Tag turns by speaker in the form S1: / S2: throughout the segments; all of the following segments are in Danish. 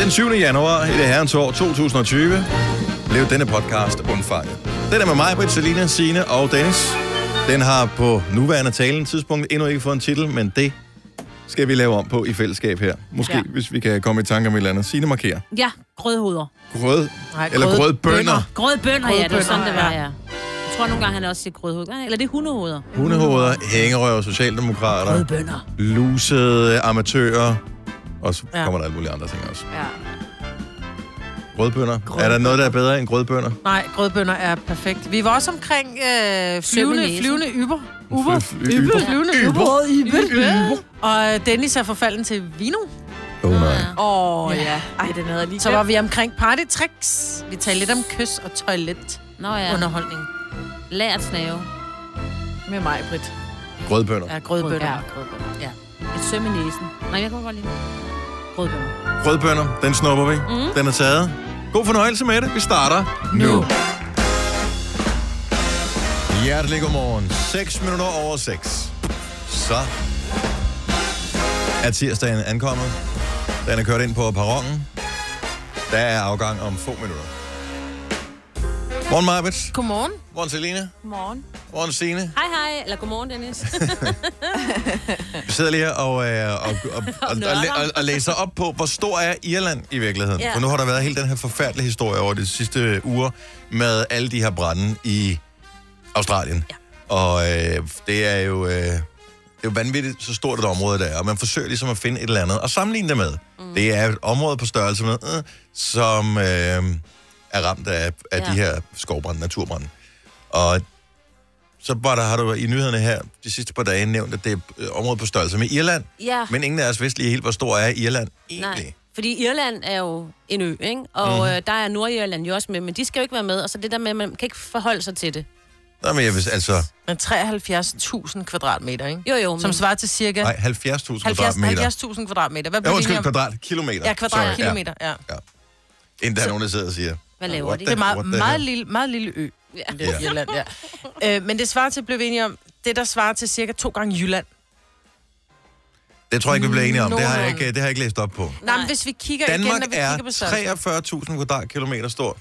S1: Den 7. januar i det herrens år 2020 blev denne podcast undfanget. Den er med mig, Britt, Selina, Signe og Dennis. Den har på nuværende talen tidspunkt endnu ikke fået en titel, men det skal vi lave om på i fællesskab her. Måske, ja.
S2: Ja.
S1: hvis vi kan komme i tanke om et eller andet. Signe markerer.
S2: Ja, grødhoveder.
S1: Grød, Nej, eller grødbønder.
S2: Grødbønder, ja, det var sådan, det
S3: Grødbønder,
S2: var,
S3: ja.
S2: ja. Jeg tror nogle gange, han også siger grødhoveder. Eller det er hundehoveder.
S1: Hundehoveder, hængerøver, socialdemokrater,
S2: Grødbønder.
S1: lusede amatører, og så
S3: Ja.
S1: kommer der alle mulige andre ting også.
S3: Ja.
S1: Grødbønder. Er der noget, der er bedre end grødbønder?
S3: Nej, grødbønder er perfekt. Vi var også omkring øh,
S2: i
S3: flyvende,
S2: næsen.
S3: flyvende yber. Uber.
S1: Fly- fly- yber.
S3: Flyvende yber. Yber. Og øh, Dennis er forfalden til vino.
S1: Åh oh, nej.
S3: Åh, oh, ja.
S4: Ej, den havde jeg lige
S3: Så var vi omkring partytricks. Vi talte lidt om kys og toilet
S2: Nå ja,
S3: underholdning
S2: lært snave.
S4: glemt med mig, Britt.
S1: Grødbønder.
S3: af grødbønder.
S2: Ja, grødbønder. Ja. Et søm i næsen. Nej, jeg kan godt lide det. grødbønder.
S1: Rødbønder, den snupper vi. Mm. Den er taget. God fornøjelse med det. Vi starter nu. nu. Hjertelig godmorgen. 6 minutter over 6. Så er tirsdagen ankommet. Den er kørt ind på perronen. Der er afgang om få minutter. Morgen, Marbet.
S3: Godmorgen.
S1: Morgen, Selina.
S4: Morgen.
S1: Morgen, Signe.
S2: Hej, hej. Eller godmorgen, Dennis.
S1: Vi sidder lige her og, øh, og, og, og, og,
S2: nørder.
S1: og, og læser op på, hvor stor er Irland i virkeligheden. Ja.
S2: Ja.
S1: For nu har der været hele den her forfærdelige historie over de sidste uger med alle de her brænde i Australien. Ja. Og øh, det er jo... Øh, det er jo vanvittigt, så stort et område der er, og man forsøger ligesom at finde et eller andet og sammenligne det med. Mm. Det er et område på størrelse med, øh, som øh, er ramt af, af ja.
S2: Ja.
S1: de her skovbrænde, naturbrænde. Og så var der, har du i nyhederne her de sidste par dage nævnt, at det er et område på størrelse med Irland,
S2: ja.
S1: men ingen af os vidste lige helt, hvor stor er Irland egentlig. Mhm.
S2: Nej, fordi Irland er jo en ø, ikke? Og mm. øh, der er Nordirland jo også med, men de skal jo ikke være med, og så det der med, at man kan ikke forholde sig til det.
S1: Nej, men jeg vil, altså,
S3: Men 73.000 kvadratmeter, ikke?
S2: Jo, jo, men
S3: Som svarer til cirka
S1: nej, 70.000
S3: 70
S1: kvadratmeter.
S3: 70.000 kvadratmeter. Hvad
S1: Ja,
S3: blev det
S1: undskyld, kvadratkilometer.
S3: Ja,
S1: Sorry,
S3: kvadratkilometer, ja.
S1: Ja, inden der er nogen, der sidder og siger,
S2: hvad laver
S1: What
S2: de?
S3: Det er meget,
S1: What the
S3: meget,
S1: hell?
S3: lille, meget lille ø.
S2: Ja.
S3: Det er
S1: Ja.
S3: Irland, ja. Øh, men det svarer til, blev vi enige om, det der svarer til cirka to gange Jylland.
S1: det tror jeg ikke, vi bliver enige om. Det har jeg
S3: Norden.
S1: ikke, det har jeg ikke læst op på.
S3: Nej,
S2: Nej.
S3: men hvis vi kigger igen,
S1: Danmark
S3: når vi
S1: er
S3: kigger på størrelsen.
S1: 43.000 kvadratkilometer stor.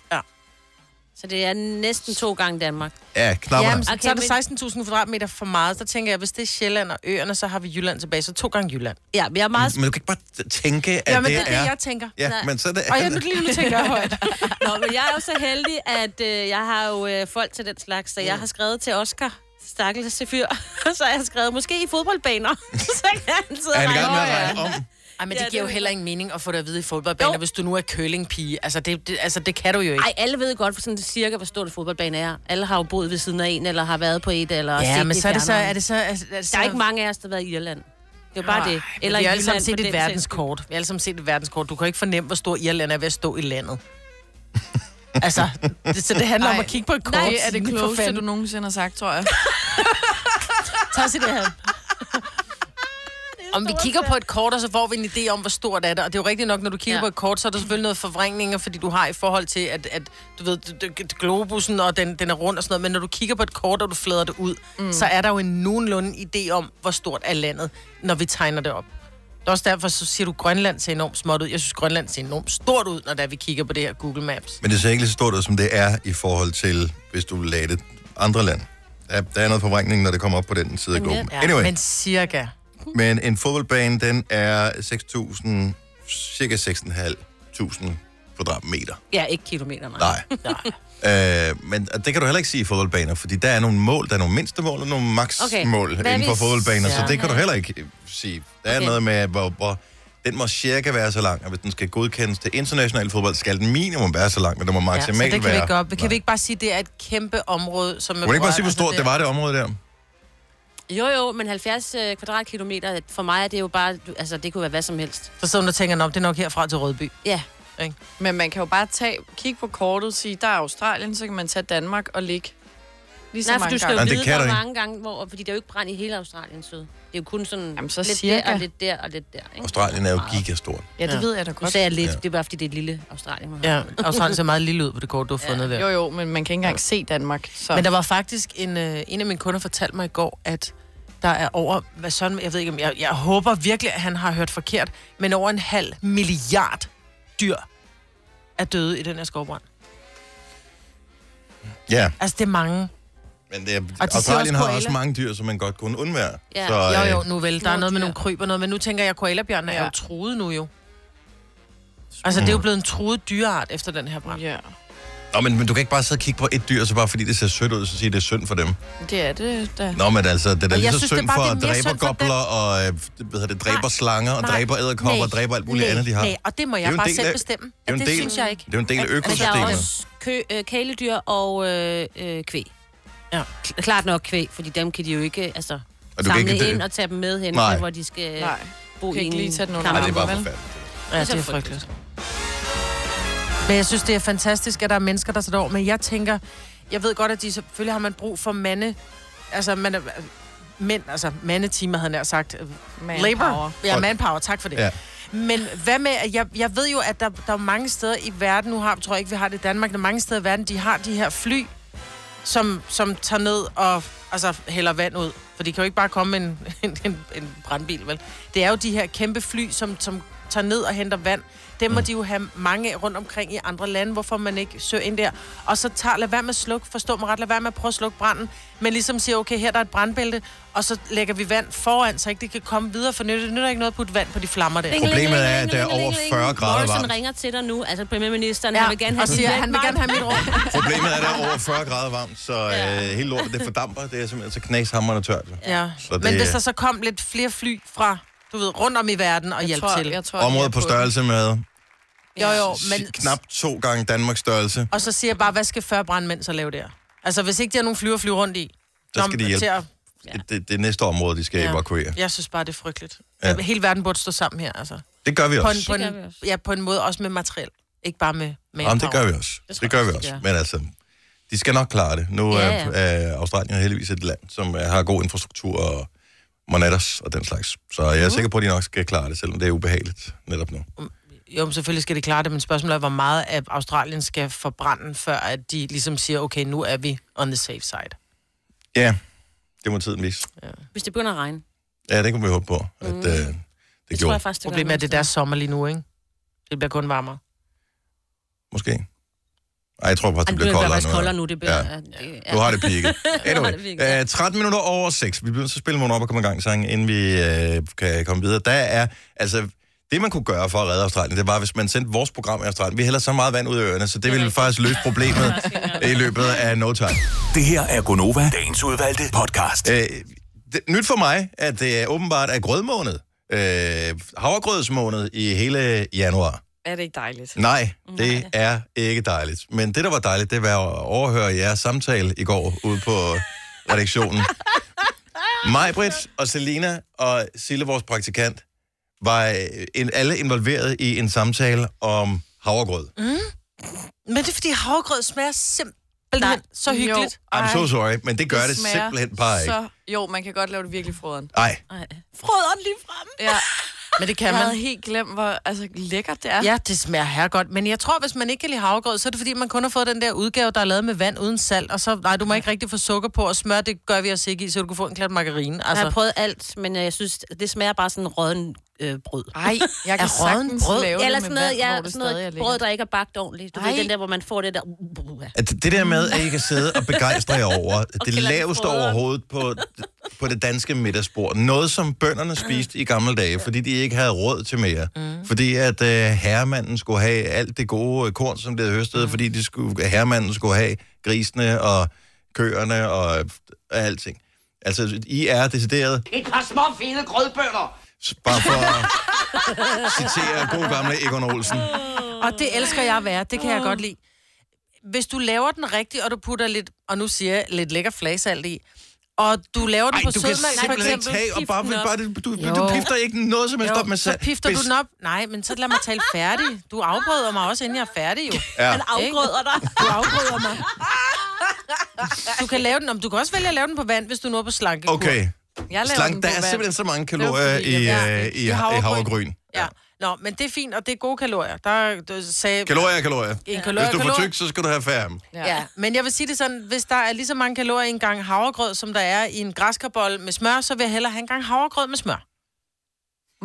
S2: Så det er næsten to gange Danmark.
S1: Ja,
S3: Ja,
S1: knapperne.
S3: men så,
S2: Okay,
S3: så er
S2: men-
S3: det 16.000 kvadratmeter for meget. Så tænker jeg, hvis det er Sjælland og øerne, så har vi Jylland tilbage. Så to gange Jylland.
S2: Ja, jeg er meget...
S1: Men du kan ikke bare tænke, at
S3: Ja, men
S1: det, er...
S3: jeg tænker.
S1: Ja,
S2: Nej.
S1: men så er det...
S3: Og jeg nu lige nu tænker jeg højt.
S2: Nå, men jeg er jo så heldig, at øh, jeg har jo øh, folk til den slags, så jeg har skrevet til Oscar, stakkels fyr, så jeg har skrevet, måske i fodboldbaner, så kan han sidde
S1: Er
S2: og
S1: han i
S2: regne
S1: gang med at
S2: over.
S1: regne om?
S3: Ej, men
S2: Ja,
S3: det giver jo
S2: det-
S3: heller ingen mening at få det at vide i fodboldbaner,
S2: Jo.
S3: hvis du nu er curlingpige. Altså det, det, altså, det kan du jo ikke.
S2: Ej, alle ved godt for sådan cirka, hvor stor det fodboldbane er. Alle har jo boet ved siden af en, eller har været på et, eller
S3: ja,
S2: set
S3: men
S2: i
S3: så er det så...
S2: fjerneren.
S3: Er det så, er, er det så
S2: Der er ikke mange af os, der har været i Irland. Det er jo bare det.
S3: Eller vi har
S2: i
S3: alle
S2: Jylland,
S3: sammen
S2: for
S3: set et
S2: den sags skyld.
S3: verdenskort. Vi har alle sammen set et verdenskort. Du kan ikke fornemme, hvor stor Irland er ved at stå i landet. altså, det, så det handler Ej. om
S4: Ej.
S3: at kigge på et kort.
S4: Nej, det er det
S3: For
S4: klogeste,
S3: fanden.
S4: du nogensinde har sagt, tror jeg.
S3: Tosset det her. Om vi kigger på et kort, og så får vi en idé om, hvor stort er det. Og det er jo rigtigt nok, når du kigger ja.
S2: Ja.
S3: på et kort, så er der selvfølgelig noget forvrængninger, fordi du har i forhold til, at, at du ved, d- d- d- globussen og den, den er rund og sådan noget. Men når du kigger på et kort, og du flader det ud, mm. så er der jo en nogenlunde idé om, hvor stort er landet, når vi tegner det op. Det er også derfor, så siger du, at Grønland ser enormt småt ud. Jeg synes, Grønland ser enormt stort ud, når det er, vi kigger på det her Google Maps.
S1: Men det ser ikke lige så stort ud, som det er i forhold til, hvis du lagde det andre lande. Der, der er noget forvrængning, når det kommer op på den side af
S2: Jamen, ja.
S1: globen. Anyway,
S3: Men cirka.
S1: men en fodboldbane, den er 6.000, cirka 6.500 kvadratmeter.
S2: Ja, ikke kilometer, nej.
S1: Nej. Øh, men det kan du heller ikke sige i fodboldbaner, fordi der er nogle mål, der er nogle mindste mål og nogle
S2: Okay.
S1: maksmål okay.
S2: Hvad
S1: inden for
S2: hvis-
S1: fodboldbaner, ja. så
S3: Ja.
S1: det kan du heller ikke øh, sige. Der er okay.
S2: Okay.
S1: noget med, hvor, hvor den må cirka være så lang, og hvis den skal godkendes til international fodbold, skal den minimum være så lang, men den må
S3: Ja,
S1: maksimalt
S3: så
S1: være...
S3: det kan vi ikke gå op.
S1: Nej.
S3: Kan vi ikke bare sige, at det er et kæmpe område, som er
S1: Må du ikke bare
S3: berørt?
S1: sige, hvor
S3: Altså,
S1: stort det var, det område der?
S2: Jo, jo, men 70 øh, kvadratkilometer, for mig er det jo bare... du- Altså, det kunne være hvad som helst.
S3: Så sidder hun og tænker, "Nå, det er nok herfra til Rødby.
S2: Ja,
S4: Men man kan jo bare tage, kigge på kortet, sige, der er Australien, så kan man tage Danmark og ligge lige så
S2: Nej, for
S4: mange
S2: du skal jo
S1: gange.
S2: vide,
S1: Men det kan
S2: hvor
S1: du ikke.
S2: mange gange, hvor, fordi der er jo ikke brand i hele Australien syd. Det er jo kun sådan
S4: Jamen, så
S2: lidt
S4: cirka.
S2: der og lidt der og lidt der. Ikke?
S1: Australien er jo gigastort.
S4: Ja, det
S3: Ja.
S4: ved jeg da
S2: Nu
S4: godt.
S2: sagde jeg lidt,
S1: Ja.
S2: det er bare fordi, det er et lille Australien. man har.
S3: Ja, Australien ser meget lille ud på det kort, du har fundet
S4: Jo,
S3: der.
S4: jo, men man kan ikke engang se Danmark. Så.
S3: Men der var faktisk en, øh, en af mine kunder fortalte mig i går, at der er over, hvad sådan, jeg ved ikke, om jeg, jeg håber virkelig, at han har hørt forkert, men over en halv milliard dyr er døde i den her skovbrand.
S1: Ja,
S3: Altså, det er mange.
S1: men det er,
S3: Og de ser
S1: Australien
S3: også
S1: har
S3: koala.
S1: også mange dyr, som man godt kunne undvære.
S2: Ja.
S1: Så, øh,
S3: Jo, jo, nu vel. Der er
S4: Nå,
S3: noget med
S4: de
S3: nogle
S4: er-
S3: kryb og noget, men nu tænker jeg, at koalabjørnen er
S4: Ja.
S3: jo truet nu jo. Altså, det er jo blevet en truet dyreart efter den her brand.
S4: Ja.
S1: Nå, men, men du kan ikke bare sidde og kigge på et dyr, så bare fordi det ser sødt ud, så sige, det er synd for dem.
S4: Det er det, da.
S1: Nå, men altså, det er da
S3: Og
S1: lige
S3: jeg
S1: så
S3: synes, det
S1: synd
S3: er bare,
S1: for
S3: det er mere synd for
S1: dræbergobler, og øh, hvad hedder det, dræber slanger, og
S3: nej,
S1: dræber æderkopper, og dræber alt muligt andet, de har.
S3: Nej, og det må
S1: Det er
S3: jeg
S1: jo en
S3: bare
S1: del
S3: selv
S1: af-
S3: bestemme.
S1: det er jo en
S2: det
S1: del,
S2: synes jeg ikke.
S1: Det er jo en del af
S2: Men der er
S1: økosystemet.
S2: også kø, øh, kæledyr og øh, øh, kvæg.
S3: Ja.
S2: Kl- Klart nok kvæg, fordi dem kan de jo ikke altså,
S1: Og du kan
S2: samle
S1: ikke-
S2: ind og tage dem med hen,
S1: Nej.
S2: hvor de skal
S4: Nej.
S2: bo
S4: Kan
S2: i
S4: ikke
S2: en
S4: lige tage den under
S1: Nej,
S2: kammer.
S1: det er bare
S4: vel?
S1: forfærdeligt.
S3: Ja, det
S2: så
S3: er frygteligt. Men jeg synes, det er fantastisk, at der er mennesker, der sætter over. Men jeg tænker, jeg ved godt, at de selvfølgelig har man brug for mande... Altså, man, er- mænd, altså mandetimer, havde jeg nær sagt. Labor. Ja,
S1: Og-
S3: manpower. Tak for det.
S1: Ja.
S3: Men hvad med, at jeg, jeg ved jo, at der, der er mange steder i verden, nu har, tror jeg ikke, vi har det i Danmark, der er mange steder i verden, de har de her fly, som, som tager ned og altså, hælder vand ud. For de kan jo ikke bare komme med en, en, en, en brandbil, vel? Det er jo de her kæmpe fly, som, som tager ned og henter vand. Dem må
S1: Mm.
S3: de jo have mange af rundt omkring i andre lande, hvorfor man ikke søger ind der. Og så tager, lad være med at slukke, forstå mig ret, lad være med at prøve at slukke branden, men ligesom siger, okay, her der er et brandbælte, og så lægger vi vand foran, så ikke det kan komme videre, for nytte, det nytter ikke noget at putte vand på de flammer der.
S1: Problemet er, at det er over 40 grader
S2: Morrison
S1: varmt.
S2: ringer til dig nu, altså premierministeren, ja. han vil gerne have
S3: og
S2: sit
S3: siger,
S2: land
S3: han vil gerne have
S2: varmt.
S3: mit rum.
S1: Problemet er, at det er over 40 grader varmt, så øh, hele lortet, det fordamper. Det er simpelthen så knashammerende tørt.
S3: Ja.
S1: Så det-
S3: Men hvis der så kom lidt flere fly fra, du ved, rundt om i verden og
S4: Jeg
S3: hjælp
S4: tror,
S3: til.
S4: jeg tror, jeg
S1: Området
S4: er
S1: på
S4: den.
S1: størrelse med
S3: Jo, jo, men...
S1: men... knap to gange Danmarks størrelse.
S3: Og så siger jeg bare, hvad skal 40 brandmænd så lave der? Altså, hvis ikke de har nogen flyver at flyve rundt i,
S1: Så skal de
S3: nå, til
S1: hjælpe.
S3: at-
S1: Det, det, det er næste område, de skal ja. evakuere.
S3: Jeg synes bare, det er frygteligt.
S1: Ja.
S3: Ja. Hele verden burde stå sammen her, altså.
S1: Det gør vi
S3: På en,
S1: også.
S3: på
S2: Det gør vi
S3: en,
S2: også.
S3: ja, på en måde også med materiel. Ikke bare med med
S1: Jamen, det gør vi også. Det,
S2: tror
S1: gør
S2: jeg
S1: vi
S2: også,
S1: også.
S2: de
S1: Men altså, de skal nok klare det. Nu
S2: Ja,
S1: er er Australien heldigvis et land, som øh, har god infrastruktur og monatters og den slags. Så jeg er
S2: Mhm.
S1: sikker på, at de nok skal klare det, selvom det er ubehageligt netop nu.
S2: Mm.
S3: Jo, men selvfølgelig skal de klare det, men spørgsmålet er, hvor meget af Australien skal forbrænde, før at de ligesom siger, okay, nu er vi on the safe side.
S1: Ja, det må tiden vise.
S2: Hvis det begynder at regne. Det,
S1: Ja, det kunne vi håbe på, at øh, det, det
S2: tror
S1: gjorde.
S2: jeg faktisk, det
S3: Problemet er, at det er deres sommer lige nu, ikke? Det bliver kun varmere.
S1: Måske. Ej, jeg tror bare, det
S2: Han
S1: bliver
S2: bliver
S1: koldere
S2: faktisk
S1: nu.
S2: koldere nu, det bliver...
S1: Ja.
S2: Ja.
S1: Nu har det peaked.
S2: Nu har
S1: Anyway,
S2: det peaked,
S1: øh, 13 minutter over 6. Vi bliver nødt til at spille nogle op og komme i gang sang, inden vi øh, kan komme videre. Der er, altså, det man kunne gøre for at redde Australien, det var, hvis man sendte vores program i Australien. Vi hælder så meget vand ud af øerne, så det ville faktisk løse problemet i løbet af no time.
S5: Det her er Gonova, dagens udvalgte podcast.
S1: Øh, det, nyt for mig, at det er åbenbart er grødmåned. Øh, havregrødsmåned i hele januar.
S4: Er det ikke dejligt?
S1: Nej,
S4: Mm.
S1: det er ikke dejligt. Men det, der var dejligt, det var at overhøre jeres samtale i går ude på redaktionen. Majbrit og Selina og Sille, vores praktikant, var øh, en, alle involveret i en samtale om havregrød. Mm.
S3: Men det er, fordi havregrød smager simpelthen
S4: Nej.
S3: så hyggeligt.
S4: Jo.
S1: I'm so Oh, sorry, men det gør det, det
S4: smager
S1: simpelthen bare ikke.
S4: Så, jo, man kan godt lave det virkelig froderen.
S1: Nej,
S2: Frøderen lige frem.
S4: Ja,
S3: Men det
S4: jeg
S3: kan
S4: havde
S3: man.
S4: helt glemt, hvor altså, lækkert det er.
S3: Ja, det smager her godt. Men jeg tror, hvis man ikke kan lide havregrød, så er det fordi, man kun har fået den der udgave, der er lavet med vand uden salt. Og så, nej, du må ikke rigtig få sukker på, og smør, det gør vi os ikke i, så du kan få en klat margarine.
S2: Jeg
S3: Altså,
S2: har prøvet alt, men øh, jeg synes, det smager bare sådan rådden øh, brød.
S4: Ej, jeg kan
S3: Er rådden
S4: sagtens
S3: brød?
S4: lave
S2: Ja,
S4: det
S2: eller
S4: med
S2: sådan
S4: vand,
S2: noget, ja,
S4: hvor det
S2: sådan
S4: stadig er
S2: noget brød,
S4: lækkert.
S2: der ikke er bagt ordentligt. Du ved,
S4: Ej.
S2: den der, hvor man får det der... uh,
S1: at det der med, at I kan sidde og begejstre jer over det
S2: kalder det
S1: laveste
S2: frøderen.
S1: overhovedet på, på det danske middagsbord. Noget, som bønderne spiste i gamle dage, fordi de ikke havde råd til mere. Mm. Fordi at øh, herremanden skulle have alt det gode øh, korn, som blev høstet, mm. fordi de skulle, herremanden skulle have grisene og køerne og, og alting. Altså, I er decideret,
S6: Et par små fede grødbønder.
S1: bare for at citere god gamle Egon Olsen.
S3: og det elsker jeg at være, det kan jeg godt lide. Hvis du laver den rigtigt, og du putter lidt, og nu siger jeg, lidt lækker flagsalt i, og du laver den
S1: Ej,
S3: på
S1: du kan
S3: sødmælk, for
S1: simpelthen ikke
S3: eksempel.
S1: tage, og bare,
S2: pifte den op.
S1: bare, du, du, du
S3: Jo.
S1: pifter ikke noget som helst
S3: Jo,
S1: op med
S3: så
S1: sal-
S3: pifter du
S1: Hvis-
S3: den op. Nej, men så lad mig tale færdig. Du afbryder mig også, inden jeg er færdig, jo.
S1: Ja.
S2: Han afgrøder dig.
S3: Du afbryder mig. Du kan lave den, om du kan også vælge at lave den på vand, hvis du nu er på slankekur.
S1: Okay.
S4: Jeg laver
S1: Slank,
S4: den
S1: der
S4: på
S1: er
S4: vand.
S1: simpelthen så mange
S4: var
S1: kalorier
S4: fordi,
S1: i,
S4: jeg-
S1: øh, i,
S3: i
S1: i
S3: havregryn.
S1: havregryn.
S3: Ja. Nå, men det er fint, og det er gode kalorier. Der du sagde...
S1: Kalorier er kalorier.
S3: En
S1: Hvis
S3: kalorie,
S1: du er for
S3: kalorie.
S1: tyk, så skal du have færre.
S4: Ja.
S3: Ja, men jeg vil sige det sådan, hvis der er lige så mange kalorier i en gang havregrød, som der er i en græskarbolle med smør, så vil jeg hellere have en gang havregrød med smør.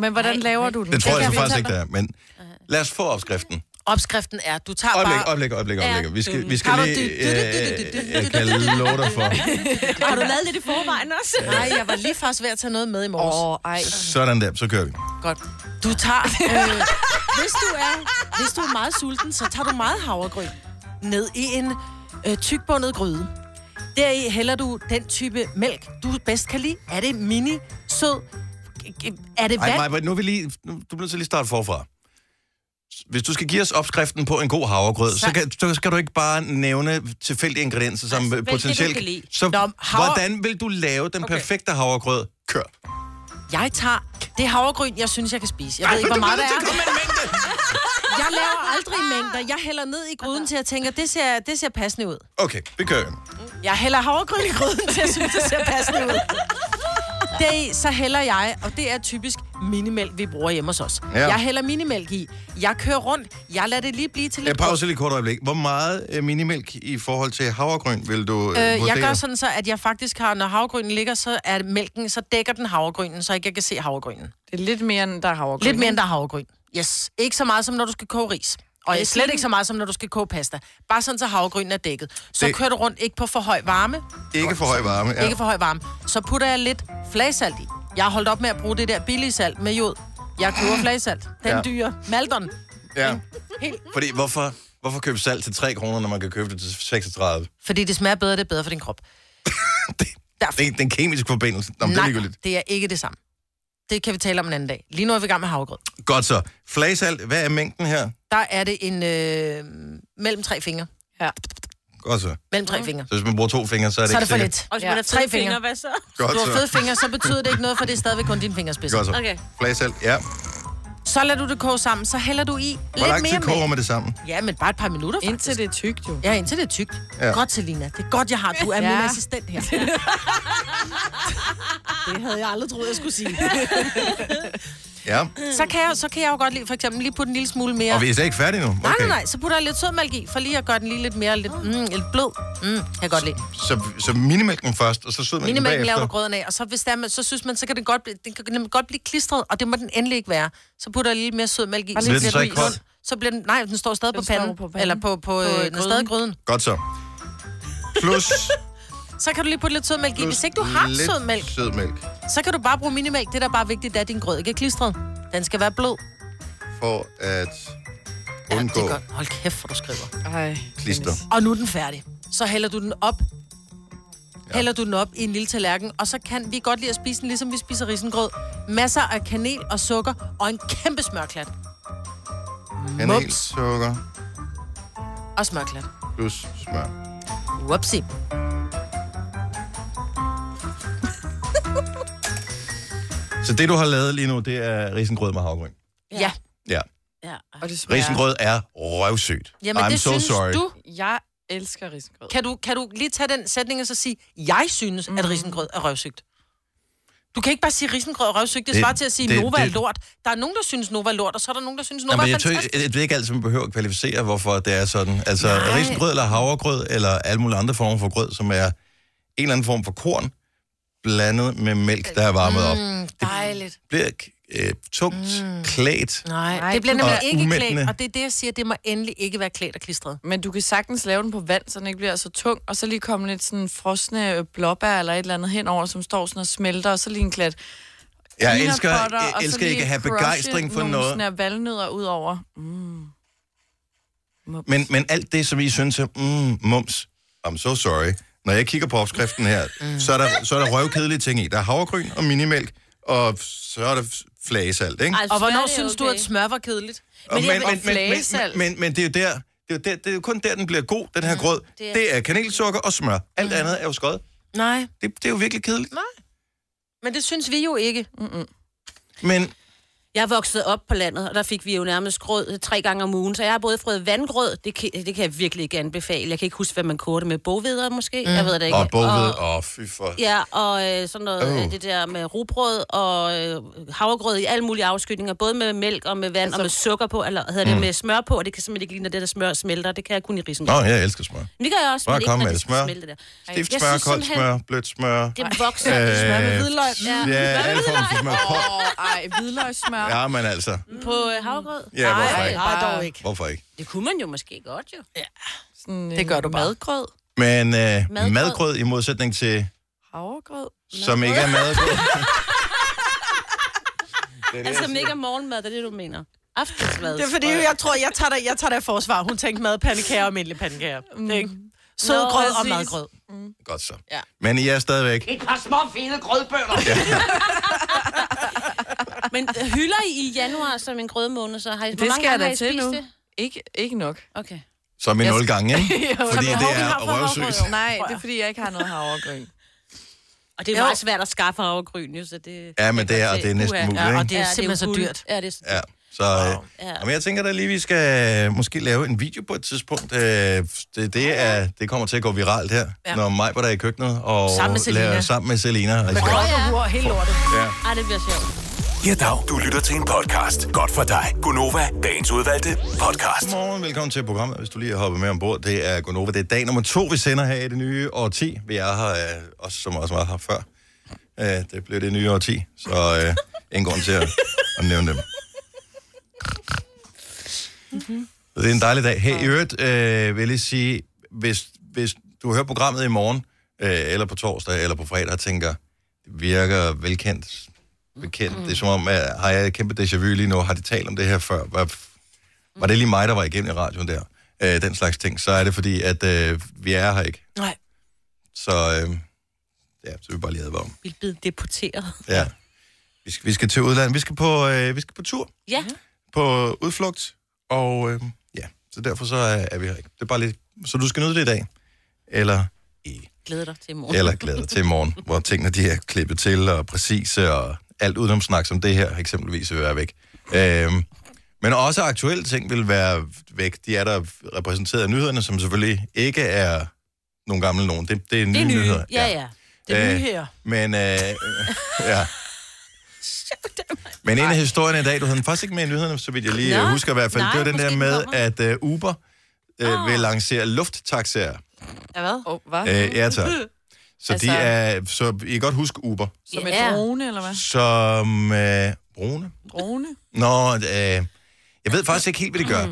S4: Men hvordan laver du den?
S1: Det tror jeg
S3: kan
S1: så
S3: vi
S1: faktisk
S3: tage
S1: ikke, det er. Men Lad os få opskriften.
S3: Opskriften er, du tager
S1: Øjeblik,
S3: bare...
S1: øjeblik, øjeblik, øjeblik. Vi skal, vi skal
S3: Har du-
S1: lige... Øh, jeg kan love dig for.
S2: Har du lavet lidt i forvejen også?
S3: Nej, jeg var lige faktisk ved at tage noget med i morges.
S4: Åh, oh, ej.
S1: Sådan der, så kører vi.
S3: Godt. Du tager... Øh, hvis, du er, hvis du er meget sulten, så tager du meget havregryn ned i en øh, tykbundet gryde. Deri hælder du den type mælk, du bedst kan lide. Er det mini, sød? Er det
S1: Ej,
S3: vand?
S1: Maja, nu er vi lige, nu, du bliver nødt til lige at starte forfra. Hvis du skal give os opskriften på en god havregrød, så,
S3: Så-
S1: så, kan, så skal du ikke bare nævne tilfældige ingredienser, som
S2: Altså, vælg
S1: altså,
S2: det, du
S1: potentielt...
S2: kan lide.
S1: så
S3: Nå,
S1: Nå,
S3: men havre-
S1: hvordan vil du lave den okay. perfekte havregrød? Kør.
S3: Jeg tager det havregryn, jeg synes, jeg kan spise. Jeg ved ikke, hvor meget det er. Jeg laver aldrig mængder. Jeg hælder ned i gryden til at tænke, det ser, det ser passende ud.
S1: Okay, vi kører.
S3: Jeg hælder havregryn i gryden til at synes, det ser passende ud. Deri, så hælder jeg, og det er typisk minimælk, vi bruger hjemme hos os.
S1: Ja.
S3: Ja. Jeg hælder minimælk i. Jeg kører rundt. Jeg lader det lige blive til
S1: Jeg
S3: lidt
S1: pauser Øh, lige et kort øjeblik. Hvor meget øh, minimælk i forhold til havregrøn vil du øh,
S3: Øh,
S1: vurdere?
S3: jeg gør sådan så, at jeg faktisk har, når havregrynen ligger, så er mælken, så dækker den havregrynen, så ikke jeg kan se havregrynen.
S4: Det er lidt mere, end der har overgået.
S3: Lidt mere end der er havregryn. Yes. Ikke så meget som når du skal koge ris. Og slet ikke så meget som når du skal koge pasta. Bare sådan, så havregrynen er dækket. Så
S1: Det-
S3: det... kører du rundt ikke på for høj varme.
S1: Ikke for høj varme.
S3: Ja.
S1: Ja.
S3: Ikke for høj varme. Så putter jeg lidt flagesalt i. Jeg har holdt op med at bruge det der billige salt med jod. Jeg køber flagesalt. Den
S1: Ja.
S3: ja. dyre. Maldon.
S1: ja. Fordi hvorfor, hvorfor købe salt til 3 kroner, når man kan købe det til 36?
S3: Fordi det smager bedre, det er bedre for din krop. Derfor.
S1: Det er den kemiske forbindelse. Nå, men det er
S3: Nej,
S1: ligegyldigt.
S3: det er ikke det samme. Det kan vi tale om en anden dag. Lige nu er vi i gang med havregrød.
S1: Godt så. Flagesalt, hvad er mængden her?
S3: Der er det en... Øh, mellem tre fingre.
S1: Godt så.
S3: Mellem tre fingre.
S1: Så hvis man bruger to fingre, så er det,
S3: Så er
S1: ikke
S3: det for
S1: sikkert.
S3: lidt.
S2: Og hvis man
S4: Ja.
S2: har
S3: Tre
S2: tre
S3: fingre.
S2: fingre, hvad så?
S1: Godt
S3: Du har
S1: så.
S3: fede fingre, så betyder det ikke noget, for det er stadigvæk kun din fingerspids.
S1: Godt så.
S2: Okay.
S1: Flagesalt, ja.
S3: Så lader du det koge sammen, så hælder du i
S1: Hvor
S3: lidt
S1: lang tid
S3: mere
S1: koger
S3: mælk.
S1: man det sammen?
S3: Ja, men bare et par minutter faktisk.
S4: Indtil det er tykt, jo.
S3: Ja, indtil det er tykt.
S1: Ja.
S3: Ja. Godt, Selina. Det er godt, jeg har. Du er ja.
S4: Ja.
S3: min assistent her. det havde jeg aldrig troet, jeg skulle sige.
S1: Ja.
S3: Så kan jeg, så kan jeg jo godt lige, for eksempel lige putte en lille smule mere.
S1: Og vi er slet ikke færdige nu. Okay.
S3: Nej, nej, nej. Så putter jeg lidt sødmælk i, for lige at gøre den lige lidt mere lidt, mm, lidt blød. Mm, kan jeg godt lide.
S1: Så, så minimælken først, og så sødmælken
S3: Minimælken
S1: bagefter.
S3: laver du grøden af, og så, hvis der, så synes man, så kan det godt, blive, den kan nemlig godt blive klistret, og det må den endelig ikke være. Så putter jeg lidt mere sødmælk i.
S4: Så bliver den
S1: så
S3: den
S1: ikke
S3: rund.
S1: kold?
S3: Så bliver den, nej, den står stadig
S4: Den
S3: på panden,
S4: står på panden.
S3: Eller på, på, på øh, den er
S4: gryden.
S3: stadig i gryden.
S1: Godt så. Plus,
S3: Så kan du lige putte lidt sødmælk i.
S1: plus
S3: Hvis ikke du har
S1: lidt
S3: sødmælk,
S1: sødmælk,
S3: så kan du bare bruge minimælk. Det, der er bare vigtigt, det er, at din grød ikke er klistret. Den skal være blød.
S1: for at
S3: Ja, det
S1: undgå
S3: er godt. Hold kæft, hvor du skriver.
S4: Ej.
S1: klister.
S3: Og nu er den færdig. Så hælder du den op. Ja. Hælder du den op i en lille tallerken, og så kan vi godt lide at spise den, ligesom vi spiser risengrød. Masser af kanel og sukker, og en kæmpe smørklat.
S1: Kanel,
S3: Mums
S1: sukker,
S3: og smørklat.
S1: plus smør.
S3: Whoopsie.
S1: Så det, du har lavet lige nu, det er risengrød med havregryn.
S3: Ja. ja.
S1: Ja.
S2: Ja.
S4: Og det smager...
S1: Risengrød er røvsygt.
S3: Jamen,
S1: I'm
S3: det
S1: so
S3: synes
S1: sorry.
S3: du.
S4: Jeg elsker risengrød.
S3: Kan du, kan du lige tage den sætning og så sige, jeg synes,
S2: Mhm.
S3: mm. at risengrød er røvsygt? Du kan ikke bare sige, at risengrød er røvsygt. Det,
S1: Det-
S3: svarer til at sige,
S1: det-
S3: at Nova er
S1: det-
S3: lort. Der er nogen, der synes, Nova er lort, og så er der nogen, der synes,
S1: Nå,
S3: Nova
S1: men
S3: er
S1: jeg, tø-
S3: fantastisk.
S1: jeg ved ikke altid, man behøver at kvalificere, hvorfor det er sådan. Altså Nej. risengrød eller havregrød eller alle mulige andre former for grød, som er en eller anden form for korn, blandet med mælk, der er varmet op.
S3: Mm, dejligt.
S1: Bliver øh, tungt, mm. klædt.
S3: Nej,
S4: Nej,
S3: det bliver
S4: du-
S3: nemlig
S1: Og
S3: ikke
S1: umættende.
S3: klædt, og det er det, jeg siger, det må endelig ikke være klædt og klistret.
S4: Men du kan sagtens lave den på vand, så den ikke bliver så tung, og så lige komme lidt sådan frosne øh, blåbær eller et eller andet henover, som står sådan og smelter, og så lige en klat.
S1: Jeg
S4: peanut
S1: elsker,
S4: butter,
S1: jeg
S4: og så
S1: elsker
S4: lige
S1: ikke at have
S4: crushe
S1: begejstring for
S4: nogle
S1: noget.
S4: Sådan her valnødder ud over. Mm.
S1: Men, men alt det, som I synes er, mm, mums, I'm so sorry. Når jeg kigger på opskriften her, mm. så, er der, så er der røvkedelige ting i. Der er havregryn og minimælk, og så er der f- flagesalt, ikke?
S2: Altså, smør,
S3: Og hvornår
S2: det er
S3: synes du,
S2: okay.
S3: at smør var kedeligt?
S1: Og
S4: jeg vil- og flagesalt.
S1: men, men, men det er jo der, det er jo, der, det er jo kun der, den bliver god, den her
S2: Mm.
S1: grød. Det er, det er kanelsukker og smør. Alt andet er jo skød.
S3: Nej,
S1: Det, det er jo virkelig kedeligt.
S3: men det synes vi jo ikke.
S1: Men
S2: Jeg voksede op på landet, og der fik vi jo nærmest grød øh, tre gange om ugen, så jeg har både fået vandgrød, det kan, det kan jeg virkelig ikke anbefale. Jeg kan ikke huske, hvad man kogte med bovedere måske, mm. jeg ved det ikke.
S1: og bogved, åh, oh, fy for...
S2: Ja, og øh, sådan noget,
S1: Åh.
S2: oh. det der med rugbrød og øh, havregrød i alle mulige afskytninger, både med mælk og med vand altså, og med sukker på, eller hedder det med smør på, og det kan simpelthen ikke lide, når det der smør smelter, det kan jeg kun i risengrød.
S1: Mm. Nå, jeg elsker smør.
S2: Men det gør jeg også,
S1: Bare
S2: men ikke,
S1: kom
S2: når det
S1: med det.
S2: skal
S1: Smør.
S2: smelte der.
S1: Stift
S2: Jeg
S1: smør,
S2: synes
S1: koldt
S2: simpelthen,
S1: smør, blødt smør.
S2: Det vokser
S1: Øh,
S2: smør med hvidløg.
S1: Ja, alle former for smør. Kold-
S4: Åh, ej, hvidløgssmør.
S1: Ja, men altså.
S2: På øh, havgrød?
S1: Ja, hvorfor
S3: Nej,
S1: ikke?
S3: nej, dog ikke.
S1: Hvorfor ikke?
S2: Det kunne man jo måske godt, jo. Ja.
S4: Sådan,
S3: Det gør du bare.
S4: Madgrød,
S1: Men øh, madgrød.
S2: Madgrød.
S1: madgrød i modsætning til,
S4: havregrød.
S1: som ikke er madgrød.
S2: Altså, mega morgenmad, det er det, du mener. Aftensmad.
S3: Det er fordi, jeg tror, jeg tager dig, jeg tager dig i forsvar. Hun tænkte madpandekager og almindelige pandekager. Det er ikke? Sødgrød og
S4: præcis.
S3: madgrød.
S7: Mm.
S1: Godt så.
S4: Ja.
S1: Men I er stadigvæk...
S6: Et par små fede grødbønder.
S2: Men øh, hylder I i januar som en grødmåned, så har I...
S4: Det skal jeg
S2: gange har
S4: da
S2: I
S4: til
S2: spist
S4: nu.
S2: det?
S4: Ikke, ikke nok.
S2: Okay.
S1: Som i
S4: Jeg-
S1: nul gange, ikke? Fordi
S4: jeg
S1: det
S4: håber, vi
S1: er
S4: har fået
S1: røvsygt.
S4: havregrød. Nej, det er fordi, jeg ikke har noget havregryn.
S2: Og det er jo. meget svært at skaffe havregryn, jo, så det...
S1: Ja, men det er-
S2: godt
S1: og
S2: se.
S1: det er næsten
S2: Uha.
S1: muligt,
S2: Ja,
S1: ikke?
S2: og det er
S3: Ja, det er
S2: simpelthen så
S3: jo guld.
S2: dyrt. Ja, det er så
S1: Ja, så øh,
S2: Ja.
S1: jamen, jeg tænker da lige, vi skal øh, måske lave en video på et tidspunkt. Øh, det, det, er, det kommer til at gå viralt her, ja. når mig var der i køkkenet og
S3: Sammen med Selina.
S1: laver sammen med Selina. Og I skal-
S3: Grød og hur, helt lortet.
S1: ja.
S2: Ej, det bliver sjovt.
S5: Ja, dag. Du lytter til en podcast. Godt for dig. Gunova, dagens udvalgte podcast.
S1: Godmorgen, velkommen til programmet, hvis du lige har hoppet med ombord. Det er Gonova. Det er dag nummer to, vi sender her i det nye årti. Vi er her øh, også så meget, så meget her før. Øh, det bliver det nye årti, så øh, ingen grund til at, at nævne dem. Så det er en dejlig dag. Hey, i øvrigt øh, vil jeg lige sige, hvis, hvis du hører programmet i morgen, øh, eller på torsdag, eller på fredag, og tænker, det virker velkendt, bekendt. Det er som om, at har jeg et kæmpe déjà vu lige nu? Har de talt om det her før? Hvad, Mm. var det lige mig, der var igennem i radioen der? Øh, den slags ting. Så er det fordi, at øh, vi er her ikke.
S3: Nej.
S1: Så, øh, ja, så vi bare lige advare om.
S2: Vi er blevet deporteret.
S1: Ja. Vi skal, vi skal til udlandet. Vi skal på, øh, vi skal på tur,
S2: Ja,
S1: på udflugt. Og øh, ja, så derfor så er, er vi her ikke. Det er bare lidt, så du skal nyde det i dag. Eller ikke.
S2: glæder dig til i morgen.
S1: Eller glæde dig til i morgen, hvor tingene de er klippet til og præcise og alt udenom snak som det her eksempelvis vil være væk. Øhm, men også aktuelle ting vil være væk. De er der repræsenteret af nyhederne, som selvfølgelig ikke er nogle gamle nogen. Det, det er nye,
S2: Det er nye.
S1: nyheder.
S2: Ja, ja.
S3: Det er
S1: Øh,
S3: nye her.
S1: Men, øh, ja. Men en af historierne i dag, du havde den faktisk ikke med i nyhederne, så vidt jeg lige
S2: Nå,
S1: Nå, husker i hvert fald,
S2: nej,
S1: det var den
S2: måske
S1: der
S2: den
S1: med,
S2: kommer. Ah.
S1: at øh, Uber øh, vil lancere lufttaxaer.
S3: Ja, hvad?
S4: Åh, hvad?
S1: Øh, ja, tak. Så, altså...
S4: Altså-
S1: de er, så I kan godt huske Uber.
S4: Som en
S2: Ja.
S4: drone, eller hvad?
S1: som øh, brune.
S4: Drone?
S1: Nå, øh, jeg ved faktisk ikke helt, hvad de gør.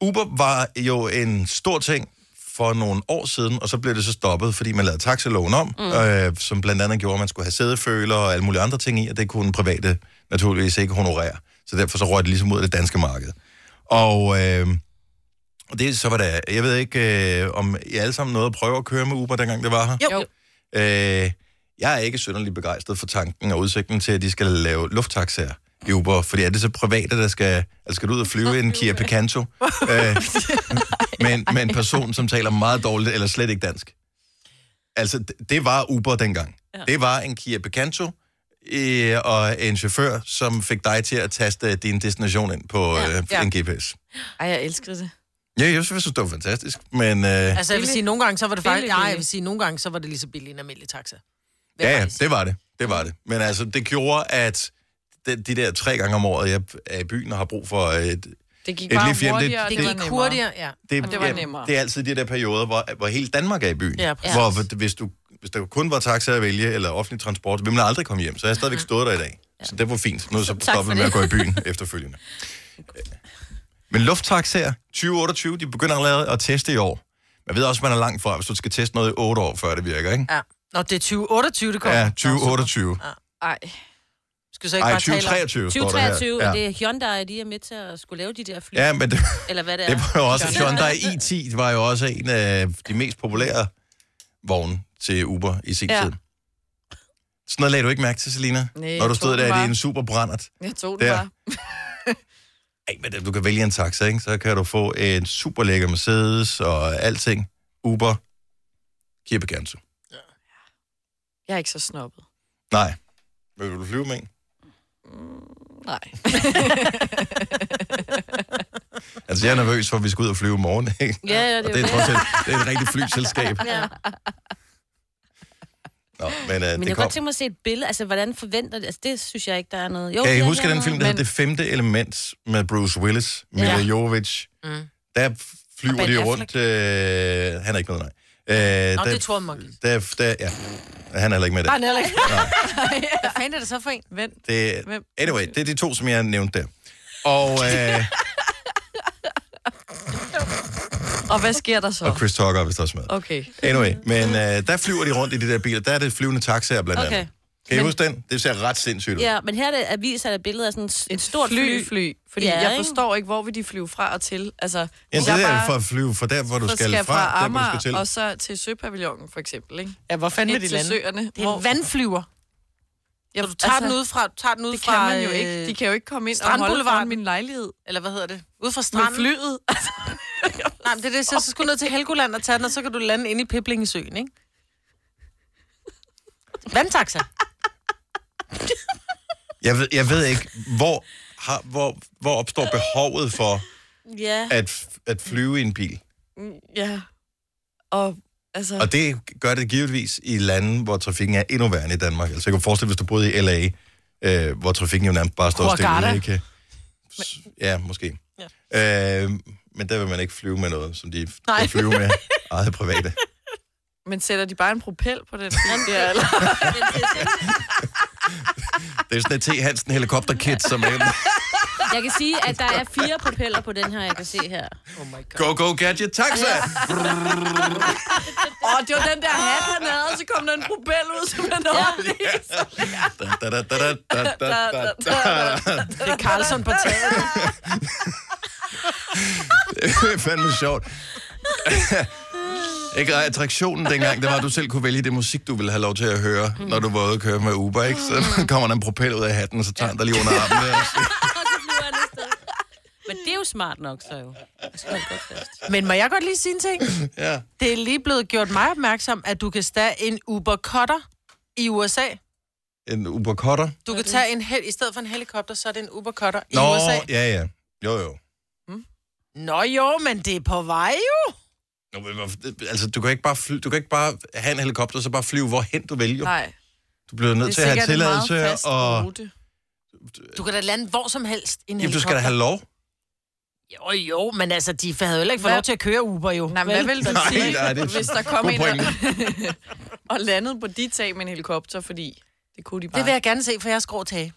S1: Uber var jo en stor ting for nogle år siden, og så blev det så stoppet, fordi man lavede taxaloven om, mm. øh, som blandt andet gjorde, at man skulle have sædeføler og alle mulige andre ting i, og det kunne private naturligvis ikke honorere. Så derfor så røg det ligesom ud af det danske marked. Og øh, og det så var der, jeg ved ikke, øh, om I alle sammen nåede at prøve at køre med Uber, dengang det var her?
S4: Jo.
S1: Øh, jeg er ikke synderlig begejstret for tanken og udsigten til, at de skal lave lufttaxaer i Uber, fordi er det så private, der skal, altså skal du ud og flyve i en Kia Picanto øh, med, en- med en person, som taler meget dårligt eller slet ikke dansk? Altså, det, det var Uber dengang. Ja. Det var en Kia Picanto øh, og en chauffør, som fik dig til at taste din destination ind på ja. øh,
S3: Ja.
S1: en GPS.
S4: Ej, jeg elskede det.
S1: Ja, jeg synes, det var fantastisk, men... Øh,
S3: Altså, jeg vil
S4: Billig.
S3: sige, nogle gange, så var det faktisk...
S4: Billig,
S3: Nej, jeg
S4: billig.
S3: vil sige, nogle gange, så var det lige så billigt en almindelig taxa.
S1: Ja, ja, det var det. Det var det. Men altså, det gjorde, at de, de der tre gange om året, jeg er i byen og har brug for øh, et...
S4: Det gik
S1: Et
S4: bare
S1: lift hjem, det-
S4: hurtigere, og det,
S1: det
S3: Det
S4: var
S3: gik
S4: nemmere.
S3: hurtigere, ja.
S1: Det,
S4: det var nemmere.
S1: det er altid de der perioder, hvor, hvor hele Danmark er i byen.
S3: Ja, præcis.
S1: hvor hvis, du, hvis der kun var taxa at vælge, eller offentlig transport, ville man aldrig komme hjem. Så jeg har stadigvæk stået der i dag. Så det var fint. Nu er jeg så
S2: Tak for
S1: stoppet med
S2: det.
S1: at gå i byen efterfølgende. Øh, Men lufttaxaer 2028, de begynder allerede at teste i år. Man ved også, man er langt fra, hvis du skal teste noget i 8 år, før det virker, ikke?
S3: ja. Nå, det er 2028, det kommer.
S1: Ja,
S3: Nå,
S1: 2028.
S4: Ej,
S3: så Skal du så ikke
S1: Ej,
S3: bare tale om...
S1: 2023 står der her.
S2: 2023, ja. og det er Hyundai, de er med til at skulle lave de der fly.
S1: Ja, men det,
S2: Eller hvad det er.
S1: det var jo også, Hyundai i10 E var jo også en af de mest populære vogne til Uber i sin ja.
S4: Ja.
S1: tid. Sådan noget lagde du ikke mærke til, Selina?
S4: Nej,
S1: når du
S4: jeg
S1: stod
S4: tror,
S1: der
S4: det
S1: i
S4: var-
S1: en super brændert.
S4: jeg tog den
S1: Der.
S4: bare.
S1: Ej, men du kan vælge en taxa, ikke? Så kan du få en super lækker Mercedes og alting. Uber. Kia Picanto.
S4: Jeg er ikke så snobbet.
S1: Nej. Vil du flyve med en?
S4: Nej.
S1: Altså, jeg er nervøs for, at vi skal ud og flyve i morgen, ikke?
S2: Ja, ja,
S1: Og
S2: det
S1: det er
S2: er
S1: trods alt det er et rigtigt flyselskab.
S2: Ja.
S1: Nå, men, uh,
S2: Men
S1: det
S2: jeg
S1: kom.
S2: kunne godt tænke mig at se et billede. Altså, hvordan forventer det? Altså, det synes jeg ikke, der er noget. Jo,
S1: Kan I
S2: det er
S1: huske
S2: her
S1: den film,
S4: Men-
S1: der hedder Det femte element med Bruce Willis, Mila
S2: Ja.
S1: Jovovich?
S3: Mm.
S1: Der flyver
S3: Og Ben
S1: de
S3: Affleck.
S1: rundt... Øh, han er ikke med, nej. Øh, Nå,
S3: det er Thor Monkeys.
S1: Der, der, ja. Han er heller ikke med i dag.
S3: Nej, heller ikke. Hvad fanden er det så for en?
S4: Vent.
S1: Det,
S4: Hvem?
S1: anyway, det er de to, som jeg nævnte der. Og, øh,
S4: Og hvad sker der så?
S1: og Chris Tucker er vist også med.
S4: Okay.
S1: Anyway, men øh, der flyver de rundt i de der biler. Der er det flyvende taxaer blandt andet.
S2: Okay.
S1: Okay. Kan I huske den? Det ser ret sindssygt ud.
S2: Ja, men her er det aviser, der er billeder af sådan et, et stort
S4: fly, fly. Fordi
S2: Ja,
S4: ja, jeg
S2: ikke?
S4: forstår ikke, hvor vil de flyve fra og til. Altså,
S1: Ja,
S4: hvis
S1: det
S4: jeg
S1: er
S4: bare
S1: for at flyve fra der, hvor du
S4: så
S1: skal,
S4: skal jeg
S1: fra,
S4: fra
S1: der, hvor du
S4: Amager
S1: skal til.
S4: og så til Søpavillonen, for eksempel. Ikke?
S3: Ja, hvor fanden
S4: Ind til søerne.
S3: Det er en vandflyver.
S4: Ja,
S3: Når du tager den ud fra, tager den ud
S4: det
S3: fra...
S4: kan man jo ikke. øh, De kan jo ikke komme ind og holde
S3: Strandboulevarden.
S4: foran min lejlighed.
S3: Eller hvad hedder det? Ud fra
S4: Med
S3: stranden.
S4: flyet.
S3: Nej, men det er det, så, så skulle du ned til Helgoland og tage den, og så kan du lande inde i Piblingesøen, ikke? Vandtaxa.
S1: Jeg ved, jeg ved ikke, hvor, har, hvor, hvor opstår behovet for
S2: Ja.
S1: at, f- at flyve i en bil?
S4: mm, Ja. Og altså...
S1: Og det gør det givetvis i lande, hvor trafikken er endnu værre end i Danmark. Altså, jeg kan forestille hvis du boede i L.A., øh, hvor trafikken jo nærmest bare står stille.
S3: Hurghada.
S1: Jeg Kan... S- Ja, måske. Ja. Øh, men der vil man ikke flyve med noget, som de
S3: Nej.
S1: kan flyve med eget private.
S4: Men sætter de bare en propel på den bil der, eller?
S1: Det er sådan et T. Hansen helikopterkit, som er...
S2: Jeg kan sige, at der er fire propeller på den her, jeg kan se her.
S1: Go, go, gadget, taxa!
S4: Åh, det var den der hat, han havde, og så kom der en propel ud, som han havde.
S1: Da, da, da, da, da, da, da, da.
S3: Det er Carlson på taget.
S1: Det er fandme sjovt. Ikke, og attraktionen dengang, det var, at du selv kunne vælge det musik, du ville have lov til at høre, mm. når du var ude at køre med Uber, ikke?
S4: Mm.
S1: Så kommer der en propel ud af hatten, og så tager han dig lige under armen. Der.
S2: Og så flyver han afsted. Men det er jo smart nok, så jo. Det skal man godt fast.
S3: Men må jeg godt lige sige en ting?
S1: Ja.
S3: Det er lige blevet gjort mig opmærksom, at du kan tage en Uber-cutter i USA.
S1: En Uber Cutter.
S3: Du kan tage en hel... I stedet for en helikopter, så er det en Uber-cutter i
S1: Nå,
S3: USA.
S1: ja, ja. Jo, jo.
S3: Nå jo, men det er på vej jo.
S1: Nå, men hvorfor- det- Altså, du kan, ikke bare fly, du kan ikke bare have en helikopter, og så bare flyve, hvorhen du vælger.
S4: Nej,
S1: Du bliver
S4: det
S1: nødt
S4: er
S1: til at have
S4: sikkert en meget
S1: tilladelse,
S4: fast
S1: og
S4: rute.
S3: Du kan da lande hvor som helst i en
S1: jamen, du
S3: helikopter.
S1: skal da have lov.
S3: Jo, jo, men altså, de havde heller ikke fået
S4: Hvad-
S3: lov til at køre Uber jo.
S4: Nej, men hvad ville du
S1: Nej,
S4: sige,
S1: nej, det er
S4: hvis der kom
S1: god
S4: en og, og landede på dit tag med en helikopter, fordi det kunne de bare.
S3: Det vil jeg gerne se, for jeg har skrå tage.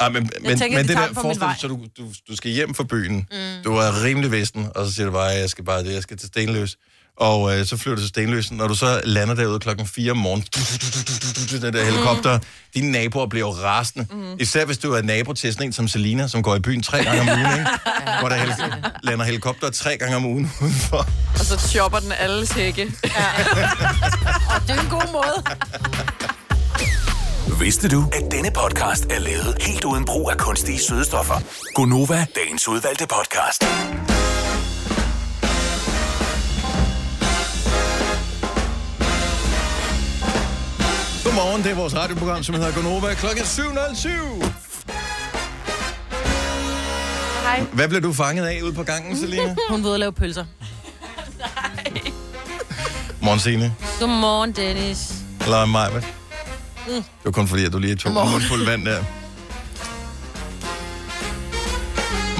S1: Ej, Ah, men, men,
S3: tænker,
S1: men
S3: de
S1: det
S3: tager
S1: der
S3: den fra min
S1: forestil dig,
S3: vej.
S1: så du, du, du skal hjem fra byen, mm. du er rimelig vesten, og så siger du bare, jeg skal bare det, jeg skal til Stenløs. Og øh, så flyver du til Stenløs, når du så lander derude klokken 4 om morgenen, du, du, du, du, du, du, du, den der helikopter, dine naboer bliver jo rasende. Mm. Især hvis du er nabo til sådan en som Selina, som går i byen tre gange om ugen, ikke? hvor der hel- lander helikopter tre gange om ugen udenfor.
S4: Og så chopper den alles hække.
S3: Det er en god måde.
S5: Vidste du, at denne podcast er lavet helt uden brug af kunstige sødestoffer? Gonova, dagens udvalgte podcast.
S1: Godmorgen, det er vores radioprogram, som hedder Gonova, klokken 7.07.
S4: Hej.
S1: Hvad blev du fanget af ude på gangen, Selina?
S3: Hun ved at lave pølser.
S1: Morgen, Signe.
S2: Godmorgen, Dennis.
S1: Eller mig, hvad? Mm. Det var kun fordi, at du lige tog en mundfuld vand der.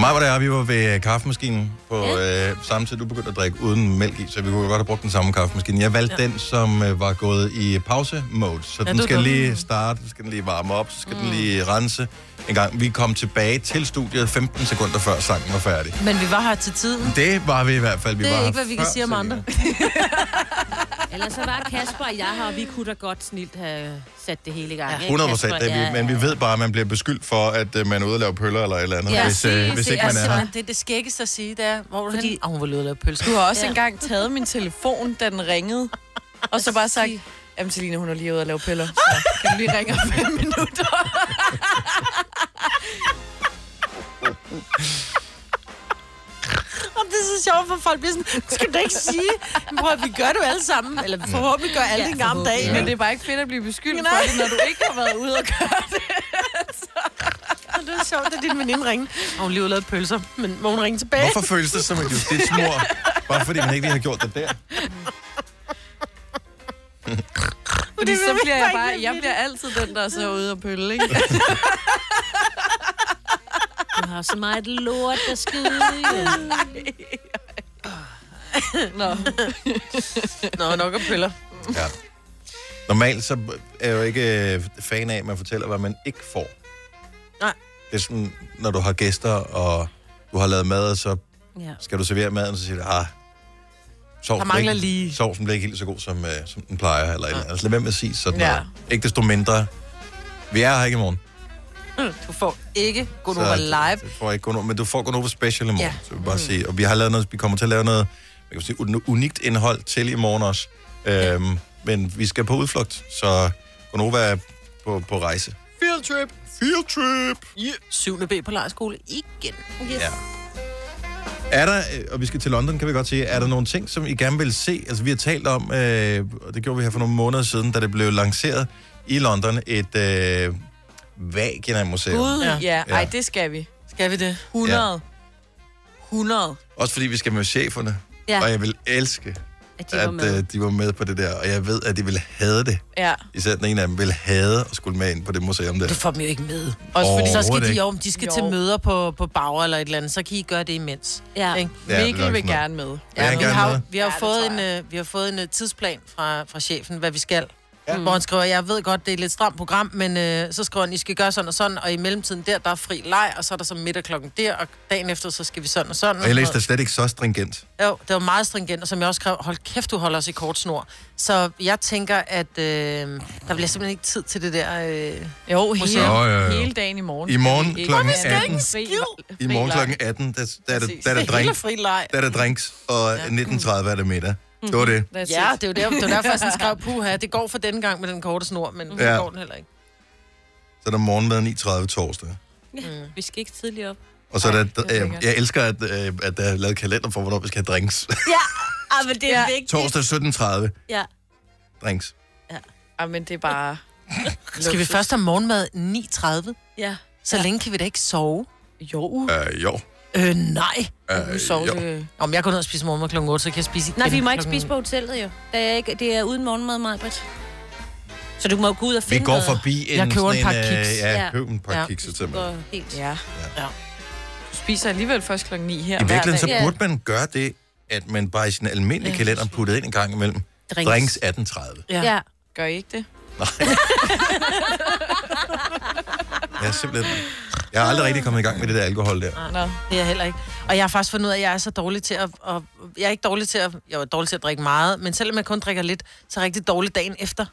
S1: Mig var der, vi var ved øh, kaffemaskinen på øh, samme tid, du begyndte at drikke uden mælk i, så vi kunne godt have brugt den samme kaffemaskine. Jeg valgte ja. den, som øh, var gået i pause-mode, så ja, den
S3: du
S1: skal
S3: dum.
S1: lige starte, så skal den lige varme op, så skal mm. den lige rense en gang. Vi kom tilbage til studiet 15 sekunder før sangen var færdig.
S3: Men vi var her til tiden.
S1: Det var vi i hvert fald. Vi
S3: Det er
S1: var
S3: ikke, hvad vi kan sige om andre.
S2: Ellers så var Kasper og jeg her, og vi kunne da godt snilt have sat det hele i gang. ikke,
S1: 100 procent,
S2: Kasper?
S1: ja, men vi ved bare, at man bliver beskyldt for, at øh, man er ude at lave pøller eller et eller andet,
S2: Ja,
S1: hvis, øh,
S2: præcis.
S1: hvis
S2: Det
S1: ikke
S2: er
S1: man er her.
S3: det, det, det skæggeste at sige, det er, hvor var du Fordi...
S2: Fordi-
S3: hen? Ah, hun var ude at lave pølser.
S4: Du har også
S2: Ja.
S4: ja. engang taget min telefon, da den ringede, og så bare sagt, jamen Selina, hun er lige ude og lave piller, så kan du lige ringe om fem minutter?
S3: Om det er så sjovt, for folk bliver sådan, "Det skal du ikke sige? Men prøv at vi gør det jo alle sammen. Eller forhåbentlig gør alle det en gang om dagen.
S4: Ja. Men det er bare ikke fedt at blive beskyldt for det, når du ikke har været ude og gøre det.
S3: Og det er sjovt, at din veninde ringe. Og hun lige ude at lave pølser, men må hun ringe tilbage?
S1: Hvorfor føles det som et justitsmord? Bare fordi man ikke lige har gjort det der.
S4: Fordi så bliver jeg
S3: ikke
S4: bare,
S3: blive
S4: jeg
S3: ved
S4: bliver altid den, der så ude og pølle, ikke?
S2: Du har så meget lort, der skide.
S4: Nå.
S3: Nå, nok af piller.
S1: Ja. Normalt så er jeg jo ikke øh, fan af, at man fortæller, hvad man ikke får.
S3: Nej.
S1: Det er sådan, når du har gæster, og du har lavet mad, og så
S2: Ja.
S1: skal du servere maden, så siger du, ah, sovsen
S3: Der
S1: blev
S3: mangler
S1: ikke-
S3: lige."
S1: Sovsen bliver ikke helt så god, som, øh, som den plejer, eller ja. altså lad være med at sige sådan
S4: Ja.
S1: noget. Ikke desto mindre, vi er her ikke i morgen.
S3: Du får ikke
S1: Så
S3: Gunova Live.
S1: Du får ikke Gunova, men du får Gunova Special i morgen, ja.
S3: Ja.
S1: så vi bare sige. Og vi har lavet noget, vi kommer til at lave noget, man kan sige, un- unikt indhold til i morgen også. Øhm, men vi skal på udflugt, så Gunova er på, på rejse.
S3: Field trip.
S1: Field trip!
S3: 7. B på lejrskole igen.
S2: Yes.
S1: Ja. Er der, øh, og vi skal til London, kan vi godt sige, er der nogle ting, som I gerne vil se? Altså, vi har talt om, øh, og det gjorde vi her for nogle måneder siden, da det blev lanceret i London, et øh, vagina-museum.
S4: Gud,
S3: Ja.
S4: ja. ja. Ej,
S1: Ja.
S4: det skal vi.
S3: Skal vi det?
S4: 100. 100.
S1: Også fordi vi skal med cheferne,
S2: Ja.
S1: og jeg vil elske
S2: At de var
S1: at
S2: med.
S1: øh, de var med på det der, og jeg ved, at de ville have det.
S4: Ja.
S1: Især den ene af dem ville have at skulle med ind på det museum der.
S3: Du får dem jo ikke med.
S4: Også fordi
S1: Åh,
S4: så
S3: Så skal de,
S1: ikke.
S3: jo, de skal
S4: Jo.
S3: jo. til møder på, på Bauer eller et eller andet, så kan I gøre det imens.
S2: Ja.
S3: Ikke?
S1: Ja, det er
S4: Mikkel
S1: nok
S4: vil
S1: sådan noget.
S4: gerne med.
S1: Ja, han
S3: vi,
S1: gerne
S3: har,
S1: med?
S3: jo- vi har
S4: Ja,
S3: ja,
S4: det
S3: fået,
S4: tror
S3: en, øh, vi har fået en uh, tidsplan fra, fra chefen, hvad vi skal. Ja. Hvor han skriver, jeg ved godt, det er et lidt stramt program, men øh, så skriver han, I skal gøre sådan og sådan, og i mellemtiden der, der er fri leg, og så er der så middag klokken der, og dagen efter, så skal vi sådan og sådan.
S1: Og jeg læste det slet ikke så stringent.
S3: Jo, det var meget stringent, og som jeg også skrev, hold kæft, du holder os i kort snor. Så jeg tænker, at øh, der bliver simpelthen ikke tid til det der... Øh,
S4: Jo, hele,
S1: Nå, ja, ja.
S4: hele dagen i morgen.
S1: I morgen klokken
S4: Hvorfor skal
S1: 18?
S4: ikke skid?
S1: I morgen kl. 18, der, der, er det,
S4: Præcis.
S1: der, er der,
S3: hele
S1: drinks,
S3: fri leg. Mhm.
S1: der er der drinks, og 19.30 er det middag. Det var det.
S3: Ja, det er jo der, det er derfor, jeg sådan skrev, puha, det går for denne gang med den korte snor, men
S1: Ja.
S3: ja. det går den heller ikke.
S1: Så er der morgenmad 9.30 torsdag.
S2: Ja. Mm. Vi skal ikke tidligere op.
S1: Og så er der,
S4: det er
S1: jeg,
S4: lækkert.
S1: jeg elsker, at, øh, at der er lavet kalender for, hvornår vi skal have drinks.
S2: Ja, ah, men det er vigtigt.
S1: torsdag 17.30,
S2: Ja.
S1: drinks.
S4: Ja, men det er bare...
S3: Skal vi først have morgenmad 9.30?
S2: Ja.
S3: Så længe kan vi da ikke sove.
S4: Jo.
S1: Øh, jo.
S3: Øh, nej.
S1: Øh,
S4: Sov
S1: jo.
S4: det.
S3: Om jeg går ned og spiser morgenmad kl. 8, så kan jeg spise igen
S2: Nej, vi må ikke
S3: klokken-
S2: spise på hotellet jo. Det er, ikke, det er uden morgenmad, Majbrit. Så du må jo gå ud og
S1: Vi
S2: finde
S1: går
S2: noget.
S1: forbi en...
S3: Jeg køber en
S1: sådan
S3: pakke
S1: øh,
S3: kiks.
S1: Ja,
S2: Ja.
S1: køb en pakke
S3: Ja.
S1: kikser til mig.
S2: Går helt. Ja.
S4: Ja.
S3: Ja.
S4: Du spiser alligevel først klokken 9 her
S1: I
S4: hver
S1: virkeligheden, så
S4: dag.
S2: Ja.
S1: burde man gøre det, at man bare i sin almindelige kalender puttede ind en gang imellem.
S2: Drinks.
S1: Drinks 18.30.
S3: Ja.
S2: ja.
S4: Gør I ikke det?
S1: Jeg er simpelthen... Jeg har aldrig rigtig kommet i gang med det der alkohol der.
S4: Nå.
S3: Det er jeg heller ikke. Og jeg har faktisk fundet ud af, at jeg er så dårlig til at... at jeg er ikke dårlig til at... Jeg var dårlig til at drikke meget, men selvom jeg kun drikker lidt, så er jeg rigtig dårlig dagen efter.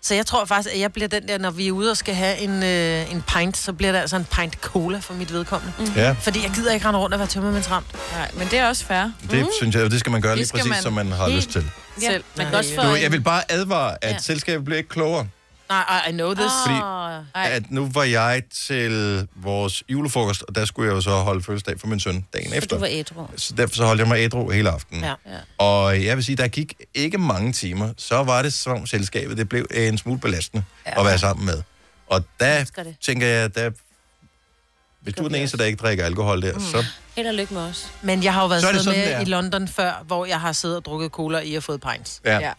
S3: Så jeg tror faktisk, at jeg bliver den der, når vi er ude og skal have en, øh, en pint, så bliver det altså en pint cola for mit vedkommende. Mm.
S1: Ja,
S3: Fordi jeg gider ikke rende rundt og være tømmermandsramt.
S4: Nej, men det er også fair.
S2: Mm.
S1: det synes jeg, det skal man gøre
S4: Det
S1: lige
S4: skal
S1: præcis,
S4: man.
S1: som man har lyst til.
S2: Ja.
S4: Selv.
S2: Man kan
S3: Ja.
S2: også få
S1: Du,
S2: en-
S1: jeg vil bare advare, at
S2: Ja.
S1: selskabet bliver ikke klogere.
S3: Nej, I, I know this.
S1: Fordi
S4: Ej.
S1: at nu var jeg til vores julefrokost, og der skulle jeg jo så holde fødselsdag for min søn dagen
S2: Så du var
S1: efter.
S2: ædru.
S1: Så derfor så holdt jeg mig ædru hele aftenen.
S3: Ja.
S1: Og jeg vil sige, der gik ikke mange timer, så var det som om selskabet, det blev en smule belastende ja. at være sammen med. Og der
S2: elsker det.
S1: tænker jeg, der, hvis du er den eneste, der ikke drikker alkohol der, mm. så...
S2: Held og lykke med os.
S3: Men jeg har jo været
S1: Så er det
S3: siddet
S1: sådan,
S3: med i
S1: det er.
S3: London før, hvor jeg har siddet og drukket cola, og I har fået pints.
S1: Ja. Mm.
S4: Ja.
S1: ja.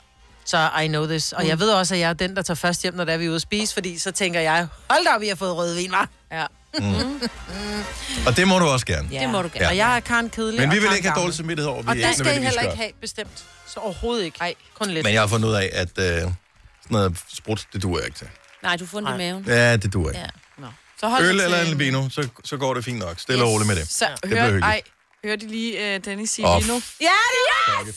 S3: Så I know this. Og jeg ved også, at jeg er den, der tager først hjem, når der er vi er ude at spise, fordi så tænker jeg, hold da op, vi har fået rødvin, hva'? Mm.
S4: Ja.
S1: Mm. Og det må du også gerne. Ja.
S2: Det må du gerne.
S3: Og jeg er Karen Kedelig
S1: Men vi
S3: og
S1: vil
S3: Karen
S1: ikke have
S3: Gammel.
S1: dårlig samvittighed over, at vi
S3: Og
S1: ikke
S3: det skal I
S1: nødvendigvis
S3: heller
S1: gør.
S3: ikke have, bestemt. Så overhovedet ikke. Nej, kun lidt.
S1: Men jeg har fundet ud af, at øh, sådan noget sprut, det duer jeg ikke til.
S2: Nej, du får den i maven.
S1: Ja, det duer ikke.
S2: Ja.
S4: Nå. Så hold
S1: Øl
S4: jer
S1: eller en
S4: til-
S1: albino, så, så går det fint nok. Stille og
S2: Yes.
S1: roligt med det.
S4: Så
S1: Det blev
S4: hør,
S1: hyggeligt.
S4: ej, hørte I lige uh, Dennis sige
S1: Åh,
S4: lige nu?
S2: Ja, ja!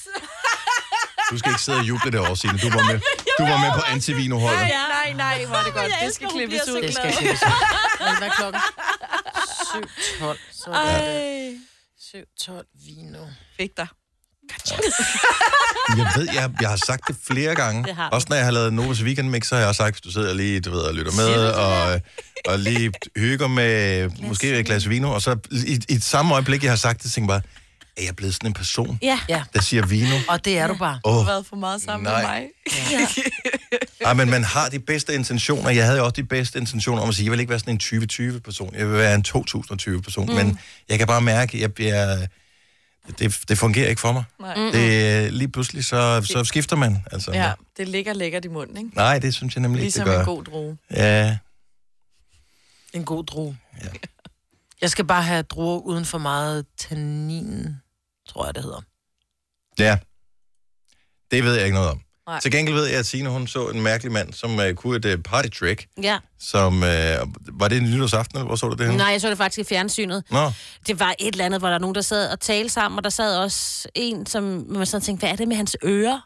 S1: Du skal ikke sidde og juble derovre, Signe. Du var med, du var med på antivinoholdet.
S4: Nej, nej, nej, hvor er det godt.
S2: Jeg
S4: Det
S2: elsker,
S4: skal
S2: hun
S4: klippes
S2: bliver
S4: ud.
S2: så
S3: Det skal
S2: glad.
S3: jeg sige. Hvad er klokken? 7.12. Så er det
S2: Ej.
S3: 7.12 vino.
S4: Fik dig.
S1: Jeg ved, jeg, jeg har sagt det flere gange.
S2: Det har du.
S1: Også når jeg har lavet Novas Weekend Mix, så har jeg også sagt, hvis du sidder lige du ved, og lytter med, og, og lige hygger med måske et glas vino, og så i, i et samme øjeblik, jeg har sagt det, tænker jeg bare, er jeg blevet sådan en person,
S2: Ja.
S3: Ja,
S1: der siger vino?
S3: og det er du bare.
S1: Åh,
S4: været for meget sammen
S1: Nej.
S4: med mig.
S1: oh, men man har de bedste intentioner. Jeg havde jo også de bedste intentioner om at sige, jeg vil ikke være sådan en 2020-person, jeg vil være en 2020-person, mm. men jeg kan bare mærke, jeg bliver... Det, det fungerer ikke for mig.
S4: Nej.
S1: Det, lige pludselig, så, så skifter man. Altså.
S4: Ja, det ligger lækkert i munden, ikke?
S1: Nej, det synes jeg nemlig
S4: Ligesom
S1: ikke, det gør.
S4: en god droge.
S1: Ja,
S3: En god drue.
S1: Ja.
S3: Ja. Jeg skal bare have druer uden for meget tannin, tror jeg, det hedder.
S1: Ja. Det ved jeg ikke noget om.
S4: Nej.
S1: Til gengæld ved jeg, at Signe, hun så en mærkelig mand, som uh, kunne et uh, party trick,
S2: Ja.
S1: som... Uh, var det en nytårsaften, eller hvor så du det henne?
S2: Nej, jeg så det faktisk i fjernsynet.
S1: Nå,
S2: Det var et eller andet, hvor der er nogen, der sad og talte sammen, og der sad også en, som man sådan tænkte, hvad er det med hans ører?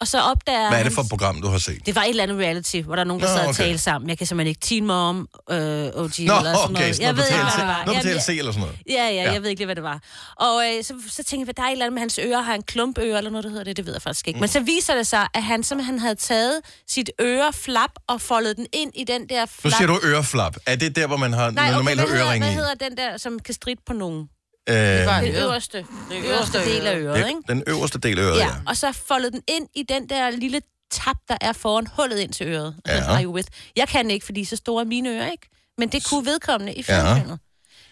S2: Og så opdager
S1: hvad er det
S2: han-
S1: for et program, du har set?
S2: Det var et eller andet reality, hvor der er nogen, der
S1: Nå,
S2: sad og
S1: okay.
S2: talte sammen. Jeg kan simpelthen ikke Teen Mom, øh, OG eller sådan
S1: Nå,
S2: noget.
S1: okay, sådan
S2: jeg ved
S1: noget
S2: ikke,
S1: på
S2: hvad
S1: TLC,
S2: det var.
S1: noget på
S2: Jamen,
S1: TLC eller sådan noget.
S2: Ja, ja,
S1: Ja.
S2: ja, jeg ved ikke lige, hvad det var. Og øh, så, så tænkte jeg, hvad der er et eller andet med hans ører. Har han klumpører eller noget, der hedder det? Det ved jeg faktisk
S1: Mm.
S2: ikke. Men så viser det sig, at han simpelthen havde taget sit øreflap og foldet den ind i den der
S1: Nu
S2: flap.
S1: siger du øreflap. Er det der, hvor man
S2: Nej,
S1: har Nej,
S2: okay,
S1: normalt
S2: hvad,
S1: har
S2: hedder,
S1: øreringe
S2: hvad
S1: i?
S2: hedder den der, som kan stritte på nogen?
S1: Øh,
S2: Den øverste, den øverste del af øret, ikke?
S1: den, den øverste del af øret, ja.
S2: Ja, og så foldede den ind i den der lille tap, der er foran hullet ind til øret.
S1: Ja.
S2: Ja. Are you with? Jeg kan ikke, fordi så store er mine ører, ikke? Men det kunne vedkommende i
S1: Ja.
S2: fjernsynet.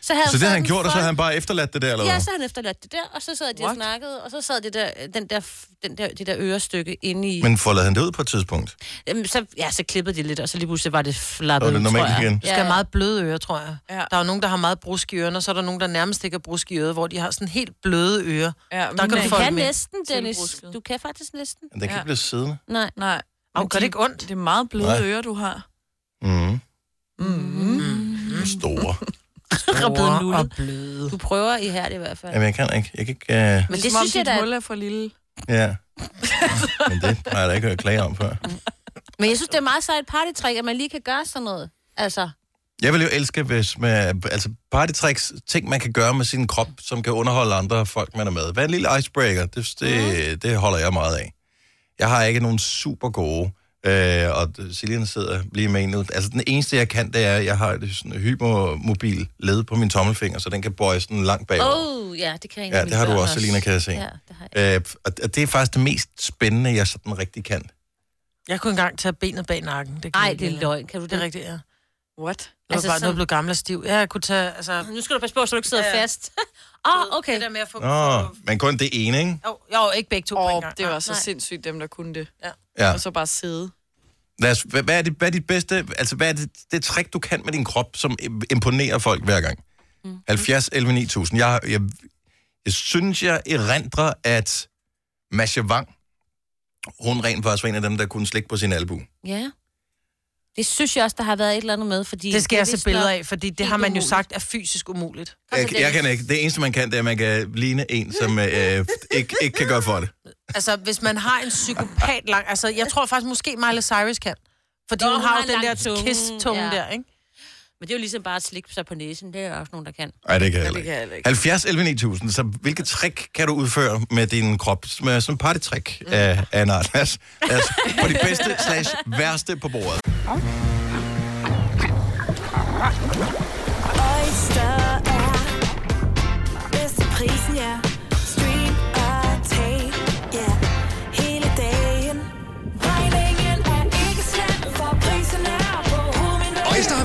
S2: Så, havde
S1: Så det har han
S2: sådan
S1: gjort, og så
S2: folk-
S1: har han bare efterladt det der, eller
S2: Ja,
S1: hvad?
S2: så har han efterladt det der, og så sad de og
S4: What?
S2: snakkede, og så sad det der, den der, den der, det der ørestykke inde i... Men...
S1: Men foldede han det ud på et tidspunkt?
S2: Så, ja, så klippede de lidt, og så lige pludselig var det
S1: Og
S2: flappet,
S1: det er
S2: tror
S1: normalt
S2: jeg.
S1: igen.
S3: Du skal have meget bløde ører, tror jeg.
S4: Ja.
S3: Ja. Der er jo nogen, der har meget brusk i ørerne, og så er der nogen, der nærmest ikke har brusk i øret, hvor de har sådan helt bløde ører.
S4: Ja,
S3: der
S4: mine
S3: kan
S4: er-
S3: du
S2: Du
S3: få
S2: kan
S3: dem ind.
S2: næsten, Dennis.
S4: Selvbrusket.
S2: Du kan faktisk næsten.
S1: Den kan
S4: Ja.
S1: ikke blive siddende.
S2: Nej.
S4: Nej.
S3: Au,
S4: men
S3: gør det ikke ondt?
S4: Det er meget bløde
S1: Nej.
S4: ører, du har.
S1: Mm.
S2: Mm-hmm.
S4: Mm.
S1: Store.
S2: Rappede
S3: Store og
S2: nullet.
S3: bløde.
S2: Du prøver i her i hvert fald.
S1: Jamen, jeg kan ikke. Jeg kan ikke uh,
S2: Men
S4: Det
S2: det
S4: er synes
S2: synes
S4: som
S2: jeg
S4: om, dit
S2: da...
S4: hul er for lille.
S1: ja. Men det har jeg da ikke hørt klage om før.
S2: Men jeg synes, det er meget sejt partytrick, at man lige kan gøre sådan noget. Altså,
S1: Jeg vil jo elske, hvis man... Altså, partytricks, ting man kan gøre med sin krop, som kan underholde andre folk, man er med. Hvad en lille icebreaker, det, det, det holder jeg meget af. Jeg har ikke nogen super gode, øh, og Siljan sidder lige med en nu. Altså, den eneste, jeg kan, det er, at jeg har et sådan hypermobil led på min tommelfinger, så den kan bøje sådan langt bagover.
S2: oh, ja, det kan jeg
S1: Ja, det har du også, Selina, kan jeg se.
S2: Ja, det har jeg.
S1: Øh, og og det er faktisk det mest spændende, jeg sådan rigtig kan.
S3: Jeg kunne engang tage benet bag nakken. Det kan
S2: Ej,
S3: jeg
S2: det er
S3: ikke.
S2: løgn. Kan du
S3: Det er
S2: det?
S3: rigtigt, ja.
S4: What?
S3: Altså,
S2: Altså,
S3: bare, sådan...
S2: sådan-
S3: blevet gammel og stiv. Ja, jeg kunne tage, altså...
S2: Nu skal du passe på, så du ikke sidder
S3: Ja.
S2: fast. Åh, oh, okay.
S3: Det der med at få...
S1: Nå, men kun det ene, ikke?
S3: Jo, jo, ikke begge to på en
S4: Åh,
S3: gang.
S4: det var så
S2: Nej.
S4: sindssygt, dem der kunne det.
S1: Ja.
S4: Og så bare sidde.
S1: Lad os, hvad, hvad, er det, hvad er dit bedste, altså hvad er det, det trick, du kan med din krop, som im- imponerer folk hver gang? Mm. 70, 11, 9000. Jeg, jeg, jeg synes, jeg erindrer, at Masha Wang, hun rent faktisk var en af dem, der kunne slikke på sin albu.
S2: Ja. Det synes jeg også, der har været et eller andet med, fordi...
S3: Det skal jeg se
S2: vist
S3: billeder
S2: nok-
S3: af, fordi det
S2: helt
S3: har man jo
S2: umuligt.
S3: sagt er fysisk umuligt.
S1: Jeg, jeg kan ikke. Det eneste, man kan, det er, at man kan ligne en, som øh, ikke, ikke kan gøre for det.
S3: Altså, hvis man har en psykopat lang... Altså, jeg tror faktisk, måske Miley Cyrus kan. Fordi
S2: Nå,
S3: hun
S2: hun
S3: har
S2: har
S3: jo
S2: en
S3: den
S2: lang
S3: der
S2: tunge,
S3: kiss-tunge
S2: ja.
S3: der, ikke?
S2: Men det er jo ligesom bare at slikke sig på næsen. Det er der også nogen, der kan.
S1: Nej, det kan
S4: Ja,
S1: jeg heller
S4: det kan
S1: ikke.
S4: jeg heller ikke.
S1: 70, 11, 9000. Så hvilke trick kan du udføre med din krop? Med, som partytrick mm. af, af en art. Lad os, lad os få de bedste slash værste på bordet.
S8: Oyster er bedst til prisen, ja. Stream og tag, ja. Hele dagen. Regningen er ikke slem, for prisen er på hovedet.
S9: Øjster har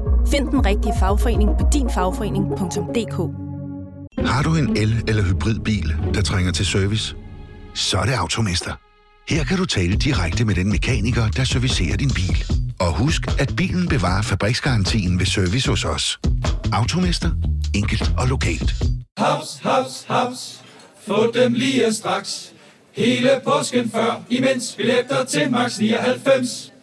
S10: Find den rigtige fagforening på dinfagforening.dk.
S11: Har du en el- eller hybridbil, der trænger til service? Så er det Automester. Her kan du tale direkte med den mekaniker, der servicerer din bil. Og husk, at bilen bevarer fabriksgarantien ved service hos os. Automester. Enkelt og lokalt.
S12: Haps, haps, haps. Få dem lige straks. Hele påsken før, imens billetter til max 99.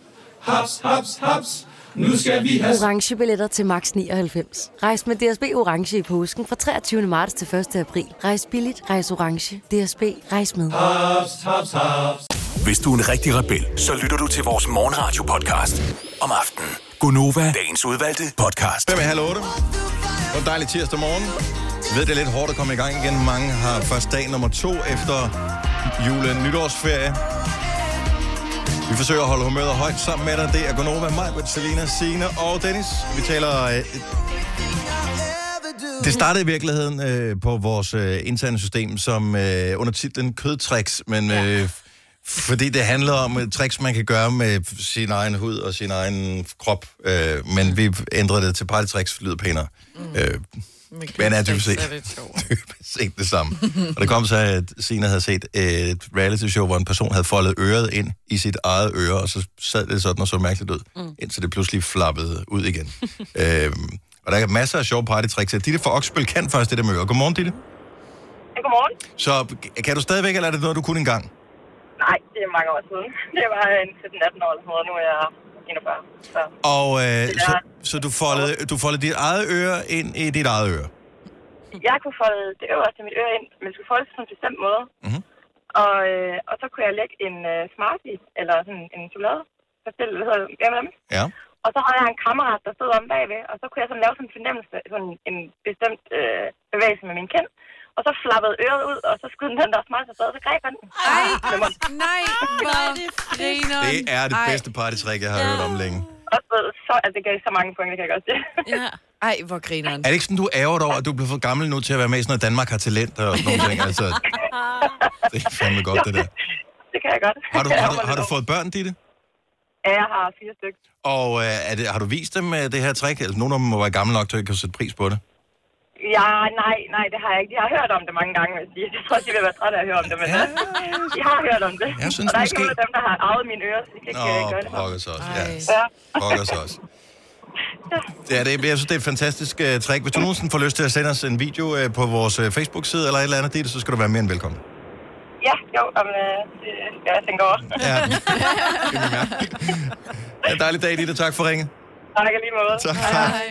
S12: Haps, haps, haps. Nu skal vi have
S8: Orange billetter til max 99. Rejs med DSB Orange i påsken fra 23. marts til 1. april. Rejs billigt, rejs orange. DSB, rejs med.
S12: haps, haps, haps.
S5: Hvis du er en rigtig rebel, så lytter du til vores morgenradio-podcast om aftenen. Gunova, dagens udvalgte podcast.
S1: 5 halv 8. Og dejlig tirsdag morgen. Jeg ved, det er lidt hårdt at komme i gang igen. Mange har først dag nummer to efter jule- og nytårsferie. Vi forsøger at holde humøret højt sammen med dig. Det er Gonova, mig, Selina, Signe og Dennis. Vi taler... Øh, det startede i virkeligheden øh, på vores øh, interne system som øh, under titlen Kødtricks, men øh, Fordi det handler om et tricks, man kan gøre med sin egen hud og sin egen krop. Øh, men vi ændrede det til partytricks, lyder pænere. Mm. Øh, men er dybest set, dybest set det samme. og det kom så, at Sina havde set et reality-show, hvor en person havde foldet øret ind i sit eget øre, og så sad det sådan og så mærkeligt ud, mm. indtil det pludselig flappede ud igen. øhm, og der er masser af sjove partytricks. Ditte fra Oksbøl kan faktisk det der med ører. Godmorgen, Ditte.
S7: Godmorgen.
S1: Så kan du stadigvæk, eller er det noget, du kunne engang?
S7: Nej, det er mange år siden. Det var øh, en 17-18 år eller sådan noget. Nu er jeg 41. Så
S1: Og øh, så, så du, foldede, du foldede dit eget øre ind i dit eget øre.
S7: jeg kunne folde det øverste af mit øre ind, men det skulle foldes på en bestemt måde.
S1: Mhm.
S7: Og, øh, og så kunne jeg lægge en øh, Smartie, eller sådan en chokolade, pastel, hvad hedder det, M&M.
S1: Ja.
S7: Og så havde jeg en kammerat, der stod om bagved, og så kunne jeg sådan lave sådan en fornemmelse, sådan en bestemt øh, bevægelse med min kind. Og så flappede øret ud, og så skød den der smart afsted, og så greb han den.
S4: Ej, nej, hvor griner.
S1: Det er det bedste partytrick, jeg har hørt om længe.
S7: Og så, så altså, det gav så mange point, det kan jeg godt se.
S4: Ja. Ej, hvor grineren.
S1: Er det ikke sådan, du ærger dig over, at du er blevet for gammel nu til at være med i sådan noget Danmark har talent og sådan noget? Altså, det er fandme godt, det der.
S7: Det kan jeg godt.
S1: Har du, har du, har du fået børn, Ditte?
S7: Ja, jeg har fire stykker.
S1: Og øh, er det, har du vist dem øh, det her trick? Altså, nogle af dem må være gamle nok til at kunne sætte pris på det.
S7: Ja, nej, nej, det har jeg ikke. Jeg har hørt om det mange gange, vil jeg sige. Jeg tror, de vil være trætte af at høre om det, men ja. de har hørt om det.
S1: Jeg synes
S7: og der er ikke
S1: måske-
S7: nogen af dem, der har arvet mine ører, så de kan
S1: Nå,
S7: ikke øh, gøre det. for mig.
S1: pokkers også. Ja.
S7: Ja.
S1: Pokkers også. Ja, det, jeg synes, det er et fantastisk uh, trick. Hvis du nogensinde får lyst til at sende os en video uh, på vores uh, Facebook-side eller et eller andet, Ditte, så skal du være mere end velkommen.
S7: ja, jo, om, øh, det skal jeg tænke over.
S1: Ja. Ja, dejlig dag, Ditte. Tak for ringet.
S7: tak i lige måde.
S1: Tak. Hej.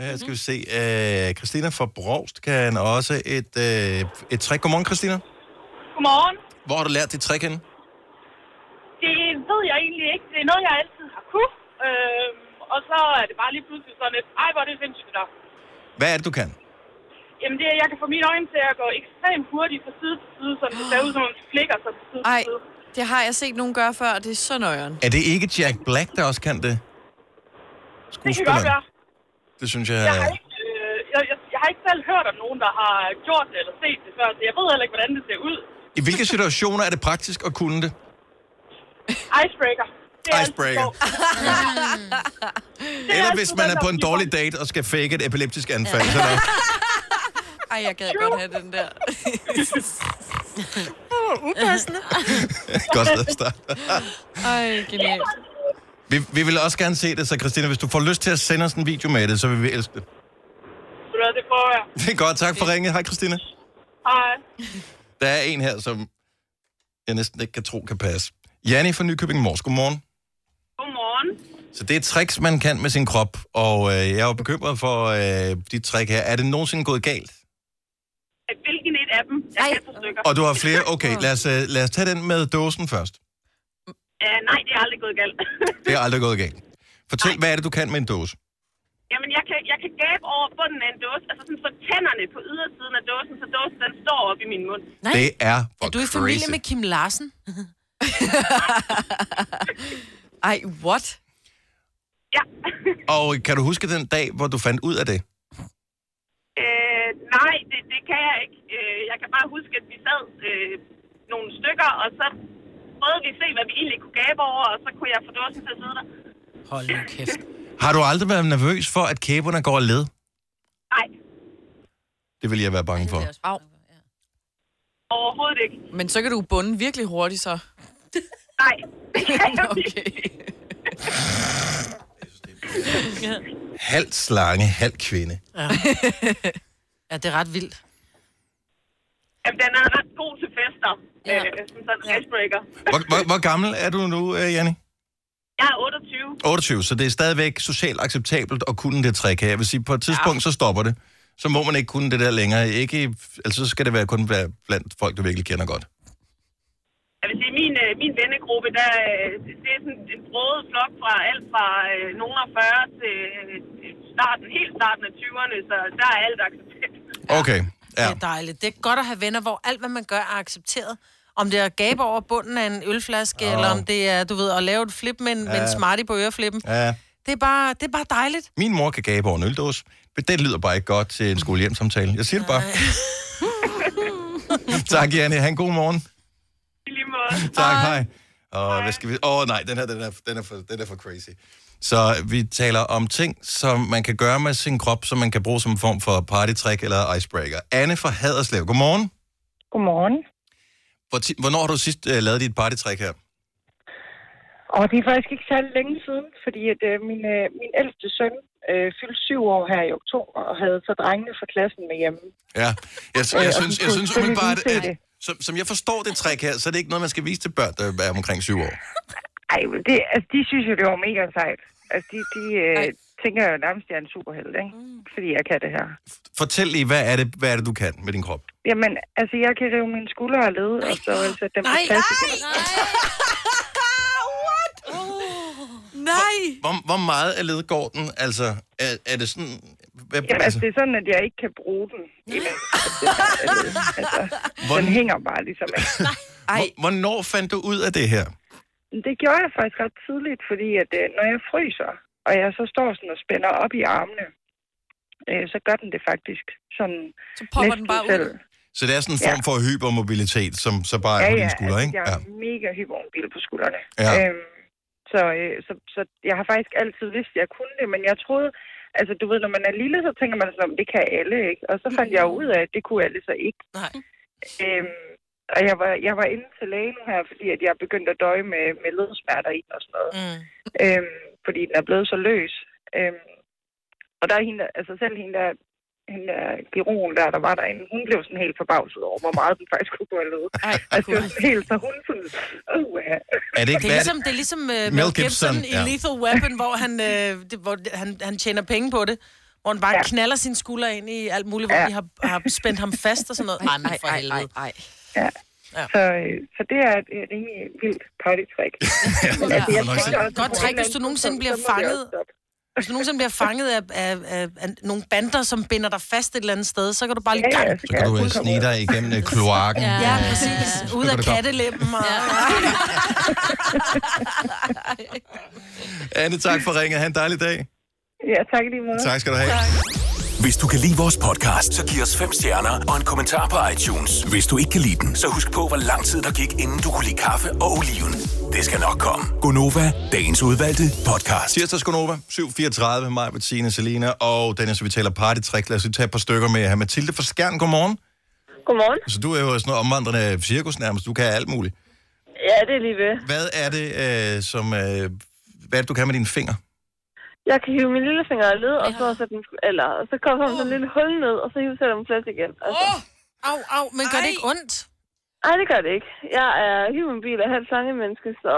S1: Uh, skal vi se. Uh, Christina fra Brogst kan også et, uh, et trick. Godmorgen, Christina.
S13: Godmorgen.
S1: Hvor har du lært dit trick henne?
S13: Det ved jeg egentlig ikke. Det er noget, jeg altid har kunne. Øh, og så er det bare lige pludselig sådan et, ej, hvor er det sindssygt der.
S1: Hvad er det, du kan?
S13: Jamen det er, jeg kan få mine øjne til at gå ekstremt hurtigt fra side til side, så det ser ud som om de flikker sig fra side til
S4: Ej,
S13: side.
S4: det har jeg set nogen gøre før, og det er så nøjeren.
S1: Er det ikke Jack Black, der også kan det?
S13: Det kan godt være.
S1: Det synes
S13: Jeg
S1: jeg...
S13: har, ikke, øh, jeg, jeg, jeg har ikke selv hørt om nogen, der har gjort det eller set det før, så jeg ved heller ikke, hvordan det ser ud.
S1: I hvilke situationer er det praktisk at kunne det?
S13: Icebreaker. Det er altid
S1: Icebreaker.
S13: sjovt. Det
S1: Eller
S13: altid
S1: hvis man
S13: den,
S1: er
S13: der
S1: på en dårlig date og skal fake et epileptisk anfald. Ja. Så er det-
S4: Ej, jeg gad godt have den der.
S8: Upassende.
S1: Godt sted at starte.
S4: Ej, genialt.
S1: Vi, vi vil også gerne se det, så Christina, hvis du får lyst til at sende os en video med det, så vil vi elske det.
S13: Ved du hvad, Det prøver jeg.
S1: Det er godt. Tak for ringet. Hej, Christina.
S13: Hej.
S1: Der er en her, som jeg næsten ikke kan tro kan passe. Janne fra Nykøbing Mors. Godmorgen.
S13: Godmorgen.
S1: Så det er tricks, man kan med sin krop, og øh, jeg er jo bekymret for øh, de trick her. Er det nogensinde gået galt?
S13: Hvilken et af dem? Jeg kan et par stykker.
S1: Og du har flere? Okay, lad os, øh, lad os tage den med dåsen først.
S13: Uh, nej, det er aldrig gået galt.
S1: Det er aldrig gået galt. Fortæl, hvad er det, du kan med en dåse?
S13: Jamen, jeg kan, jeg kan gabe over bunden af en dåse, altså sådan så tænderne på ydersiden af dåsen, så dåsen den står op i min mund.
S1: Nej. Det er for
S3: Er du i familie
S1: crazy.
S3: med Kim Larsen?
S4: Ej, what?
S1: Og kan du huske den dag, hvor du fandt ud af det?
S13: Øh, nej, det, det kan jeg ikke. Øh, jeg kan bare huske, at vi sad øh, nogle stykker, og så prøvede vi at se, hvad vi egentlig kunne gabe over, og så kunne jeg få dåsen til at sidde der.
S3: Hold nu kæft.
S1: Har du aldrig været nervøs for, at kæberne går led?
S13: Nej,
S1: Det vil jeg være bange for.
S4: Au.
S13: Overhovedet ikke.
S4: Men så kan du bunde virkelig hurtigt, så.
S13: Nej.
S4: okay.
S1: Halv slange, halv kvinde.
S3: Ja. ja, det er ret vildt.
S13: Jamen, den er ret god til fester. Ja. Øh, som sådan en icebreaker.
S1: Hvor, hvor, hvor gammel er du nu, øh, Janni?
S13: Jeg er 28.
S1: 28, så det er stadigvæk socialt acceptabelt at kunne det trick her. Jeg vil sige, på et tidspunkt, så stopper det. Så må man ikke kunne det der længere. Ikke, i- altså, så skal det være kun bla- blandt folk, du virkelig kender godt.
S13: Jeg vil sige, min, øh, min vennegruppe, der, øh, det er sådan en brød flok fra alt fra øh, nogen af 40 til øh, starten, helt starten af 20'erne, så der er alt accepteret.
S1: Okay, ja.
S3: Det er dejligt. Det er godt at have venner, hvor alt, hvad man gør, er accepteret. Om det er at gabe over bunden af en ølflaske,
S1: Åh.
S3: oh. eller om det er, du ved, at lave et flip med en, ja. med en
S1: Ja.
S3: smartie på øreflippen. Ja.
S1: ja.
S3: Det, er bare, det er bare dejligt.
S1: Min mor kan gabe over en øldåse, men det lyder bare ikke godt til en skolehjemsamtale. Jeg siger det bare. tak, Janne. Ha' en god morgen.
S13: I lige måde.
S1: tak, hej. Og hvad skal vi... Åh oh, nej, den her, den er, den, er for, den er for crazy. Så vi taler om ting, som man kan gøre med sin krop, som man kan bruge som en form for partytrick eller icebreaker. Anne fra Haderslev, godmorgen.
S14: Godmorgen.
S1: Hvor ti- Hvornår har du sidst uh, lavet dit partytrick her?
S14: Og det er faktisk ikke særlig længe siden, fordi at, øh, min, øh, min ældste søn øh, fyldte syv år her i oktober, og havde så drengene fra klassen med hjemme.
S1: Ja, jeg,
S14: Øh,
S1: jeg,
S14: og
S1: jeg,
S14: de
S1: synes, jeg
S14: kunne
S1: synes
S14: selvfølgelig
S1: umiddelbart,
S14: lige se
S1: at
S14: det.
S1: som, som jeg forstår det trick her, så er det ikke noget, man skal vise til børn, der er omkring syv år.
S14: Ej, men det, altså, de synes jo, det var mega sejt. Altså, de, de øh, tænker jo nærmest, at jeg er en superhelt, ikke?
S3: Mm.
S14: Fordi jeg kan det her.
S1: Fortæl lige, hvad er, det, hvad er det, du kan med din krop?
S14: Jamen, altså, jeg kan rive mine skuldre og led, og så altså, dem på plads igen.
S4: Nej!
S1: Hvor, hvor meget af ledgården, altså, er, er det sådan... Hvad,
S14: Jamen, altså, det er sådan, at jeg ikke kan bruge den. Jamen, altså, altså, den hænger bare ligesom ikke.
S1: hvor, hvornår fandt du ud af det her?
S14: Men Det gjorde jeg faktisk ret tidligt, fordi at, øh, når jeg fryser, og jeg så står sådan og spænder op i armene, øh, så gør den det faktisk. Sådan så popper den bare selv. ud?
S1: Så det er sådan en form
S14: Ja.
S1: for hypermobilitet, som så bare er på dine skulder,
S14: altså,
S1: ikke?
S14: jeg
S1: Ja.
S14: er mega hypermobil på skuldrene.
S1: Ja.
S14: Øhm, så, øh, så, så jeg har faktisk altid vidst, at jeg kunne det, men jeg troede, altså du ved, når man er lille, så tænker man sådan, det kan alle, ikke? Og så fandt jeg jo ud af, at det kunne alle så ikke.
S3: Nej.
S14: Øhm, og jeg var, jeg var inde til lægen her, fordi at jeg begyndte at døje med, med ledsmerter i den og sådan noget.
S3: Mm.
S14: Øhm, fordi den er blevet så løs. Øhm, og der er hende, altså selv hende der, hende der kirurgen der, der var derinde, hun blev sådan helt forbavset over, hvor meget den faktisk kunne gå af led. Altså, det var sådan helt, så hun sådan, uh,
S1: Er det
S3: Det
S1: ikke...
S3: er
S1: hvad
S3: ligesom, det er ligesom uh, Mel Gibson, Gibson i
S1: ja.
S3: Lethal Weapon, hvor, han, uh, det, hvor han, han tjener penge på det. Hvor han bare ja. knaller sine skuldre ind i alt muligt, hvor ja. de har, har spændt ham fast og sådan noget. Ej, men for helvede.
S4: Ej,
S14: Ja.
S3: Ja.
S14: Så, øh, så det er et øh, rimelig vildt partytrick.
S3: Ja.
S14: Altså, jeg tænker også,
S3: Godt
S14: at på et
S3: træk,
S14: eller
S3: hvis du
S14: andet
S3: nogensinde
S14: tidspunkt,
S3: bliver
S14: så må det
S3: fanget.
S14: også-
S3: Hvis du nogensinde bliver fanget af, af, af, af nogle bander, som binder dig fast et eller andet sted, så kan du bare lige...
S14: Ja, ja,
S1: Så kan du øh, snige dig igennem øh, kloakken.
S3: Ja, ja præcis. Ud
S1: Så
S3: af
S1: kan du godt.
S3: kattelemmen. Og...
S1: Anne, tak for ringet. Ha' en dejlig dag.
S14: Ja, tak i lige måde.
S1: Tak skal du have.
S5: Hvis du kan lide vores podcast, så giv os fem stjerner og en kommentar på iTunes. Hvis du ikke kan lide den, så husk på, hvor lang tid der gik, inden du kunne lide kaffe og oliven. Det skal nok komme.
S1: Gonova, dagens udvalgte podcast. Tirsdags Gonova, 7.34, mig, Bettina, Selina og Dennis, vi taler partytrick. Lad os lige tage et par stykker med her. Mathilde fra Skjern, godmorgen.
S15: Godmorgen.
S1: Så du er jo sådan noget omvandrende cirkus nærmest. Du kan alt muligt.
S15: Ja, det er lige ved.
S1: Hvad er det, øh, som... Øh, hvad er det, du kan med dine fingre?
S15: Jeg kan hive min lillefinger af led, og så, sætte den, eller, og så kommer sådan en lille hul ned, og så hiver sætter den plads igen. Altså.
S3: Au, au, men gør det ikke ondt?
S15: Nej, det gør det ikke. Jeg er hiv en bil af halvt slange menneske, så...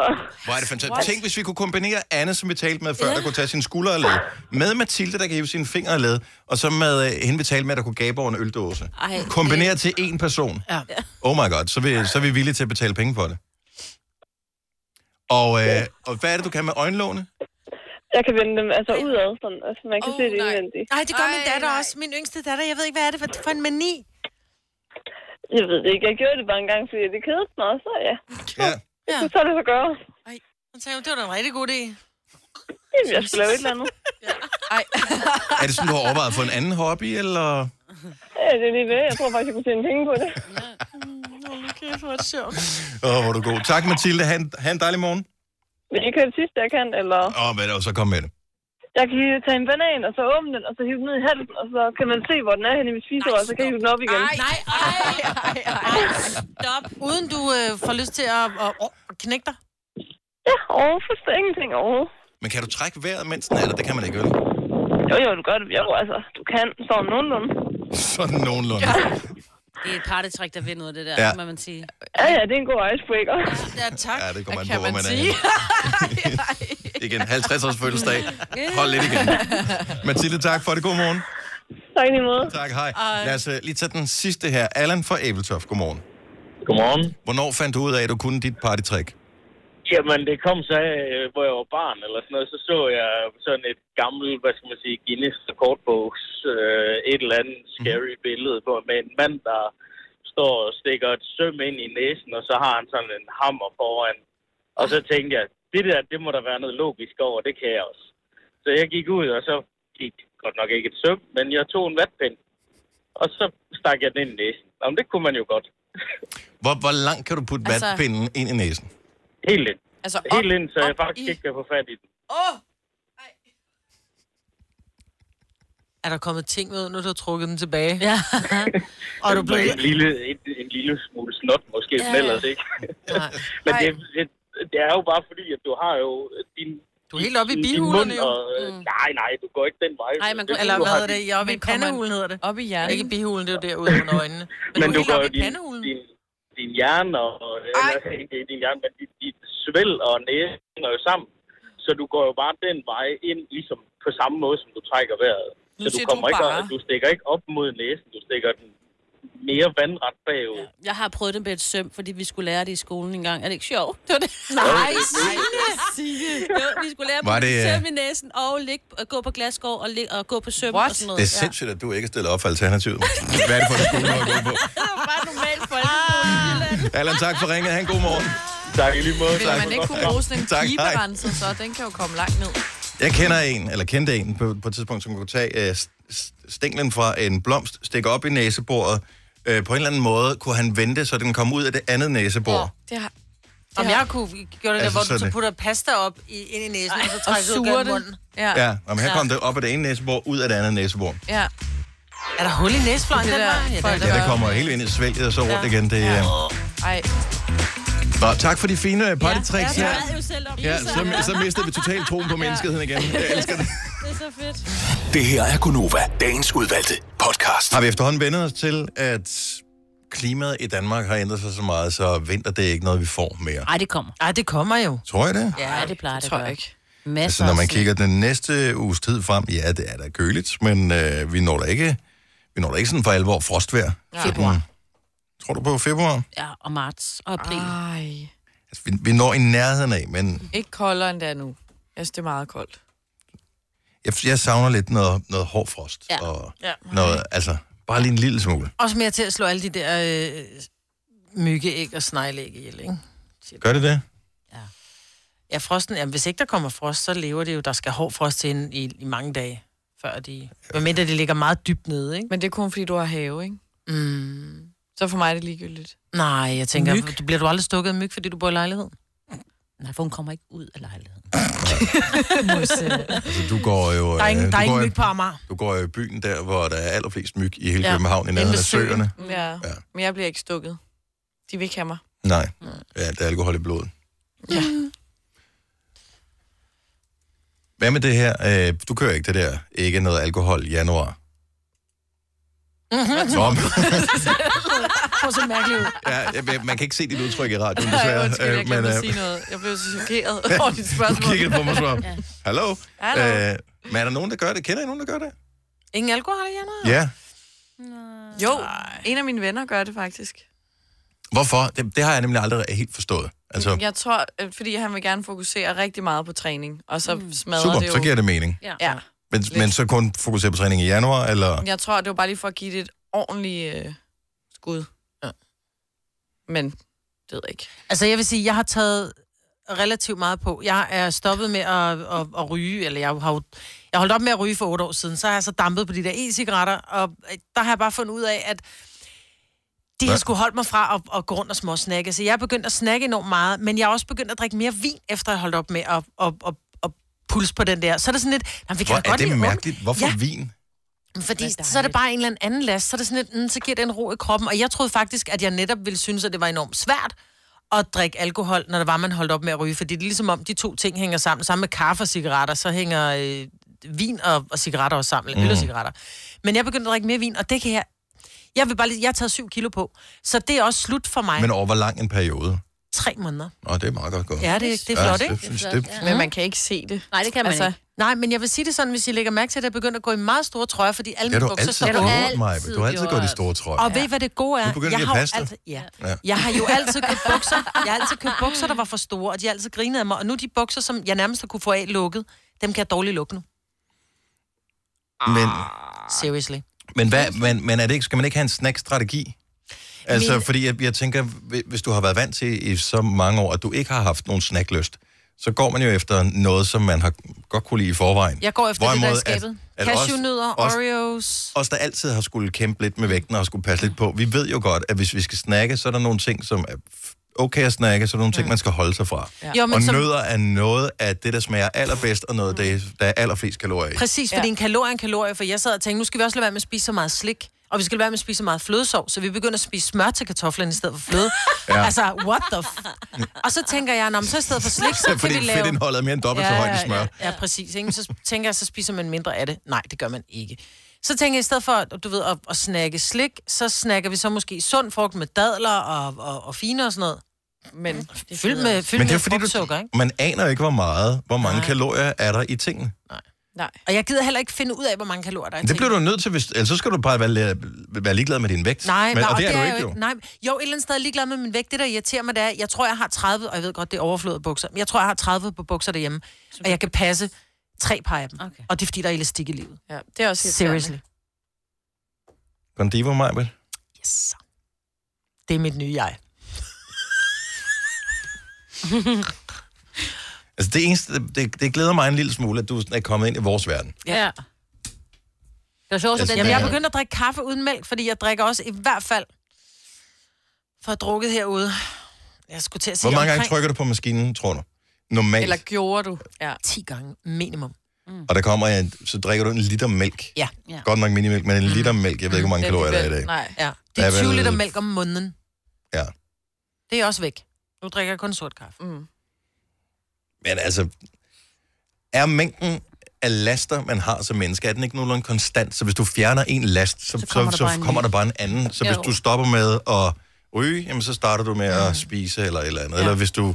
S1: Hvor er det fantastisk.
S15: What?
S1: Tænk, hvis vi kunne kombinere Anne, som vi talte med før, der kunne tage sine skuldre og led, med Mathilde, der kan hive sine fingre og led, og så med øh, hende, vi talte med, der kunne gabe over en øldåse.
S2: Ej,
S1: Kombineret til én person.
S3: Ja.
S1: Oh my god, så er vi, så er vi villige til at betale penge for det. Og, øh, og hvad er det, du kan med øjenlågene?
S15: Jeg kan vende dem altså udad, sådan, altså, man kan oh, se det indvendigt.
S3: Nej, det gør min datter også. Min yngste datter, jeg ved ikke, hvad er det for- for en mani?
S15: Jeg ved det ikke. Jeg gjorde det bare en gang, fordi det kedede mig, og så ja.
S1: Ja.
S15: ja. Så er det så gøre.
S3: Ej, hun sagde, det var da en rigtig god idé.
S15: Jamen, jeg skal lave et eller andet.
S1: Er det sådan, du har overvejet for en anden hobby, eller...
S15: Ja, det er lige ved. Jeg tror faktisk, jeg kunne tjene penge på det.
S3: Kæft, hvor er det sjovt.
S1: Åh, oh, hvor er du god. Tak, Mathilde. Ha' en, ha en dejlig morgen.
S15: Vil I køre det sidste, jeg kan, eller...
S1: Åh, oh, men og så kom med det.
S15: Jeg kan hive- tage en banan, og så åbne den, og så hive den ned i halsen, og så kan man se, hvor den er henne i mit spiserør, og så kan jeg hive den op igen.
S3: Nej, nej, Stop. Uden du øh, får lyst til at, at, at knække dig.
S15: Ja, og forstår ingenting overhovedet.
S1: Men kan du trække vejret, mens den er der? Det kan man ikke, vel?
S15: Jo, jo, du gør det. Jo, altså, du kan sådan nogenlunde.
S1: Sådan nogenlunde.
S2: Det er et partytrick, der vinder ud af det der,
S1: Ja.
S2: ja. må man sige.
S15: Ja, ja, det er en god icebreaker.
S3: Ja, tak.
S1: Ja, det kommer an
S2: Kan
S1: på, hvor
S2: man
S1: man er.
S2: sige?
S1: henne. Igen, 50 års fødselsdag. Hold lidt igen. Mathilde, tak for det. God morgen.
S15: Tak lige måde.
S1: Tak, hej. Lad os uh, lige tage den sidste her. Allan fra Æbeltoft, godmorgen.
S16: Godmorgen.
S1: Hvornår fandt du ud af, at du kunne dit partytrick?
S16: Jamen, det kom så, øh, hvor jeg var barn eller sådan noget, så så jeg sådan et gammelt, hvad skal man sige, Guinness-rekordbogs, øh, et eller andet
S3: Mhm.
S16: scary billede på, med en mand, der står og stikker et søm ind i næsen, og så har han sådan en hammer foran. Og så tænkte jeg, det der, det må der være noget logisk over, det kan jeg også. Så jeg gik ud, og så gik godt nok ikke et søm, men jeg tog en vatpind, og så stak jeg den ind i næsen. Jamen, det kunne man jo godt.
S1: Hvor, hvor langt kan du putte
S4: Altså-
S1: altså... vatpinden ind i næsen?
S16: Helt ind.
S4: Altså,
S16: Helt ind, så jeg faktisk ikke kan få fat i den.
S4: Åh! Oh!
S3: Er der kommet ting med, når du har trukket den tilbage?
S2: Ja.
S3: og du
S16: Med
S3: blev...
S16: en, lille, en, en lille smule snot måske,
S3: Ja,
S16: ja.
S3: ja.
S16: ellers ikke. Men det, det, det er jo bare fordi, at du har jo din... Du
S3: er helt oppe i bihulerne jo.
S16: mm. Nej, nej, du går ikke den vej.
S3: Nej, man
S16: Det
S3: kunne,
S16: er,
S3: eller
S16: du
S3: hvad
S16: har
S3: hedder
S16: din-
S3: det? Jeg er oppe i pandehulen, hedder det.
S4: Oppe i hjernen.
S3: Ikke i bihulen, det er jo derude under øjnene. Men, du er
S16: Men du
S3: helt
S16: går
S3: oppe
S16: jo
S3: i
S16: din,
S3: pandehulen.
S16: din, din hjerne, og, øh, eller ikke din hjerne, men dit, dit svæl og næse hænger jo sammen. Så du går jo bare den vej ind, ligesom på samme måde, som du trækker vejret.
S4: Nu
S16: så du
S4: siger du
S16: kommer ikke,
S4: bare.
S16: op- du stikker ikke op mod næsen, du stikker den mere vandret bagud. Ja.
S2: Jeg har prøvet det med et søm, fordi vi skulle lære det i skolen engang. Er det ikke sjovt? Det var det.
S16: Nej,
S2: Signe! Jo, vi skulle lære
S1: Var
S2: at putte
S1: det, øh,
S2: søm i næsen og ligge, og gå på glasgård og, ligge, og gå på søm og sådan noget.
S1: Det er sindssygt, at du ikke stiller op for alternativet. Hvad er det for en skole, du har gået på?
S2: Bare normalt folkeskole.
S1: Allan, tak for ringet. Ha' en god morgen.
S16: Tak i lige måde.
S4: Vil man ikke kunne bruge sådan en
S1: Tak, hej.
S4: piberenser, så den kan jo komme langt ned.
S1: Jeg kender en, eller kendte en på, på et tidspunkt, som kunne tage øh, st- st- stænglen fra en blomst, stikke op i næsebordet. Øh, på en eller anden måde kunne han vente, så den kom ud af det andet næsebord.
S4: Det har...
S3: Om jeg kunne gøre det der,
S1: Altså,
S3: hvor
S1: så
S3: du
S1: er
S3: så
S1: det-
S3: putter pasta op i, ind i næsen, og så
S4: og
S3: trækker du
S4: suger
S3: gennem
S4: det.
S3: munden.
S1: Ja, ja og her kom det op af det ene næsebord, ud af det andet næsebord.
S4: Ja.
S3: Er der hul i næsefløjen,
S4: Det
S3: den
S4: der
S3: vej? Ja,
S4: folk,
S3: der-
S1: Ja, det kommer helt ind i svælget og så rundt
S3: Ja.
S1: igen. Det, ja.
S4: Ej.
S1: Nå, tak for de fine øh, partytricks
S2: ja,
S1: her.
S2: jeg ved jo selv om
S1: Ja,
S2: det,
S1: så, så mistede vi totalt troen på menneskeheden igen. Jeg elsker det.
S2: Det er så fedt.
S5: Det her er Gunova, dagens udvalgte podcast.
S1: Har vi efterhånden vendt os til, at klimaet i Danmark har ændret sig så meget, så vinter det er ikke noget, vi får mere.
S2: Ej, det kommer.
S3: Ej, det kommer jo.
S1: Tror jeg det?
S2: Ja, det plejer det,
S4: tror
S2: jeg
S4: ikke.
S1: Altså, når man kigger den næste uges tid frem, ja, det er da køligt, men øh, vi når da ikke, vi når da ikke sådan for alvor frostvejr.
S2: Februar.
S1: Tror du på februar?
S2: Ja, og marts og april.
S4: Ej.
S1: Altså, vi, vi når i nærheden af, men
S4: Ikke koldere end det er nu. Jeg synes, det er meget koldt.
S1: jeg, jeg savner lidt noget, noget hård frost.
S3: Ja.
S1: Og
S3: Ja.
S1: noget, altså, bare lige en lille smule.
S3: Også mere til at slå alle de der øh, myggeæg og snegleæg ihjel, ikke?
S1: Gør det det?
S3: Ja, frosten, jamen, hvis ikke der kommer frost, så lever det jo, der skal hård frost til en- i, i mange dage, før de... Hvad mindre det ligger meget dybt nede, ikke?
S4: Men det er kun, fordi du har have, ikke?
S3: Mm.
S4: Så for mig er det ligegyldigt.
S3: Nej, jeg tænker,
S4: Myg?
S3: myg. bliver du aldrig stukket af myg, fordi du bor i lejlighed?
S2: Nej, for hun kommer ikke ud af lejligheden.
S1: Altså, du går jo...
S3: Der er ingen,
S1: øh,
S3: der er
S1: du,
S3: ingen
S1: går,
S3: myg på Amager.
S1: du går jo i byen der, hvor der er allerflest myg i hele København, i nærheden af søerne.
S4: Ja. ja. Men jeg bliver ikke stukket. De vil ikke have mig.
S1: Nej,
S3: Mm.
S1: ja, der er alkohol i blodet.
S4: Ja.
S1: Hvad med det her? Øh, du kører ikke det der, ikke noget alkohol i januar.
S3: Mm-hmm.
S1: Tom.
S3: Prøv så mærkeligt ud.
S1: Ja, jeg, jeg- man kan ikke se dit udtryk i radioen,
S4: Ej,
S1: desværre.
S4: undskyld,
S1: Øh,
S4: jeg glemte at
S1: øh,
S4: sige noget. Jeg blev så chokeret over dit
S1: du
S4: spørgsmål.
S1: kiggede på mig som om, hallo?
S4: Hallo.
S1: Øh, men er der nogen, der gør det? Kender I nogen, der gør det?
S3: Ingen alkohol i januar?
S1: Ja.
S4: Jo, en af mine venner gør det faktisk.
S1: Hvorfor? Det, det har jeg nemlig aldrig helt forstået. Altså,
S4: Jeg tror, øh, fordi han vil gerne fokusere rigtig meget på træning, og så mm. smadrer
S1: Super,
S4: det jo.
S1: så giver det mening.
S4: Ja. ja.
S1: men, men så kun fokusere på træning i januar, eller?
S4: Jeg tror, det var bare lige for at give det et ordentligt øh, skud. Ja. Men, det ved jeg ikke.
S3: Altså, jeg vil sige, jeg har taget relativt meget på. Jeg er stoppet med at, at, at ryge, eller jeg har jo, jeg holdt op med at ryge for otte år siden, så har jeg så dampet på de der e-cigaretter, og øh, der har jeg bare fundet ud af, at de har
S17: Hvad?
S3: sgu holdt mig fra at, at gå rundt og småsnakke. Så jeg er begyndt at snakke enormt meget, men jeg er også begyndt at drikke mere vin, efter jeg holdt op med at, at, at, at pulse på den der. Så er det sådan lidt... Jamen, vi kan
S1: Hvor,
S3: da
S1: er
S3: godt
S1: det
S3: lide unge."
S1: mærkeligt? Hvorfor
S3: Ja.
S1: vin?
S3: Fordi så er det bare en eller anden anden last, så er det sådan lidt, mm, så giver det en ro i kroppen. Og jeg troede faktisk, at jeg netop ville synes, at det var enormt svært at drikke alkohol, når det var, man holdt op med at ryge. Fordi det er ligesom om, de to ting hænger sammen. Sammen med kaffe og cigaretter, så hænger øh, vin og, og cigaretter også sammen. Eller øl og
S17: Mm.
S3: cigaretter. Men jeg begyndte at drikke mere vin, og det kan jeg... Jeg, vil bare lige, jeg har taget syv kilo på, så det er også slut for mig.
S1: Men over hvor lang en periode?
S3: Tre måneder.
S1: Nå, det er meget godt gået.
S3: Ja, det, det er flot, ikke?
S1: Det, det, det,
S4: Men man kan ikke se det.
S2: Nej, det kan man altså, ikke.
S3: Nej, men jeg vil sige det sådan, hvis I lægger mærke til, at jeg begynder at gå i meget store trøjer, fordi alle
S1: det
S3: mine
S1: har du
S3: bukser
S1: altid
S3: står
S1: gjort, Maja. Du har altid gået i store trøjer.
S3: Og ved I, hvad det gode er?
S1: Nu begynder
S3: jeg
S1: de at
S3: har jo
S1: passe dig.
S3: altid, ja.
S1: Ja.
S3: Jeg har jo altid købt bukser. Jeg har altid købt bukser, der var for store, og de har altid grinet af mig. Og nu de bukser, som jeg nærmest har kunne få af lukket, dem kan jeg dårligt lukke nu.
S1: Men,
S3: Seriously.
S1: men, hvad, men, men er det ikke, skal man ikke have en snack-strategi? Altså,
S3: Min-
S1: fordi jeg, jeg tænker, hvi- hvis du har været vant til i så mange år, at du ikke har haft nogen snacklyst, så går man jo efter noget, som man har godt kunne lide i forvejen.
S3: Jeg går efter
S1: Hvorimod
S3: det, der er i skabet.
S1: at- at os-
S3: Cashewnødder,
S1: os-
S3: Oreos.
S1: os, der altid har skulle kæmpe lidt med vægten og skulle passe lidt på, vi ved jo godt, at hvis vi skal snakke, så er der nogle ting, som er f- okay at snakke, så er der nogle ting, man skal holde sig fra.
S3: Ja. Jo, men
S1: og
S3: som-
S1: nødder er noget af det, der smager allerbedst, og noget af det, der er allerflest kalorier i.
S3: Præcis, fordi ja. en kalorie er en kalorie, for jeg sad og tænkte, nu skal vi også lade være med at spise så meget slik, og vi skal lade være med at spise så meget flødesov, så vi begynder at spise smør til kartoflerne i stedet for fløde.
S1: Ja.
S3: ja. Altså, what the f- Og så tænker jeg, nå, men så i stedet for slik, så
S1: Fordi
S3: kan vi lave...
S1: fedtindholdet er mere end dobbelt så højt i smør.
S3: Ja, ja, præcis. Ikke? Så tænker jeg, så spiser man mindre af det. Nej, det gør man ikke. Så tænker jeg, i stedet for du ved, at, at snakke slik, så snakker vi så måske sund frugt med dadler og, og, og fine og sådan noget. Men fyldt med, fyldt
S1: Men det er
S3: med
S1: fordi, du,
S3: frugtsukker, ikke?
S1: man aner ikke, hvor meget, hvor mange Nej. kalorier er der i tingene.
S3: Nej. Og jeg gider heller ikke finde ud af, hvor mange kalorier der er. i
S1: Det
S3: ting.
S1: bliver du nødt til, hvis, ellers så skal du bare være, være ligeglad med din vægt.
S3: Nej,
S1: Men,
S3: nej,
S1: og det, er du
S3: jeg
S1: ikke, jo.
S3: Nej, jo, et eller andet sted er jeg ligeglad med min vægt. Det, der irriterer mig, det er, jeg tror, jeg har 30, og jeg ved godt, det er overflødet bukser, men jeg tror, jeg har 30 på bukser derhjemme, og jeg kan passe tre par af dem. Okay. Og det er, fordi der er elastik i livet.
S4: Ja, det er også irriterende.
S3: Seriously.
S1: Condivo, Majbel.
S3: Yes. Det er mit nye jeg.
S1: Altså det eneste, det, det, det glæder mig en lille smule, at du er kommet ind i vores verden.
S3: Ja. Det var sjovt,
S1: Jeg
S3: så den.
S1: smager-
S3: Jamen, jeg er begyndt at drikke kaffe uden mælk, fordi jeg drikker også i hvert fald for at have drukket herude. Jeg skulle til at sige
S1: Hvor mange gange
S3: omkring-
S1: trykker du på maskinen, tror du? Normalt.
S3: Eller
S1: Eller...
S3: gjorde du? Ja. 10 gange minimum.
S1: Og der kommer en, så drikker du en liter mælk.
S3: Ja. ja.
S1: Godt nok minimælk, men en liter mælk. Jeg ved ikke, hvor mange kalorier der Mhm. er i dag.
S3: Nej. Ja.
S1: Der
S3: Det
S1: er
S3: er
S1: vel-
S3: 20 liter mælk om måneden.
S1: Ja.
S3: Det er også væk. Nu drikker jeg kun sort kaffe. Mm.
S1: Altså. Men altså, er mængden af laster, man har som menneske, er den ikke nogenlunde konstant? Så hvis du fjerner en last, så,
S17: kommer
S1: så kommer,
S17: der
S1: så, der,
S17: bare
S1: så
S17: en
S1: kommer
S17: ny.
S1: der bare en anden. Så hvis
S17: Jo.
S1: du stopper med at ryge, jamen, så starter du med at spise eller et eller andet. Ja. Eller hvis du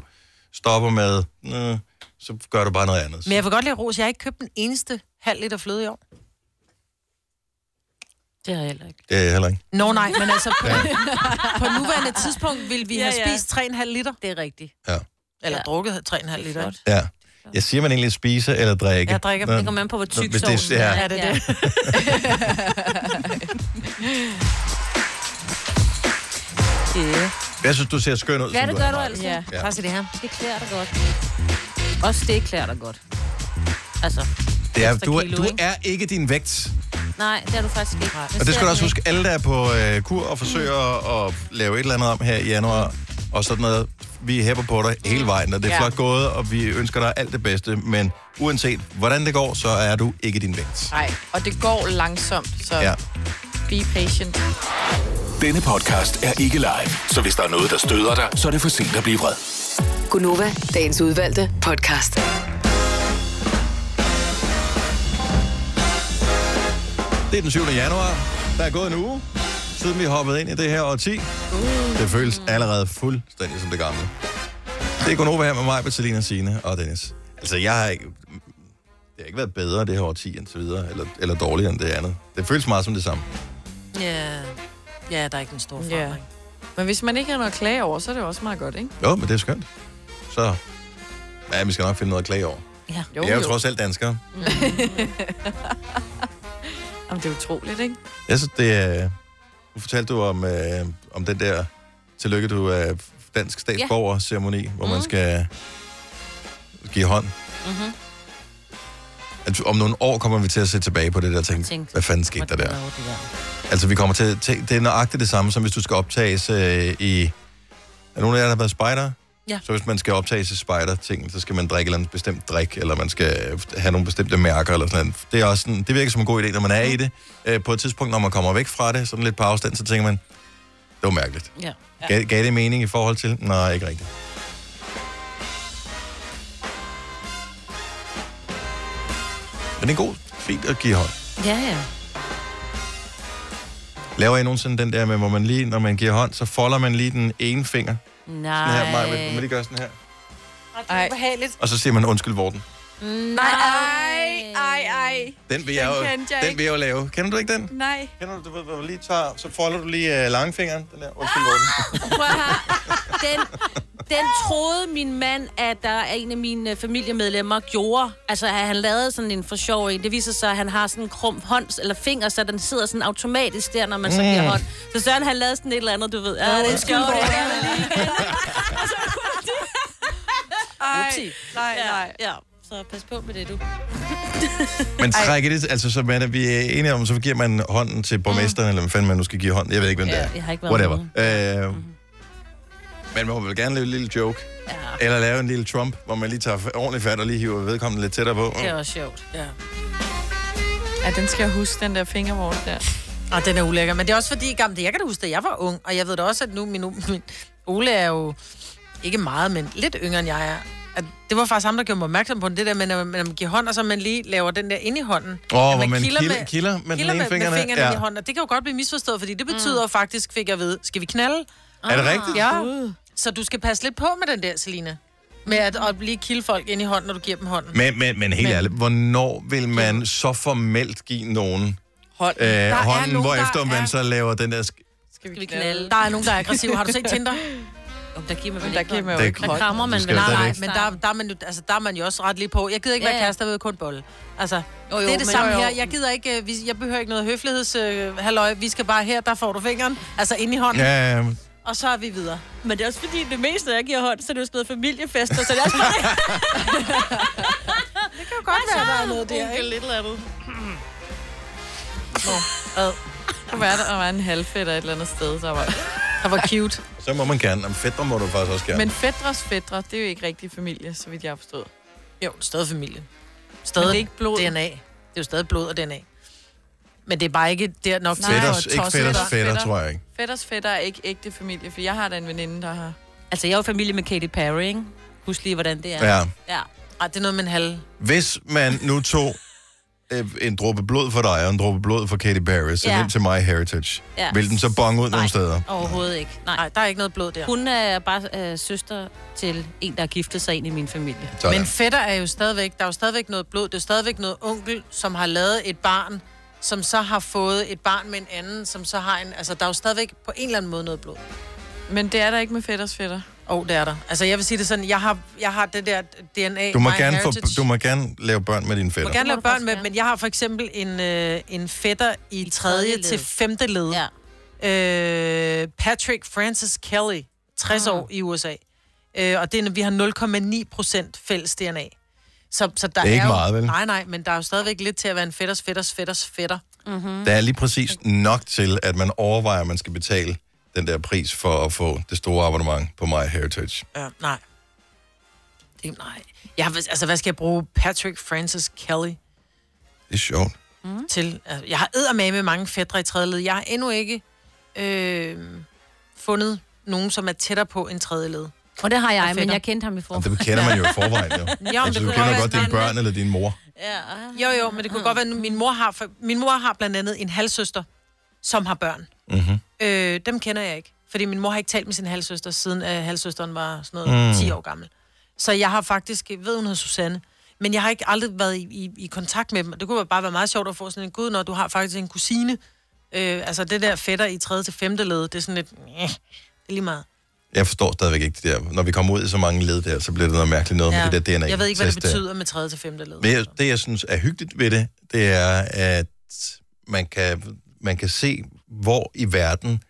S1: stopper med, øh, så gør du bare noget andet.
S3: Men jeg vil godt lide ros. Jeg har ikke købt den eneste halv liter fløde i år. Det har jeg heller ikke.
S1: Det er jeg heller ikke.
S3: Nå nej, men altså på,
S1: Ja.
S3: på nuværende tidspunkt ville vi
S2: Ja,
S3: ja, have
S2: ja.
S3: spist 3,5 liter. Det er rigtigt.
S1: Ja.
S3: Eller ja. drukket 3,5 liter. ikke?
S1: Ja. Jeg siger, man egentlig spise eller drikke.
S3: Jeg drikker,
S1: Nå,
S3: men det kommer an på, hvor
S1: nå,
S3: tyk
S1: hvis det,
S3: sovsen
S1: er,
S3: er.
S1: ja.
S3: Er det det?
S2: Yeah.
S1: Jeg synes, du ser skøn ud.
S2: Ja,
S1: som
S2: det
S1: er,
S2: gør du
S1: Maja.
S2: altså.
S1: Ja.
S2: Tak skal det her. Det klæder dig godt. Også det klæder dig godt. Altså,
S1: Det er,
S2: ekstra
S1: du, er,
S2: kilo,
S1: du
S2: ikke?
S1: er ikke din vægt.
S2: nej, det er du faktisk ikke. Men
S1: Og det skal
S2: ser
S1: du også
S2: den
S1: huske, alle der er på øh, kur og forsøger at, at lave et eller andet om her i januar, og sådan noget, vi hæpper på dig hele vejen, og det er
S17: Ja.
S1: flot gået, og vi ønsker dig alt det bedste, men uanset hvordan det går, så er du ikke din vægt.
S4: Nej, og det går langsomt, så
S1: Ja.
S4: ja. be patient.
S5: Denne podcast er ikke live, så hvis der er noget, der støder dig, så er det for sent at blive vred.
S18: Gunova, dagens udvalgte podcast.
S1: Det er den 7. januar. Der er gået en uge, siden vi hoppede ind i det her årti.
S2: Uh.
S1: Det føles allerede fuldstændig som det gamle. Det er Gunova her med mig, Bettelina, Signe og Dennis. Altså, jeg har ikke... Det har ikke været bedre det her årti indtil videre, eller, eller dårligere end det andet. Det føles meget som det samme.
S3: Ja. ja, der er ikke en stor forandring.
S4: Ja. Men hvis man ikke har noget at klage over, så er det jo også meget godt, ikke?
S1: Jo, men det er skønt. Så... Ja, vi skal nok finde noget at klage over.
S4: Ja.
S1: Jo, jeg er jo trods alt danskere.
S4: Jamen, det er utroligt, ikke?
S1: Jeg synes, det er... Nu fortalte du om, øh, om den der tillykke, du er dansk statsborger-ceremoni, hvor man skal give hånd. Mm-hmm.
S2: Mhm.
S1: At om nogle år kommer vi til at se tilbage på det der og tænke, hvad fanden skete der der? Altså, vi kommer til at tænke, det er nøjagtigt det samme, som hvis du skal optages øh, i... Er nogen af jer, der har været spejder?
S3: Ja.
S1: Så hvis man skal optages i spejder-ting, så skal man drikke et eller andet bestemt drik, eller man skal have nogle bestemte mærker, eller sådan noget. Det, er også sådan, det virker som en god idé, når man er i det. Øh, på et tidspunkt, når man kommer væk fra det, sådan lidt på afstand, så tænker man, det var mærkeligt.
S2: Ja.
S1: Gav, gav det mening i forhold til? Nej, ikke rigtigt. Men det er god. Fint at give hånd.
S2: Ja, ja.
S1: Laver I nogensinde den der med, hvor man lige, når man giver hånd, så folder man lige den ene finger?
S2: Nej.
S1: Sådan her, Maja, vil- vil I gøre sådan her?
S4: Ej.
S1: Og så siger man, undskyld, vorten.
S4: Nej, ej, ej, ej.
S1: Den vil jeg,
S4: Den
S1: jo,
S4: kendte jeg
S1: den
S4: ikke.
S1: vil jeg jo lave. Kender du ikke den?
S4: Nej.
S1: Kender du, du ved, hvor du lige tager, så folder du lige øh, langfingeren, den der, undskyld, vorten.
S2: Prøv at høre. Den, den troede min mand, at der er en af mine øh, familiemedlemmer gjorde. Altså, at han lavede sådan en for sjov en. Det viser sig, at han har sådan en krum hånd, eller finger, så den sidder sådan automatisk der, når man så giver
S8: Mm.
S2: hånd. Så Søren, han lavede sådan et eller andet, du ved. Ja, det er sjovt.
S8: undskyld,
S2: det
S8: hvor
S2: er
S8: det
S2: det.
S4: Nej,
S2: Upsi.
S4: nej,
S2: nej. Ja, ja, så pas på med det, du.
S1: Men trækker det, altså så man, at vi er enige om, så giver man hånden til borgmesteren, mm. eller hvad fanden man nu skal give hånden. Jeg ved ikke, hvem
S2: Ja,
S1: det er.
S2: jeg har ikke været
S1: Whatever. Øh, Men man må vel gerne lave en lille joke. Ja. Eller lave en lille Trump, hvor man lige tager f- ordentligt fat og lige hiver vedkommende lidt tættere på.
S4: Det er
S3: også sjovt. Ja.
S4: Ja, den skal jeg huske, den der fingervort der.
S3: Og den er ulækker. Men det er også fordi, gamle, jeg kan da huske, at jeg var ung, og jeg ved da også, at nu min, min Ole er jo ikke meget, men lidt yngre end jeg er. At det var faktisk ham, der gjorde mig opmærksom på det der, men når man giver hånd, og så man lige laver den der ind i hånden.
S1: Åh,
S3: At
S1: hvor man kilder- kilder med den
S3: kilder
S1: ene
S3: med,
S1: fingerne,
S3: Med fingrene
S1: ja.
S3: ja. i hånden, og det kan jo godt blive misforstået, fordi det betyder mm. faktisk, fik jeg ved, skal vi knalde?
S1: Er det rigtigt?
S3: Ja. Så du skal passe lidt på med den der, Selina. Med at, at lige kilde folk ind i hånden, når du giver dem hånden.
S1: Men, men, men helt
S3: Men-
S1: ærligt, hvornår vil man så formelt give nogen
S4: hånd,
S1: øh,
S3: Der er
S1: hånden,
S3: nogen,
S1: hvorefter
S3: der
S1: man
S3: er-
S1: så laver den der... Sk-
S4: Skal
S2: vi knalde?
S3: Der er nogen, der er aggressive. Har du set Tinder?
S2: Om der giver man
S3: Men der giver
S1: man jo Der- ikke
S3: Der
S1: hånd.
S3: krammer man
S1: Det
S3: vel.
S1: skal
S3: Nej,
S1: man
S3: nej,
S1: ikke.
S3: men der, der, er man jo, altså, der er man jo også ret lige på. Jeg gider ikke
S2: Ja,
S3: være
S2: ja.
S3: kærester ved kun bolle. Altså,
S2: Jo, jo,
S3: det er
S2: men-
S3: det samme
S2: jo, jo.
S3: her. Jeg gider ikke, øh, vi- jeg behøver ikke noget høfligheds, øh, halløj. Vi skal bare her, der får du fingeren. Altså ind i hånden.
S1: Ja, ja,
S3: Og så er vi videre.
S2: Men det er også fordi, det meste, når jeg giver hånd, så er det jo sådan noget familiefester, så det er også bare... det
S3: kan jo godt være, der er noget der, ikke?
S2: Lidt eller andet.
S4: Nå, ad. Kunne være, der var en halvfætter et eller andet sted, der var... Der var cute.
S1: Så må man gerne. Om fætter må du faktisk også gerne.
S4: Men fædres fædre, det er jo ikke rigtig familie, så vidt jeg har forstået.
S3: Jo, stadig familie.
S4: Men
S3: Stadig
S4: det er ikke blod.
S3: DNA. Det er jo stadig blod og DNA. Men det er bare ikke der nok
S1: Nej. Fætters- ikke fætters fætter, tror jeg ikke.
S4: Fætters fætter er ikke ægte familie, for jeg har da en veninde, der har...
S2: Altså, jeg er jo familie med Katy Perry, ikke? Husk lige, hvordan det er.
S1: Ja.
S2: ja.
S3: Ej, det er noget med en halv.
S1: Hvis man nu tog øh, en dråbe blod for dig og en dråbe blod for Katy Perry, så
S2: Ja.
S1: ja. til My Heritage.
S2: Ja.
S1: Ja. Vil den så bonge ud
S2: Nej.
S1: nogle steder?
S2: Overhovedet ikke. Nej.
S3: Nej, der er ikke noget blod der.
S2: Hun er bare øh, søster til en, der har giftet sig ind i min familie.
S1: Sådan.
S3: Men fætter er jo stadigvæk, der er jo stadigvæk noget blod, det er jo stadigvæk noget onkel, som har lavet et barn, som så har fået et barn med en anden, som så har en, altså der er jo stadigvæk på en eller anden måde noget blod.
S4: Men det er der ikke med fætters fætter.
S3: Åh, oh, det er der. Altså jeg vil sige det sådan, jeg har, jeg har det der DNA,
S1: Du må,
S3: my
S1: gerne få,
S3: heritage.
S1: du må gerne lave børn med
S3: Du
S1: dine
S3: må
S1: fætter.
S3: gerne lave børn med, men jeg har for eksempel en, øh, en fætter
S2: tredje
S3: i, tredje
S2: led.
S3: til femte led. Ja. Øh, Patrick Francis Kelly, 60 år i USA. Øh, og det er, vi har 0,9 procent fælles DNA. Så, så der
S1: Det er ikke
S3: jo,
S1: meget, vel?
S3: Nej, nej, men der er jo stadigvæk lidt til at være en fætters, fætters, fætters, fætter. Mm-hmm.
S1: Der er lige præcis nok til, at man overvejer, at man skal betale den der pris for at få det store abonnement på My Heritage.
S3: Ja, nej. Det, nej. Jeg, har- altså, hvad skal jeg bruge Patrick Francis Kelly
S1: Det er sjovt.
S3: mm. til? Altså, jeg har eddermame mange fædre i tredje led. Jeg har endnu ikke øh, fundet nogen, som er tættere på en tredje led.
S2: Og det har jeg,
S3: Og
S2: men
S3: fætter.
S2: jeg kendte ham i forvejen.
S1: Det kender man jo i forvejen, jo.
S3: men
S1: altså,
S3: det
S1: du
S3: kunne
S1: kender
S3: godt
S1: godt
S3: være
S1: dine børn eller din mor.
S3: Jo, jo, men det kunne godt være, nu- min mor har, for, min mor har blandt andet en halvsøster, som har børn.
S1: Mm-hmm.
S3: Øh, dem kender jeg ikke, fordi min mor har ikke talt med sin halvsøster, siden øh, halvsøsteren var sådan
S1: Mm.
S3: noget mm. 10 år gammel. Så jeg har faktisk, jeg ved hun hedder Susanne, men jeg har ikke aldrig været i, i, i kontakt med dem. Det kunne bare være meget sjovt at få sådan en gud, når du har faktisk en kusine. Øh, altså det der fætter i 3. til 5. led, det er sådan lidt, øh, det er lige meget.
S1: Jeg forstår stadigvæk ikke det der. Når vi kommer ud i så mange led der, så bliver det noget mærkeligt noget ja. med det der DNA.
S3: jeg ved ikke, hvad det
S1: test der.
S3: betyder med 3. til 5. led.
S1: Men jeg, det, jeg synes er hyggeligt ved det, det er, at man kan, man kan se, hvor i verden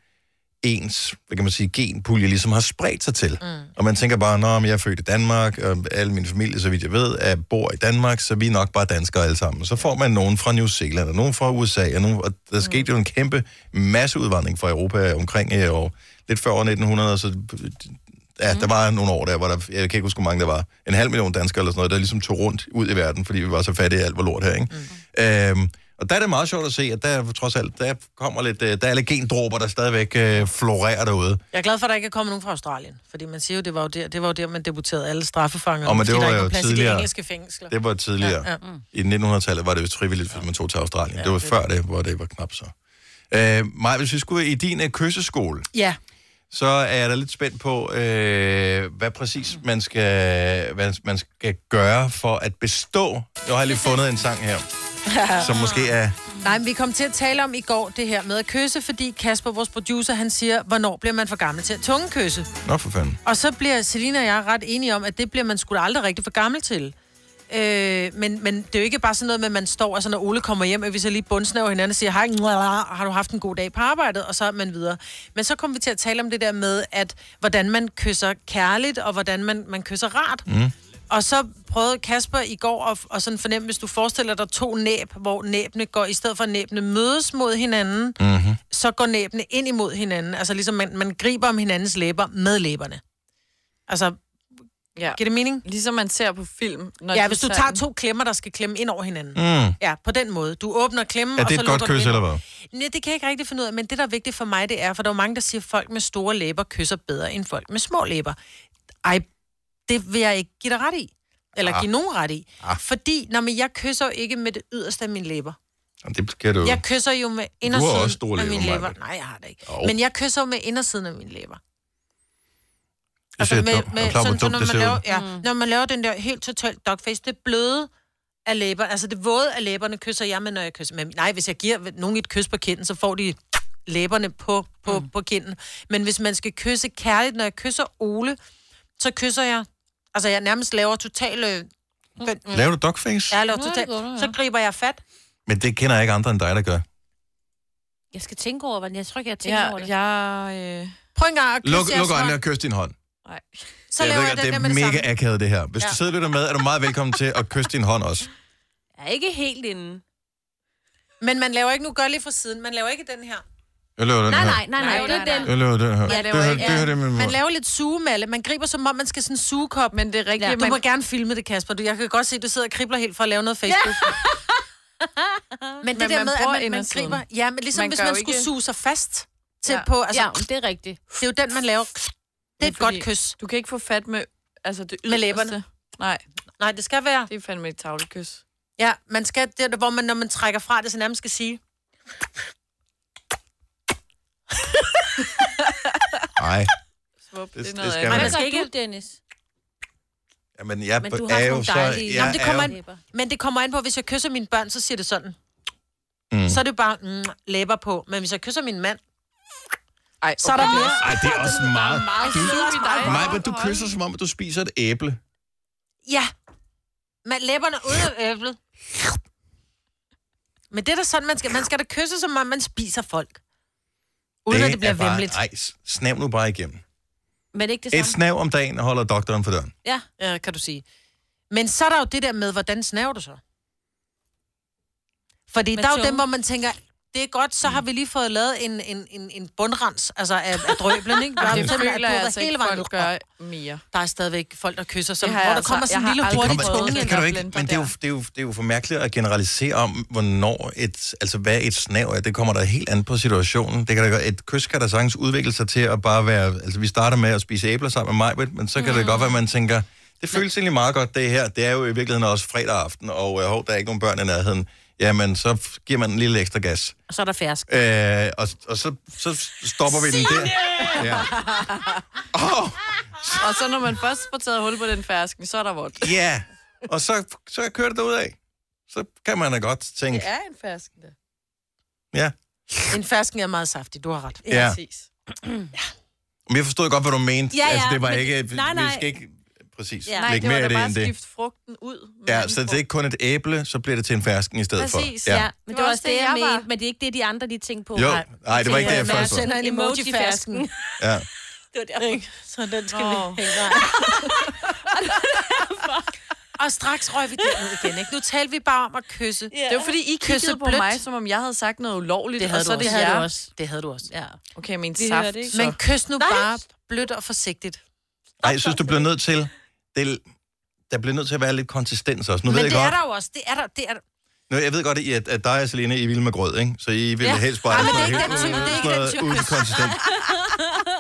S1: ens, hvad kan man sige, genpulje ligesom har spredt sig til. Mm. Og man tænker bare, nå, men jeg er født i Danmark, og alle min familie, så vidt jeg ved, er, bor i Danmark, så vi er nok bare danskere alle sammen. Så får man nogen fra New Zealand, og nogen fra USA, og, nogen, og der skete jo en kæmpe masseudvandring fra Europa omkring øh, år, lidt før år 1900, så Ja, der var nogle år der, hvor der, jeg kan ikke huske, hvor mange der var, en halv million danskere eller sådan noget, der ligesom tog rundt ud i verden, fordi vi var så fattige af alt, hvor lort her, ikke? Mm. Øhm, og der er det meget sjovt at se, at der trods alt, der kommer lidt, øh, der er lidt gendråber, der stadigvæk øh, florerer derude.
S3: Jeg er glad for, at der ikke er kommet nogen fra Australien. Fordi man siger jo, det var jo der, det var jo der man debuterede alle straffafanger.
S1: Og men
S3: fordi
S1: det
S3: der
S1: var
S3: ikke
S1: jo
S3: plads i
S1: tidligere.
S3: De engelske fængsler.
S1: Det var tidligere.
S3: Ja, ja.
S1: Ja, ja. I 1900-tallet var det jo frivilligt, hvis man tog til Australien. Ja, det var før det, hvor det var knap så. Øh, Maja, hvis vi skulle i din øh, kysseskole,
S3: Ja.
S1: så er jeg da lidt spændt på, øh, hvad præcis man skal, hvad man skal gøre for at bestå. Nu har jeg lige fundet en sang her,
S3: Ah.
S1: som måske er...
S3: Nej, men vi kom til at tale om i går det her med at kysse, fordi Kasper, vores producer, han siger, hvornår bliver man for gammel til at tungekysse?
S1: Nå for fanden.
S3: Og så bliver Selina og jeg ret enige om, at det bliver man sgu da aldrig rigtig for gammel til. Øh, men, men det er jo ikke bare sådan noget med, at man står, og så når Ole kommer hjem, at vi så lige bundsnæver hinanden og siger, hej, mwah, har du haft en god dag på arbejdet, og så er man videre. Men så kom vi til at tale om det der med, at hvordan man kysser kærligt, og hvordan man, man kysser rart.
S1: Mm.
S3: Og så prøvede Kasper i går at, at sådan fornemme, hvis du forestiller dig to næb, hvor næbene går, i stedet for at næbene mødes mod hinanden,
S8: Mhm.
S1: Mm-hmm.
S3: så går næbene ind imod hinanden. Altså ligesom man, man griber om hinandens læber med læberne. Altså,
S4: Ja.
S3: giver det mening?
S4: Ligesom man ser på film. Når
S3: ja,
S4: de
S3: hvis du
S4: sådan-
S3: tager to klemmer, der skal klemme ind over hinanden.
S1: Mm.
S3: Ja, på den måde. Du åbner klemmen,
S1: Er
S3: og
S1: det
S3: så
S1: et godt
S3: lukker du
S1: kys,
S3: den.
S1: eller hvad?
S3: Nej, det kan jeg ikke rigtig finde ud af, men det, der er vigtigt for mig, det er, for der er jo mange, der siger, at folk med store læber kysser bedre end folk med små læber. Ej, det vil jeg ikke give dig ret i. Eller
S1: Ah.
S3: give nogen ret i.
S1: Ah.
S3: Fordi, når men jeg kysser jo ikke med det yderste af mine læber.
S1: Jamen, det kan du jo.
S3: Jeg kysser jo med
S1: har
S3: indersiden
S1: også store
S3: af
S1: læber,
S3: mine læber.
S1: Maja.
S3: Nej, jeg har det ikke.
S1: Jo.
S3: Men jeg kysser jo med indersiden af mine læber.
S1: Jeg
S3: altså
S1: ser dum- jeg er klar, hvor
S3: så
S1: dumt
S3: når,
S1: det
S3: man
S1: ser
S3: laver,
S1: ud.
S3: ja, når man laver den der helt totalt dogface, det bløde af læber, altså det våde af læberne kysser jeg med, når jeg kysser med. Nej, hvis jeg giver nogen et kys på kinden, så får de læberne på, på, mm. på kinden. Men hvis man skal kysse kærligt, når jeg kysser Ole, så kysser jeg, altså jeg nærmest laver totalt... Øh, den- mm.
S1: Laver du dogface?
S3: Ja, jeg laver totalt. Så griber jeg fat.
S1: Men det kender jeg ikke andre end dig, der gør.
S2: Jeg skal tænke over, hvordan jeg tror ikke, jeg tænker
S4: Ja,
S2: over det.
S4: Jeg... Øh...
S3: Prøv en gang at
S1: Luk, luk øjnene og kys din hånd.
S3: Så
S1: jeg
S3: laver
S1: ved
S3: jeg
S1: godt,
S3: den
S1: det
S3: der
S1: er
S3: med det
S1: mega
S3: samme.
S1: akavet, det her. Hvis
S2: Ja.
S1: du sidder og lytter med, er du meget velkommen til at kysse din hånd også.
S2: Jeg er ikke helt inde.
S3: Men man laver ikke, nu gør lige fra siden, man laver ikke den her.
S1: Jeg laver den
S2: Nej,
S1: her.
S2: nej, nej, nej, det er den.
S1: Jeg laver den her.
S3: Ja,
S1: det, her, det her det er min
S3: man
S1: mund.
S3: laver lidt sugemalle. Man griber som om, man skal sådan suge kop. Men det er rigtigt. Ja. Du
S4: man-
S3: må gerne filme det, Kasper. Du, jeg kan godt se, at du sidder og kribler helt for at lave noget Facebook. men det
S4: Men
S3: der
S4: man
S3: med,
S4: bruger
S3: at man, man
S4: indersiden.
S3: griber... Ja, men ligesom man
S4: Man
S3: hvis
S4: gør
S3: man
S4: jo
S3: skulle
S4: ikke-
S3: suge sig fast til
S4: Ja.
S3: ja. på... Altså,
S4: Ja,
S2: det er rigtigt.
S3: Det er jo den, man laver. Det er et godt kys.
S4: Du kan ikke få fat med, altså det
S3: Med læberne.
S4: yderste. Nej.
S3: Nej, det skal være.
S4: Det er fandme et tavlekys.
S3: Ja, man skal... Det, er der, hvor man, når man trækker fra det, så nærmest skal sige...
S1: Nej.
S4: Svup,
S1: Det-
S4: det,
S1: det
S4: er noget
S1: skal
S4: andet.
S1: man.
S2: Hvad gør du, Dennis?
S1: Jamen, jeg
S2: Men du har
S1: er
S2: sådan
S1: jo
S2: nogle
S1: så...
S2: dejlige-
S1: jeg
S3: Jamen, det
S1: er
S3: kommer
S1: jo-
S3: an, men det kommer an på, hvis jeg kysser mine børn, så siger det sådan.
S1: Mm.
S3: Mm. Så er det bare mm, læber på. Men hvis jeg kysser min mand,
S4: Ej,
S3: så er der mere.
S1: Ej, det er også meget...
S3: meget
S1: Du,
S3: sødt i dig.
S1: Maja, du kysser, som om at du spiser et æble.
S3: Ja. Man læberne ud af æblet. Men det er da sådan, man skal, man skal da kysse, som om man spiser folk. Uden det at det bliver
S1: er bare-
S3: vemmeligt.
S1: Ej, s- snav nu bare igennem.
S3: Men ikke det
S1: Et snav om dagen holder doktoren for døren.
S3: Ja, ja, Øh, kan du sige. Men så er der jo det der med, hvordan snaver du så? Fordi
S2: Med
S3: der er jo
S2: tungen.
S3: dem, hvor man tænker, det er godt, så
S4: Mm.
S3: har vi lige fået lavet en, en, en, en bundrens, altså af, af drøblen, ikke?
S4: Ej,
S3: Bare
S4: det
S3: sådan, at
S4: føler jeg
S3: puder
S4: altså ikke,
S3: hele vejen
S4: folk
S3: ud.
S4: gør mere.
S3: Der er stadigvæk folk, der kysser, som,
S4: Det
S3: hvor
S4: har jeg
S3: der
S4: altså-
S3: kommer sådan
S4: jeg
S3: en
S4: har
S3: lille
S4: aldrig
S3: hurtig
S4: prøvet
S3: tunge.
S4: det.
S1: Det
S3: ind.
S1: kan du
S4: der
S1: ikke,
S4: blender
S1: men det er, jo, det, er jo, det er jo for mærkeligt at generalisere om, hvornår et, altså hvad et snav er. Det kommer der helt an på situationen. Det kan da godt, et kys kan da sagtens udvikle sig til at bare være, altså vi starter med at spise æbler sammen med mig, men så kan mm. det godt være, at man tænker, det føles egentlig meget godt det her. Det er jo i virkeligheden også fredag aften, og øh, hov, der er ikke nogen børn i nærheden. Jamen, så f- giver man en lille ekstra gas.
S2: Og så er der fersk.
S1: Øh, og, og så, så stopper vi den der. Ja. Oh.
S4: Og så når man først får taget hul på den fersken, så er der vort.
S1: Ja, og så, så kører det af. Så kan man da godt tænke,
S3: Det er en fersken, det.
S1: Ja.
S3: En fersken er meget saftig, du har ret.
S1: Ja. Men jeg forstod godt, hvad du mente.
S3: Ja, ja,
S1: altså, det var
S3: men det-
S1: ikke...
S3: nej,
S1: Vi
S3: nej.
S1: skal ikke... Præcis.
S4: Ja.
S1: Ja.
S4: Nej,
S1: Læg
S4: det var
S1: mere
S4: da
S1: af det
S4: bare
S1: end
S4: at
S1: det.
S4: skifte frugten ud.
S3: Mm.
S1: Ja, så det er ikke kun et æble, så bliver det til en fersken i stedet
S4: Præcis,
S1: for.
S4: ja.
S2: Men det var også det, jeg mente, men det er ikke det, de andre de tænkte på.
S1: Jo, nej, det var ikke det, jeg
S2: Tænker,
S1: først så.
S2: når sender en emoji-fersken.
S1: ja.
S2: Det var derfor. Så den skal
S3: Nå.
S2: vi
S3: Og straks røg vi det ud igen, ikke? Nu talte vi bare om at kysse.
S4: Ja. Det var fordi, I kiggede på mig, som om jeg havde sagt noget ulovligt.
S3: Det havde
S4: og så
S3: du
S4: er
S3: også. Det
S4: det
S3: havde
S4: jer.
S3: du også. Det havde du også.
S2: Ja.
S4: Okay, min
S3: Vi
S4: saft.
S3: hørte ikke. Men kys nu bare blødt og forsigtigt.
S1: Nej, jeg synes, du bliver nødt til... Det, der bliver nødt til at være lidt konsistens også. Nu
S3: Men
S1: ved jeg
S3: det er
S1: godt,
S3: der jo også. Det er der. Det er der.
S1: nu, jeg ved godt, at, I- at, at dig og Selina, I er vilde med grød, ikke? Så I vil
S3: Ja.
S1: helst bare...
S3: Ej, men
S1: sådan
S3: det er ikke den
S1: noget
S3: type- det er
S1: helt-
S3: ikke den
S1: sådan
S3: type
S1: noget
S3: kys.
S1: Ukonsistent.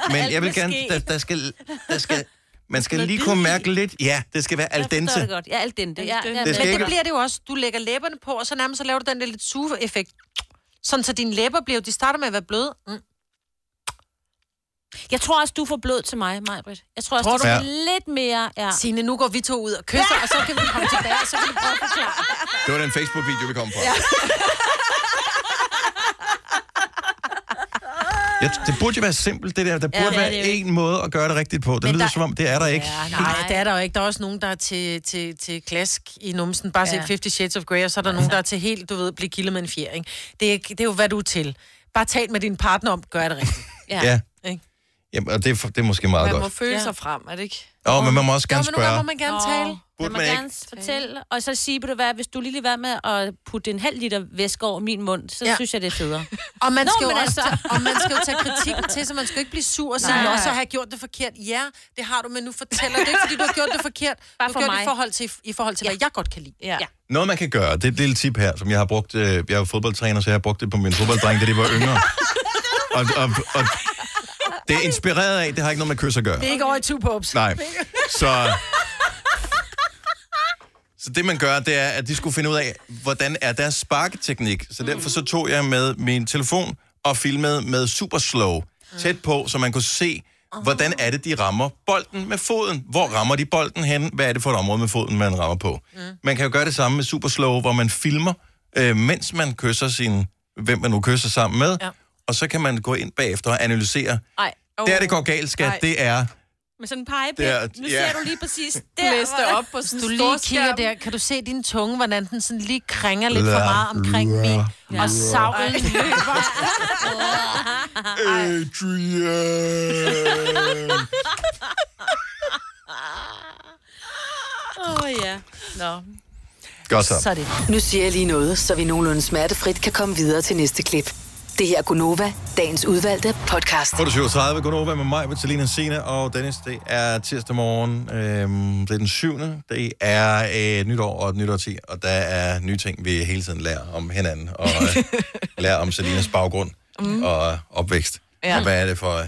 S1: Men
S3: Alt
S1: jeg vil
S3: med
S1: gerne...
S3: ske.
S1: Der, der skal, der skal, man skal lige kunne mærke lidt... Ja, det skal være al
S2: Så er det
S1: dente.
S2: godt. Ja, alt den det. Ja,
S3: Ja,
S2: er
S3: men
S1: Det skal
S3: det
S1: ikke-
S3: bliver det jo også. Du lægger læberne på, og så nærmest så laver du den der lidt suge-effekt. Sådan så dine læber bliver, de starter med at være bløde. Mm.
S2: Jeg tror også, du er for blød til mig, Majbrit. Jeg tror også,
S3: Tror
S2: du
S3: du?
S2: skal
S3: Ja.
S2: lidt mere... Ja.
S3: Signe, nu går vi to ud og kysser, og så kan vi komme tilbage, og så kan vi prøve at forklare.
S1: Det var den Facebook-video, vi kom fra.
S3: Ja.
S1: Ja, det burde jo være simpelt, det der. Der
S3: Ja,
S1: burde
S3: det er
S1: være
S3: det jo
S1: en måde at gøre det rigtigt på. Det
S3: Men
S1: lyder
S3: der-
S1: som om, det er der ikke.
S3: Ja, nej, det er der jo ikke. Der er også nogen, der er til, til, til klask i numsen. Bare
S2: Ja.
S3: ja. se 50 Shades of Grey, og så er der nogen, der er til helt, du ved, blive kildet med en fjer, ikke? Det er, ikke- det er jo, hvad du er til. Bare tal med din partner om, gør det rigtigt.
S1: Ja.
S3: Ikke?
S1: Jamen, og det, er, det er måske meget
S4: Man
S1: godt.
S4: må føle sig frem, er det ikke?
S1: Åh, men man må også gerne
S4: Nå, men
S1: spørge.
S4: Nu må man gerne tale.
S1: Burde
S2: må
S1: man
S2: gerne fortælle, og så sige, vil du hvad, hvis du lige vil være med at putte en halv liter væske over min mund, så ja. synes jeg, det er federe.
S3: Og man,
S2: Nå,
S3: skal jo
S2: men
S3: også,
S2: altså-
S3: og man skal jo tage kritikken til, så man skal jo ikke blive sur og sige,
S2: Nej.
S3: at så har jeg gjort det forkert. Ja, det har du, men nu fortæller det er ikke, fordi du har gjort det forkert. Bare du
S2: for
S3: har gjort det
S2: mig.
S3: i forhold til, i forhold til ja. hvad jeg godt kan lide.
S2: Ja. ja.
S1: Noget, man kan gøre, det er et lille tip her, som jeg har brugt. Øh, jeg er jo fodboldtræner, så jeg har brugt det på mine fodbolddrenge, da de var yngre. Og, og, og det er inspireret af, det har ikke noget med kys at gøre.
S3: Det er ikke over i two pops.
S1: Nej. Så, så det, man gør, det er, at de skulle finde ud af, hvordan er deres sparketeknik. Så derfor så tog jeg med min telefon og filmede med super slow tæt på, så man kunne se, hvordan er det, de rammer bolden med foden. Hvor rammer de bolden hen? Hvad er det for et område med foden, man rammer på? Man kan jo gøre det samme med super slow, hvor man filmer, øh, mens man kysser sin, hvem man nu kysser sammen med. Ja. Og så kan man gå ind bagefter og analysere.
S2: Ej.
S1: Oh. Der, det går galt, skat,
S2: Ej.
S1: det er...
S2: Med sådan en pegepind.
S1: Der,
S2: nu
S1: ja.
S2: ser du lige præcis der.
S4: Der, Læste op på sådan
S3: Du
S4: en
S3: lige kigger
S4: storskærm.
S3: der, kan du se din tunge, hvordan den sådan lige krænger lidt for meget omkring
S1: Ja.
S3: min,
S1: Ja.
S3: og savlen løber.
S1: Adrian!
S2: Åh, oh, ja.
S4: Nå.
S1: Godt så.
S4: Så er det.
S18: Nu siger jeg lige noget, så vi nogenlunde smertefrit kan komme videre til næste klip. Det her er Gunova, dagens udvalgte podcast.
S1: På det 37, kun over med mig, Vitalina Sina og Dennis. Det er tirsdag morgen. Øhm, det er den 7. Det er øh, et nyt år og et nyt årti, og der er nye ting, vi hele tiden lærer om hinanden, og øh, lærer om Selinas baggrund mm. og øh, opvækst. Ja.
S4: Ja.
S1: Og hvad er det for... Øh,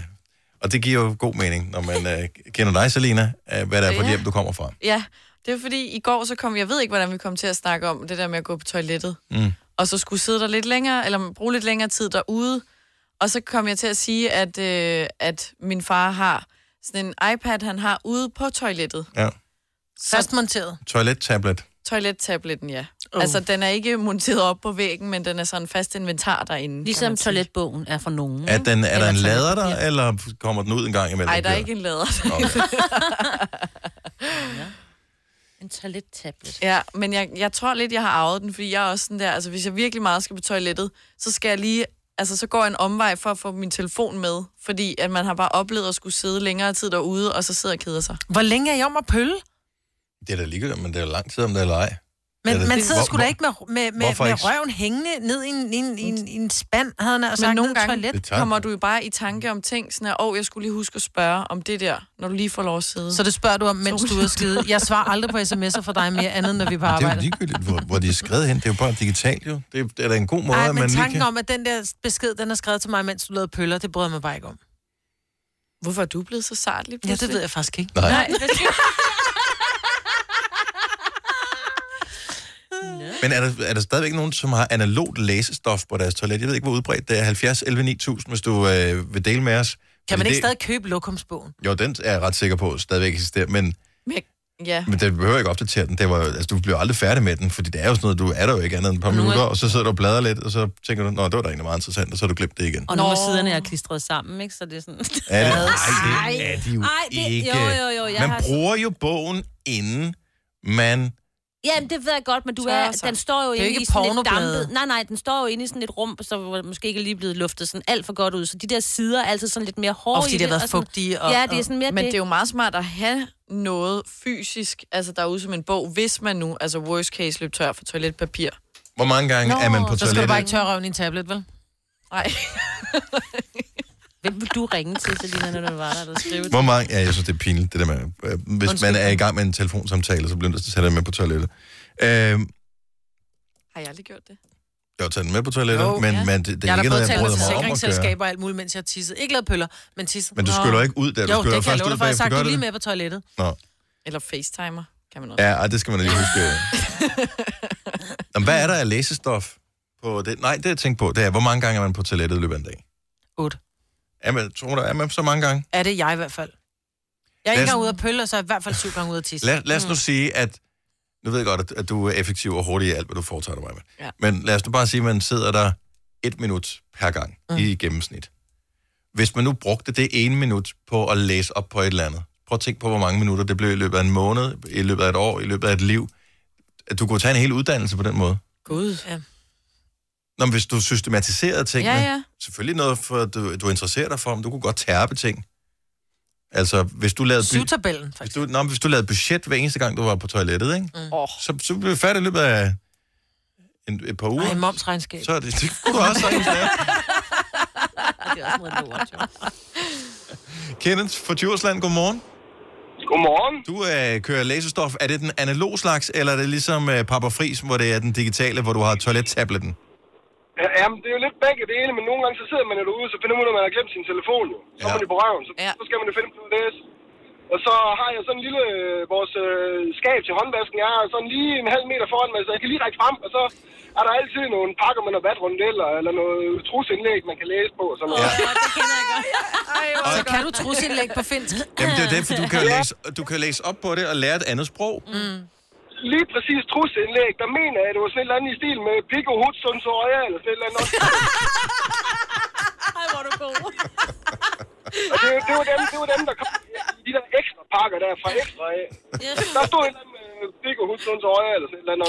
S1: og det giver jo god mening, når man øh, kender dig, Selina, øh, hvad det er for et
S4: Ja.
S1: hjem, du kommer fra.
S4: Ja, det er fordi i går så kom, jeg ved ikke, hvordan vi kom til at snakke om det der med at gå på toilettet.
S1: Mm.
S4: og så skulle sidde der lidt længere, eller bruge lidt længere tid derude. Og så kom jeg til at sige, at, øh, at min far har sådan en iPad, han har ude på toilettet.
S1: Ja.
S4: Fast monteret?
S1: Toilettablet.
S4: Toilettabletten, ja.
S2: Oh.
S4: Oh. Altså, den er ikke monteret op på væggen, men den er sådan fast inventar derinde.
S2: Ligesom toiletbogen er for nogen.
S1: Er, den, er der
S4: Mm.
S1: en
S4: Eller
S1: lader der, eller kommer den ud en gang imellem?
S4: Nej, der er ikke en lader.
S2: En toilettablet.
S4: Ja, men jeg, jeg tror lidt, jeg har arvet den, fordi jeg er også sådan der, altså hvis jeg virkelig meget skal på toilettet, så skal jeg lige, altså så går jeg en omvej for at få min telefon med, fordi at man har bare oplevet at skulle sidde længere tid derude, og så sidder og keder sig.
S3: Hvor længe er jeg om at pølle?
S1: Det er da ligegyldigt, men det er jo lang tid, om det er eller ej. Det er da-
S3: Men man
S1: det-
S3: sidder
S1: hvor-
S3: sgu da ikke med, med, med,
S1: hvorfor
S3: med
S1: ikke?
S3: røven hængende ned i en, i en, i en, i en spand, havde han nær
S4: Men
S3: sagt,
S4: nogle
S3: ned i
S4: gange
S3: toilet.
S4: kommer du jo bare i tanke om ting, sådan at, åh, oh, jeg skulle lige huske at spørge om det der, når du lige får lov at sidde.
S3: Så det spørger du om, mens
S4: Så-
S3: du er ude at skide. Jeg svarer aldrig på sms'er for dig mere andet, end når vi er på
S1: Men Det er jo
S3: arbejde.
S1: ligegyldigt, hvor, hvor de er skrevet hen. Det er jo bare digitalt, jo. Det er, det er da en god måde,
S3: Nej,
S1: at
S3: men
S1: man lige
S3: tanken
S1: kan...
S3: om, at den der besked, den er skrevet til mig, mens du lavede pøller, det bryder jeg mig bare ikke om.
S4: Hvorfor er du blevet så sart lige
S3: Ja, det ved jeg faktisk ikke.
S1: Nej.
S4: Nej.
S1: Men er der, er der stadigvæk nogen, som har analogt læsestof på deres toilet? Jeg ved ikke, hvor udbredt det er. 70 11 9000, hvis du øh, vil dele med os.
S3: Kan man
S1: Fordi
S3: ikke
S1: det,
S3: stadig købe lokumsbogen?
S1: Jo, den er jeg ret sikker på, stadigvæk eksisterer. Men,
S4: Ja.
S1: men det behøver ikke opdatere den. Det var, jo- altså, du bliver aldrig færdig med den, fordi det er jo sådan noget, du er der jo ikke andet end et par minutter, og så sidder du og bladrer lidt, og så tænker du, nå, det var da egentlig meget interessant, og så har du glemt det igen.
S2: Og nogle af siderne er klistret sammen, ikke? Så det er sådan...
S1: Er det? Nej, det er de jo
S2: Ej, det-
S1: ikke.
S2: Jo, jo, jo. Jeg
S1: man
S2: har-
S1: bruger jo bogen, inden man...
S2: Jamen, det ved jeg godt, men du
S4: Tørrer
S2: er,
S4: sig.
S2: den står jo
S4: Det er
S2: inde
S4: ikke
S2: i sådan et
S4: pornoblade.
S2: dampet... Nej, nej, den står jo inde i sådan et rum, så hvor det måske ikke lige er blevet luftet sådan alt for godt ud. Så de der sider er altid sådan lidt mere hårde
S3: Og fordi
S2: i
S3: de
S2: det.
S3: har været
S2: sådan-
S3: fugtige og-
S2: Ja, det er sådan mere
S4: Men det er jo meget smart at have noget fysisk, altså derude som en bog, hvis man nu, altså worst case, løb tør for toiletpapir.
S1: Hvor mange gange Nå, er man på
S3: Så skal du
S1: toilettet?
S3: bare ikke tørre røven i en tablet, vel?
S4: Nej.
S2: Hvem vil du ringe til, Selina, når du var der, der skrev
S1: Hvor mange... Ja, jeg synes, det er pinligt, det der med... øh, Hvis
S2: Undskyld.
S1: man er i gang med en telefonsamtale, så bliver man nødt til at tage den med på toilettet.
S4: Har
S1: Øh,
S4: jeg aldrig gjort det?
S1: jeg har taget den med på toilettet, men, men det, det er
S3: jeg
S1: ikke
S3: har da
S1: noget, jeg
S3: fået
S1: bryder
S3: talt med
S1: mig om at gøre.
S3: forsikringsselskaber og alt muligt, mens jeg har tisset. Ikke lavet pøller, men tisset.
S1: Men du skyller ikke ud der, du
S3: jo,
S1: skyller
S3: det kan jeg
S1: først
S3: love
S1: ud
S3: dig for. Jeg
S1: bagefter.
S3: sagde,
S1: Gør
S3: du
S1: du
S3: lige
S1: det?
S3: med på toilettet.
S1: Nå.
S4: Eller facetimer, kan man også.
S1: Ja, ej, det skal man da lige huske. Jamen, hvad er der af læsestof på det? Nej, det jeg tænkte på, det er, hvor mange gange er man på toilettet i løbet af en dag?
S3: Otte.
S1: Er man, tror du, er man så mange gange?
S3: Er det jeg i hvert fald? Jeg er ikke
S1: Lad os-
S3: engang ude at pølle, og så er jeg i hvert fald syv gange ude at tisse. Mm.
S1: Lad, lad os
S4: Mm.
S1: nu sige, at... Nu ved jeg godt, at, at du er effektiv og hurtig i alt, hvad du foretager dig, Maja.
S4: Ja.
S1: Men lad os nu bare sige, at man sidder der et minut per gang mm. i gennemsnit. Hvis man nu brugte det ene minut på at læse op på et eller andet, prøv at tænke på, hvor mange minutter det blev i løbet af en måned, i løbet af et år, i løbet af et liv. At du kunne tage en hel uddannelse på den måde.
S3: Gud. Ja.
S1: Nå, men hvis du systematiserede tingene,
S4: Ja, ja.
S1: selvfølgelig noget, for, du, du interesserer dig for, men du kunne godt tærpe ting. Altså, hvis du lavede... by-
S3: Syvtabellen,
S1: hvis du, nå, men hvis du lavede budget hver eneste gang, du var på toilettet, ikke? Mm. Så, så blev vi færdige i løbet af en, et par uger.
S3: Ej, momsregnskab.
S1: Så er det, det kunne du også sagtens lave.
S2: Det er også noget lort, jo.
S1: Kenneth fra Djursland, godmorgen.
S17: Godmorgen.
S1: Du øh, kører laserstof. Er det den analog slags, eller er det ligesom øh, Papa Fris, hvor det er den digitale, hvor du har toilettabletten?
S17: Ja, Jamen, det er jo lidt begge dele, men nogle gange så sidder man jo derude, så finder man ud af, at man har glemt sin telefon. Jo. Så er man jo på røven, så, ja. så skal man jo finde på det. Og så har jeg sådan en lille, øh, vores øh, skab til håndvasken, jeg er sådan lige en halv meter foran mig, så jeg kan lige række frem, og så er der altid nogle pakker med noget vatrundeller, eller noget trusindlæg, man kan læse på. og Sådan noget. Ja.
S3: Så kan du trusindlæg på finsk?
S1: Jamen, det er det, for du kan, jo læse, du kan læse op på det og lære et andet sprog.
S3: Mm.
S17: Lige præcis trusindlæg, der mener jeg, at det var sådan et eller andet i stil med Pico Hudsons øje, eller sådan et eller andet.
S2: Ej, hvor er du god.
S17: Og det, det, var dem, det var dem, der kom i de der ekstra pakker der fra ekstra af. Der stod et eller andet med Pico Hudsons øje, eller sådan et eller andet.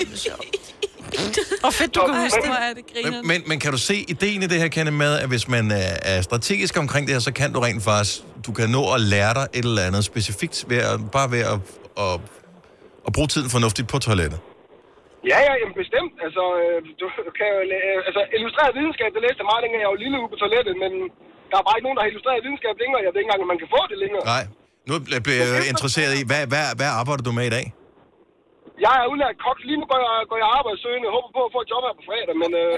S17: åndssvagt.
S3: Og fedt, du kan huske det. Hvor er det
S1: Men, men, men kan du se ideen i det her, Kenneth, med, at hvis man øh, er strategisk omkring det her, så kan du rent faktisk, du kan nå at lære dig et eller andet specifikt, ved at, bare ved at, at, at bruge tiden fornuftigt på toilettet.
S17: Ja, ja, jamen bestemt. Altså, øh, du kan jo, læ- øh, altså illustreret videnskab, det læste jeg meget længere. Jeg var lille ude på toilettet, men der er bare ikke nogen, der har illustreret videnskab længere. Jeg ved ikke engang, om man kan få det længere.
S1: Nej. Nu bl- bliver jeg jo interesseret i, hvad, hvad, hvad arbejder du med i dag?
S17: Jeg er udlært kok. Lige nu går jeg, går jeg arbejdssøgende. Håber på at få et job her på fredag, men... Øh,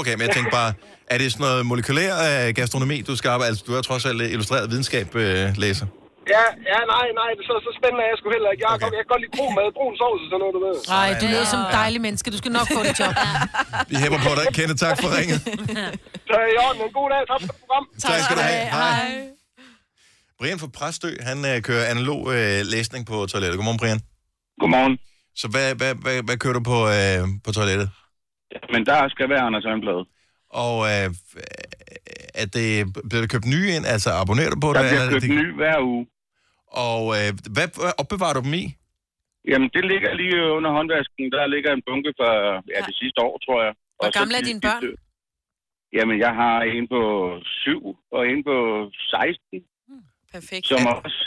S1: Okay, men jeg tænkte bare, er det sådan noget molekylær øh, gastronomi, du skal arbejde? Altså, du er trods alt illustreret videnskab, øh, læser.
S17: ja, ja, nej, nej. Det er så, så spændende er jeg sgu heller ikke. Jeg, okay. jeg kan godt lide brun mad, brun sovs og sådan noget, du ved.
S3: Nej, du lyder som en dejlig menneske. Du skal nok få det job.
S1: Vi hæpper på dig. Kenneth, tak for ringet.
S17: Så i orden, en god dag. Tak for programmet.
S1: Tak skal du have. Hej. Brian fra Præstø, han øh, kører analog øh, læsning på toilettet. Godmorgen, Brian.
S19: Godmorgen.
S1: Så hvad, hvad, hvad, hvad kører du på, øh, på toilettet?
S19: Men der skal være Anders Ørnblad.
S1: Og øh, er det, bliver der købt nye ind? Altså abonnerer du på
S19: Der
S1: det?
S19: bliver
S1: eller er
S19: købt
S1: det...
S19: ny hver uge.
S1: Og øh, hvad, hvad opbevarer du dem i?
S19: Jamen, det ligger lige øh, under håndvasken. Der ligger en bunke fra ja, det sidste år, tror jeg.
S3: Hvor
S19: Og så
S3: gamle er
S19: de
S3: dine
S19: sidste- Jamen, jeg har en på 7 og en på 16,
S4: Perfekt.
S19: som, også,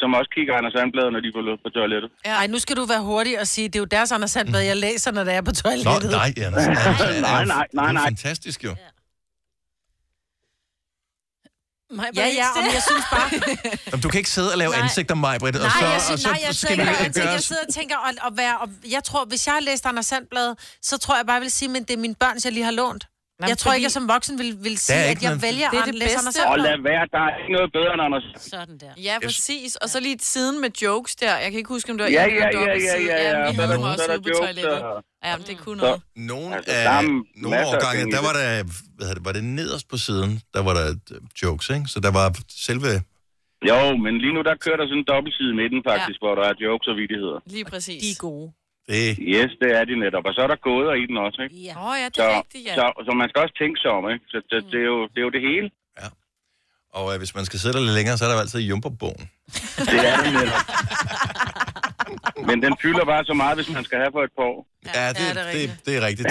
S19: som også kigger Anders Sandblad, når de får løbet på toilettet.
S3: Ja. Ej, nu skal du være hurtig og sige, det er jo deres Anders Sandblad, jeg læser, når det er på toilettet.
S1: Mm. Nå, nej, Anders. Altså, det er jo-
S19: Nej, nej, nej,
S1: det er jo
S19: nej.
S1: fantastisk jo.
S3: Nej,
S2: Ja, ja, og jeg synes
S3: bare...
S1: Jamen, du kan ikke sidde og lave
S3: Nej.
S1: ansigter, mig, Britt, og
S3: nej,
S1: så,
S3: jeg,
S1: og
S3: synes,
S1: så
S3: nej, jeg
S1: skal
S3: sidder,
S1: man
S3: ikke og tænker,
S1: gøre...
S3: jeg sidder og tænker, og, og, være, og jeg tror, hvis jeg har læst Anders Sandblad, så tror jeg bare, jeg vil sige, men det er mine børn, jeg lige har lånt.
S4: Jamen,
S3: jeg tror
S4: fordi-
S3: ikke, jeg som voksen vil, vil sige,
S19: er
S3: at
S19: ikke
S3: jeg
S19: noget-
S3: vælger
S4: Det er
S3: at
S4: det
S3: læse
S4: bedste.
S3: Anders
S19: Og
S3: Sandblad.
S19: lad være, der er ikke noget bedre end Anders.
S2: Sådan der.
S4: Ja, præcis. Og så lige siden med jokes der. Jeg kan ikke huske, om det var
S19: Ja,
S4: en eller
S19: ja,
S4: en
S19: ja, ja,
S4: dobbeltside.
S19: ja, ja.
S4: men vi
S19: Så er
S4: havde dem
S19: der- så er
S4: også
S19: der
S4: ude på
S19: jokes,
S4: toilettet.
S19: og-
S4: Ja, men det kunne
S19: Så-
S4: noget.
S1: Nogle
S19: Altså, der
S1: af,
S19: er
S1: nogle
S19: masser af
S1: årgange,
S19: penge i
S1: der var
S19: det.
S1: der, hvad hedder det, var det nederst på siden, der var der øh, jokes, ikke? Så der var selve...
S19: Jo, men lige nu, der kører der sådan en dobbeltside i midten, faktisk, ja. hvor der er jokes og vidigheder.
S4: Lige præcis.
S2: De er gode.
S1: Det...
S19: Yes, det er de netop. Og så er der gåder i den også, ikke?
S2: Ja.
S4: Åh, oh, ja, det
S19: så,
S4: er rigtigt, ja.
S19: så, så man skal også tænke sig om, ikke? Så det, det, er jo, det er jo det hele.
S1: Og øh, hvis man skal sidde der lidt længere, så er der jo altid jumperbogen.
S19: Det er det netop. Men den fylder bare så meget, hvis man skal have for et par år.
S1: Ja, det, ja, det, er det, det er rigtigt.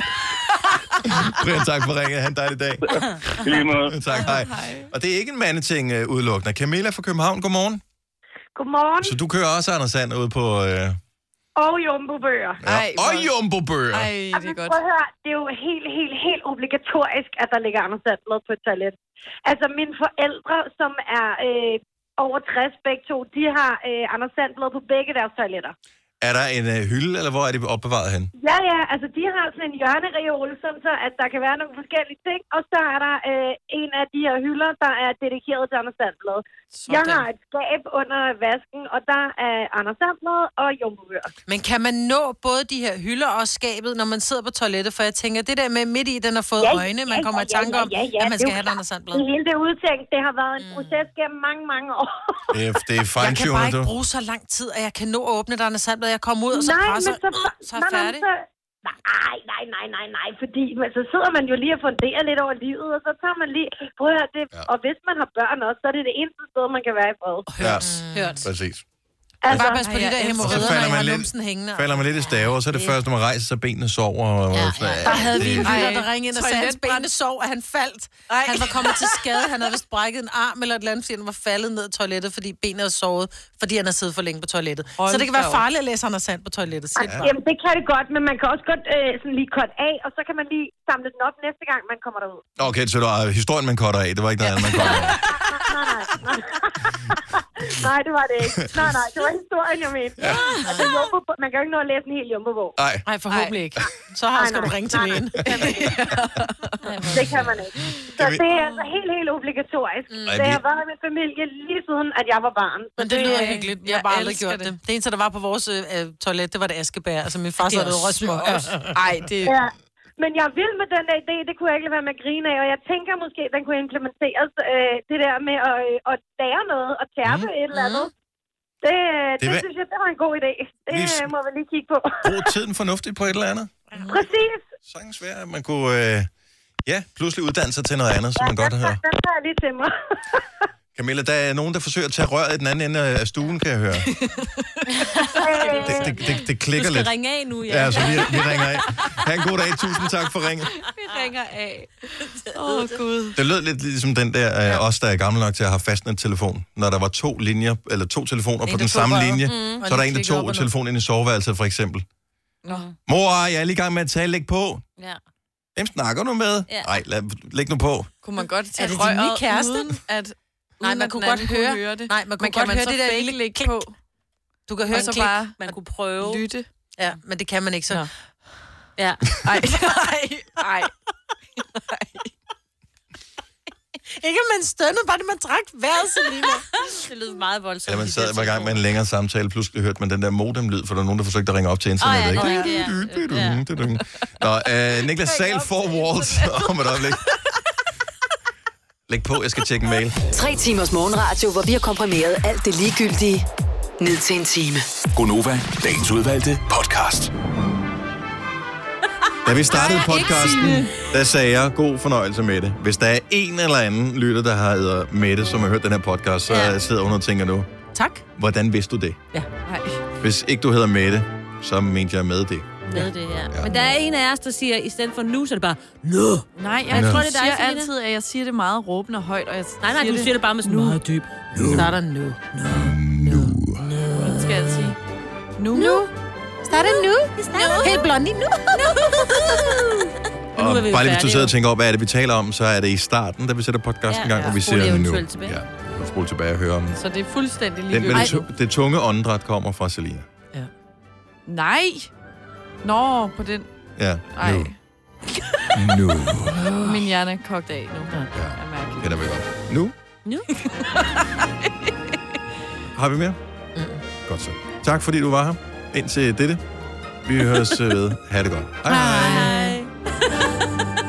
S1: Brian, tak for ringet. Ha' en dejlig dag.
S19: I lige måde.
S1: Tak, hej. Og det er ikke en mandeting øh, udelukkende. Camilla fra København, godmorgen.
S20: Godmorgen.
S1: Så du kører også, Anders Sand, ud på... Øh,
S20: Og jumbobøger.
S1: Ja. Ej, Og hvor- jumbobøger. Ej,
S4: det
S1: er
S20: godt.
S1: godt.
S20: Prøv at høre, det er jo helt, helt, helt obligatorisk, at der ligger Anders Sandblad på et toilet. Altså, mine forældre, som er øh, over 60 begge to, de har øh, Anders Sandblad på begge deres toiletter.
S1: er der en øh, hylde, eller hvor er det opbevaret hen?
S20: Ja, ja, altså de har sådan en hjørnereol, sådan så at der kan være nogle forskellige ting, og så er der øh, en af de her hylder, der er dedikeret til Anders Sandblad. Jeg har et skab under vasken, og der er Anders Sandblad og jumbobøger.
S3: Men kan man nå både de her hylder og skabet, når man sidder på toilettet? For jeg tænker, det der med midt i, den har fået ja, øjne, man kommer i tanke om, at man
S20: det er
S3: skal
S20: jo
S3: have et
S20: klart.
S3: Anders Sandblad. Mm.
S20: Det hele det er udtænkt, det har været en proces gennem mange, mange år.
S1: Det er, det
S3: Jeg
S1: er
S3: kan bare
S1: fine-tunet,
S3: ikke
S1: du.
S3: bruge så lang tid, at jeg kan nå at åbne et Anders Sandblad. Jeg kommer ud, og så
S20: Nej, men
S3: presser,
S20: så,
S3: så er jeg
S20: nej,
S3: færdig.
S20: nej, så- Nej, nej, nej, nej, nej, fordi men så sidder man jo lige og funderer lidt over livet, og så tager man lige, prøv at høre, det, ja. og hvis man har børn også, så er det det eneste sted, man kan være i fred.
S1: Hørt. Hørt. Præcis.
S3: Altså, bare pas på de
S2: Ej,
S3: der
S2: jeg
S3: hemorrider,
S2: elsker-
S3: når
S1: falder
S3: I
S1: man
S3: har
S1: lidt-
S3: numsen hængende.
S1: Falder man lidt i staver, så er det først, når man rejser sig, benene sover. Og, ja, ja.
S3: Der havde vi en lytter,
S4: Ej,
S3: der ringede ind og sagde, at hans benene sov, at han faldt. Ej. Han var kommet til skade. Han havde vist brækket en arm eller et eller andet, fordi han var faldet ned i toilettet, fordi benene er sovet, fordi han har siddet for længe på toilettet.
S15: Hold
S3: så det kan
S15: da
S3: være
S15: op.
S3: farligt at læse Anders Sand på toilettet.
S20: Ja. Jamen, det kan det godt, men man kan også godt øh, sådan lige cut af, og så kan man lige samle den op næste gang, man kommer derud.
S1: Okay, så der er historien, man cutter af. Det var ikke noget andet, man cutter af.
S20: Nej, nej, nej. nej, det var det ikke. Nej, nej, det var historien, jeg mente. Ja. Altså, jumbo, man kan jo ikke nå at læse en hel jumbo
S1: Nej.
S3: Nej, forhåbentlig ikke. Så har
S20: Nej,
S3: skal du
S20: nej.
S3: ringe til lægen.
S20: Det kan man ikke. Så
S3: Kan vi-
S20: det er altså helt, helt obligatorisk.
S3: Mm.
S20: Det
S3: Ej, vi-
S20: har været i min familie lige siden, at jeg var barn. Så
S3: Men det
S20: er-
S3: lyder hyggeligt. Jeg har bare aldrig
S20: elsker
S3: gjort det. Det eneste, der var på vores øh, øh, toilet, det var det askebær. Altså, min far
S20: Det er
S3: sad og
S20: også
S3: rødsmål.
S20: sjovt.
S4: Ej, det...
S20: Ja. Men jeg er vild med den der idé, det kunne jeg ikke lade være med at grine af, og jeg tænker måske, den kunne implementeres, øh, det der med at, øh, at lære noget og tærpe mm. et eller andet. Det, øh, det,
S1: Det
S20: det
S1: vil-
S20: synes jeg, det var en god idé. Det
S1: Vi-
S20: øh, må vi lige kigge på.
S1: Brug tiden fornuftigt på et eller andet.
S3: Mm.
S20: Præcis.
S1: Sagtens være, at man kunne... Øh, ja, pludselig uddanne sig til noget andet, som man godt hører.
S20: Den tager jeg lige til mig.
S1: Camilla, der er nogen, der forsøger at tage røret i den anden ende af stuen, kan jeg høre. Det, det, det, det klikker
S2: Du skal
S1: lidt.
S2: ringe af nu, ja.
S1: Ja, så vi, vi ringer af. Ha' en god dag. Tusind tak for ringet.
S2: Vi ringer af. Åh, oh, Gud.
S1: Det lød lidt ligesom den der, øh, os der er gamle nok til at have fastnet telefon. Når der var to linjer, eller to telefoner
S2: En,
S1: på
S2: der
S1: den
S2: tog
S1: samme
S2: røret.
S1: linje,
S2: Mm.
S1: så er
S2: Og
S1: der
S2: lige
S1: en,
S2: klikkede
S1: der
S2: op
S1: tog
S2: og ned.
S1: telefonen ind i soveværelset, for eksempel.
S2: Nå.
S1: Mor, jeg er lige i gang med at tale, læg på.
S2: Ja.
S1: Hvem snakker du med?
S2: Ja.
S1: Nej, lad, læg nu på.
S4: Kunne man godt tage
S3: Er det din
S4: røret,
S3: nye kæreste?
S4: uden at... Uden
S3: Nej, man
S4: at
S3: kunne
S4: den
S3: godt
S4: anden kunne
S3: høre-
S4: høre det.
S3: Nej, man kunne
S4: Men kan
S3: godt
S4: man
S3: høre
S4: så
S3: det der
S4: fake
S3: lille
S4: lægge på.
S3: Du kan
S4: Og
S3: høre en
S4: så
S3: klik.
S4: bare
S2: Man kunne prøve.
S4: lytte.
S3: Ja, men det kan man ikke så.
S2: Ja.
S4: Ej, nej, nej.
S3: Ikke at man stønnede, bare det man trak vejret, Selina.
S2: det lyder meget voldsomt.
S1: Eller man sad var i gang med en længere samtale, pludselig hørte man den der modemlyd, for der er nogen, der forsøgte at ringe op til
S2: Åh, ja,
S1: internettet,
S2: det er
S1: ikke?
S2: det, ja.
S1: Dun, dun, dun. Nå, øh, Niklas Sal for Walls om et øjeblik. Læg på, jeg skal tjekke en mail.
S18: Tre timers morgenradio, hvor vi har komprimeret alt det ligegyldige ned til en time.
S5: Gonova, dagens udvalgte podcast.
S1: Da vi startede podcasten, der sagde jeg, god fornøjelse med det. Hvis der er en eller anden lytter, der har hedder Mette, som har hørt den her podcast, så
S3: Ja.
S1: sidder hun og tænker nu,
S3: Tak.
S1: hvordan vidste du det?
S3: Ja.
S1: Hvis ikke du hedder Mette, så mente jeg med det.
S2: Ved det, ja. Men der er en af os, der siger, i stedet for nu, så er det bare...
S1: Nå.
S4: Nej,
S1: Nå.
S4: jeg tror, det
S2: Siger
S4: er dig,
S2: altid,
S4: altid, at jeg siger det meget råbende og højt. Og jeg
S2: Nej, nej, du siger det bare med sådan
S4: nu.
S2: meget dyb.
S3: Nu. Starter nu.
S4: Skal jeg sige. Nu.
S3: Nu. Starter nu. Helt blondie nu.
S1: Og
S2: er vi
S1: bare lige hvis du
S2: færdige,
S1: sidder
S2: jo.
S1: og tænker over, hvad er det, vi taler om, så er det i starten, da vi sætter podcasten i gang, og vi
S4: Spol
S1: siger nu.
S4: eventuelt tilbage.
S1: Ja, spole tilbage og høre om
S4: Så det er fuldstændig
S1: den. Men det,
S4: ligegyldigt.
S1: tu- det tunge åndedræt kommer fra Selina.
S4: Nej. Nå, på den.
S1: Ja,
S4: Ej.
S1: nu. nu.
S4: Min hjerne er kogt af nu. Ja.
S1: Kender vi godt. Nu
S4: Nu.
S1: har vi mere. Godt så. Tak fordi du var her. Indtil dette. Vi høres øh, ved. Ha' det godt. Hej. hej.
S2: Nej.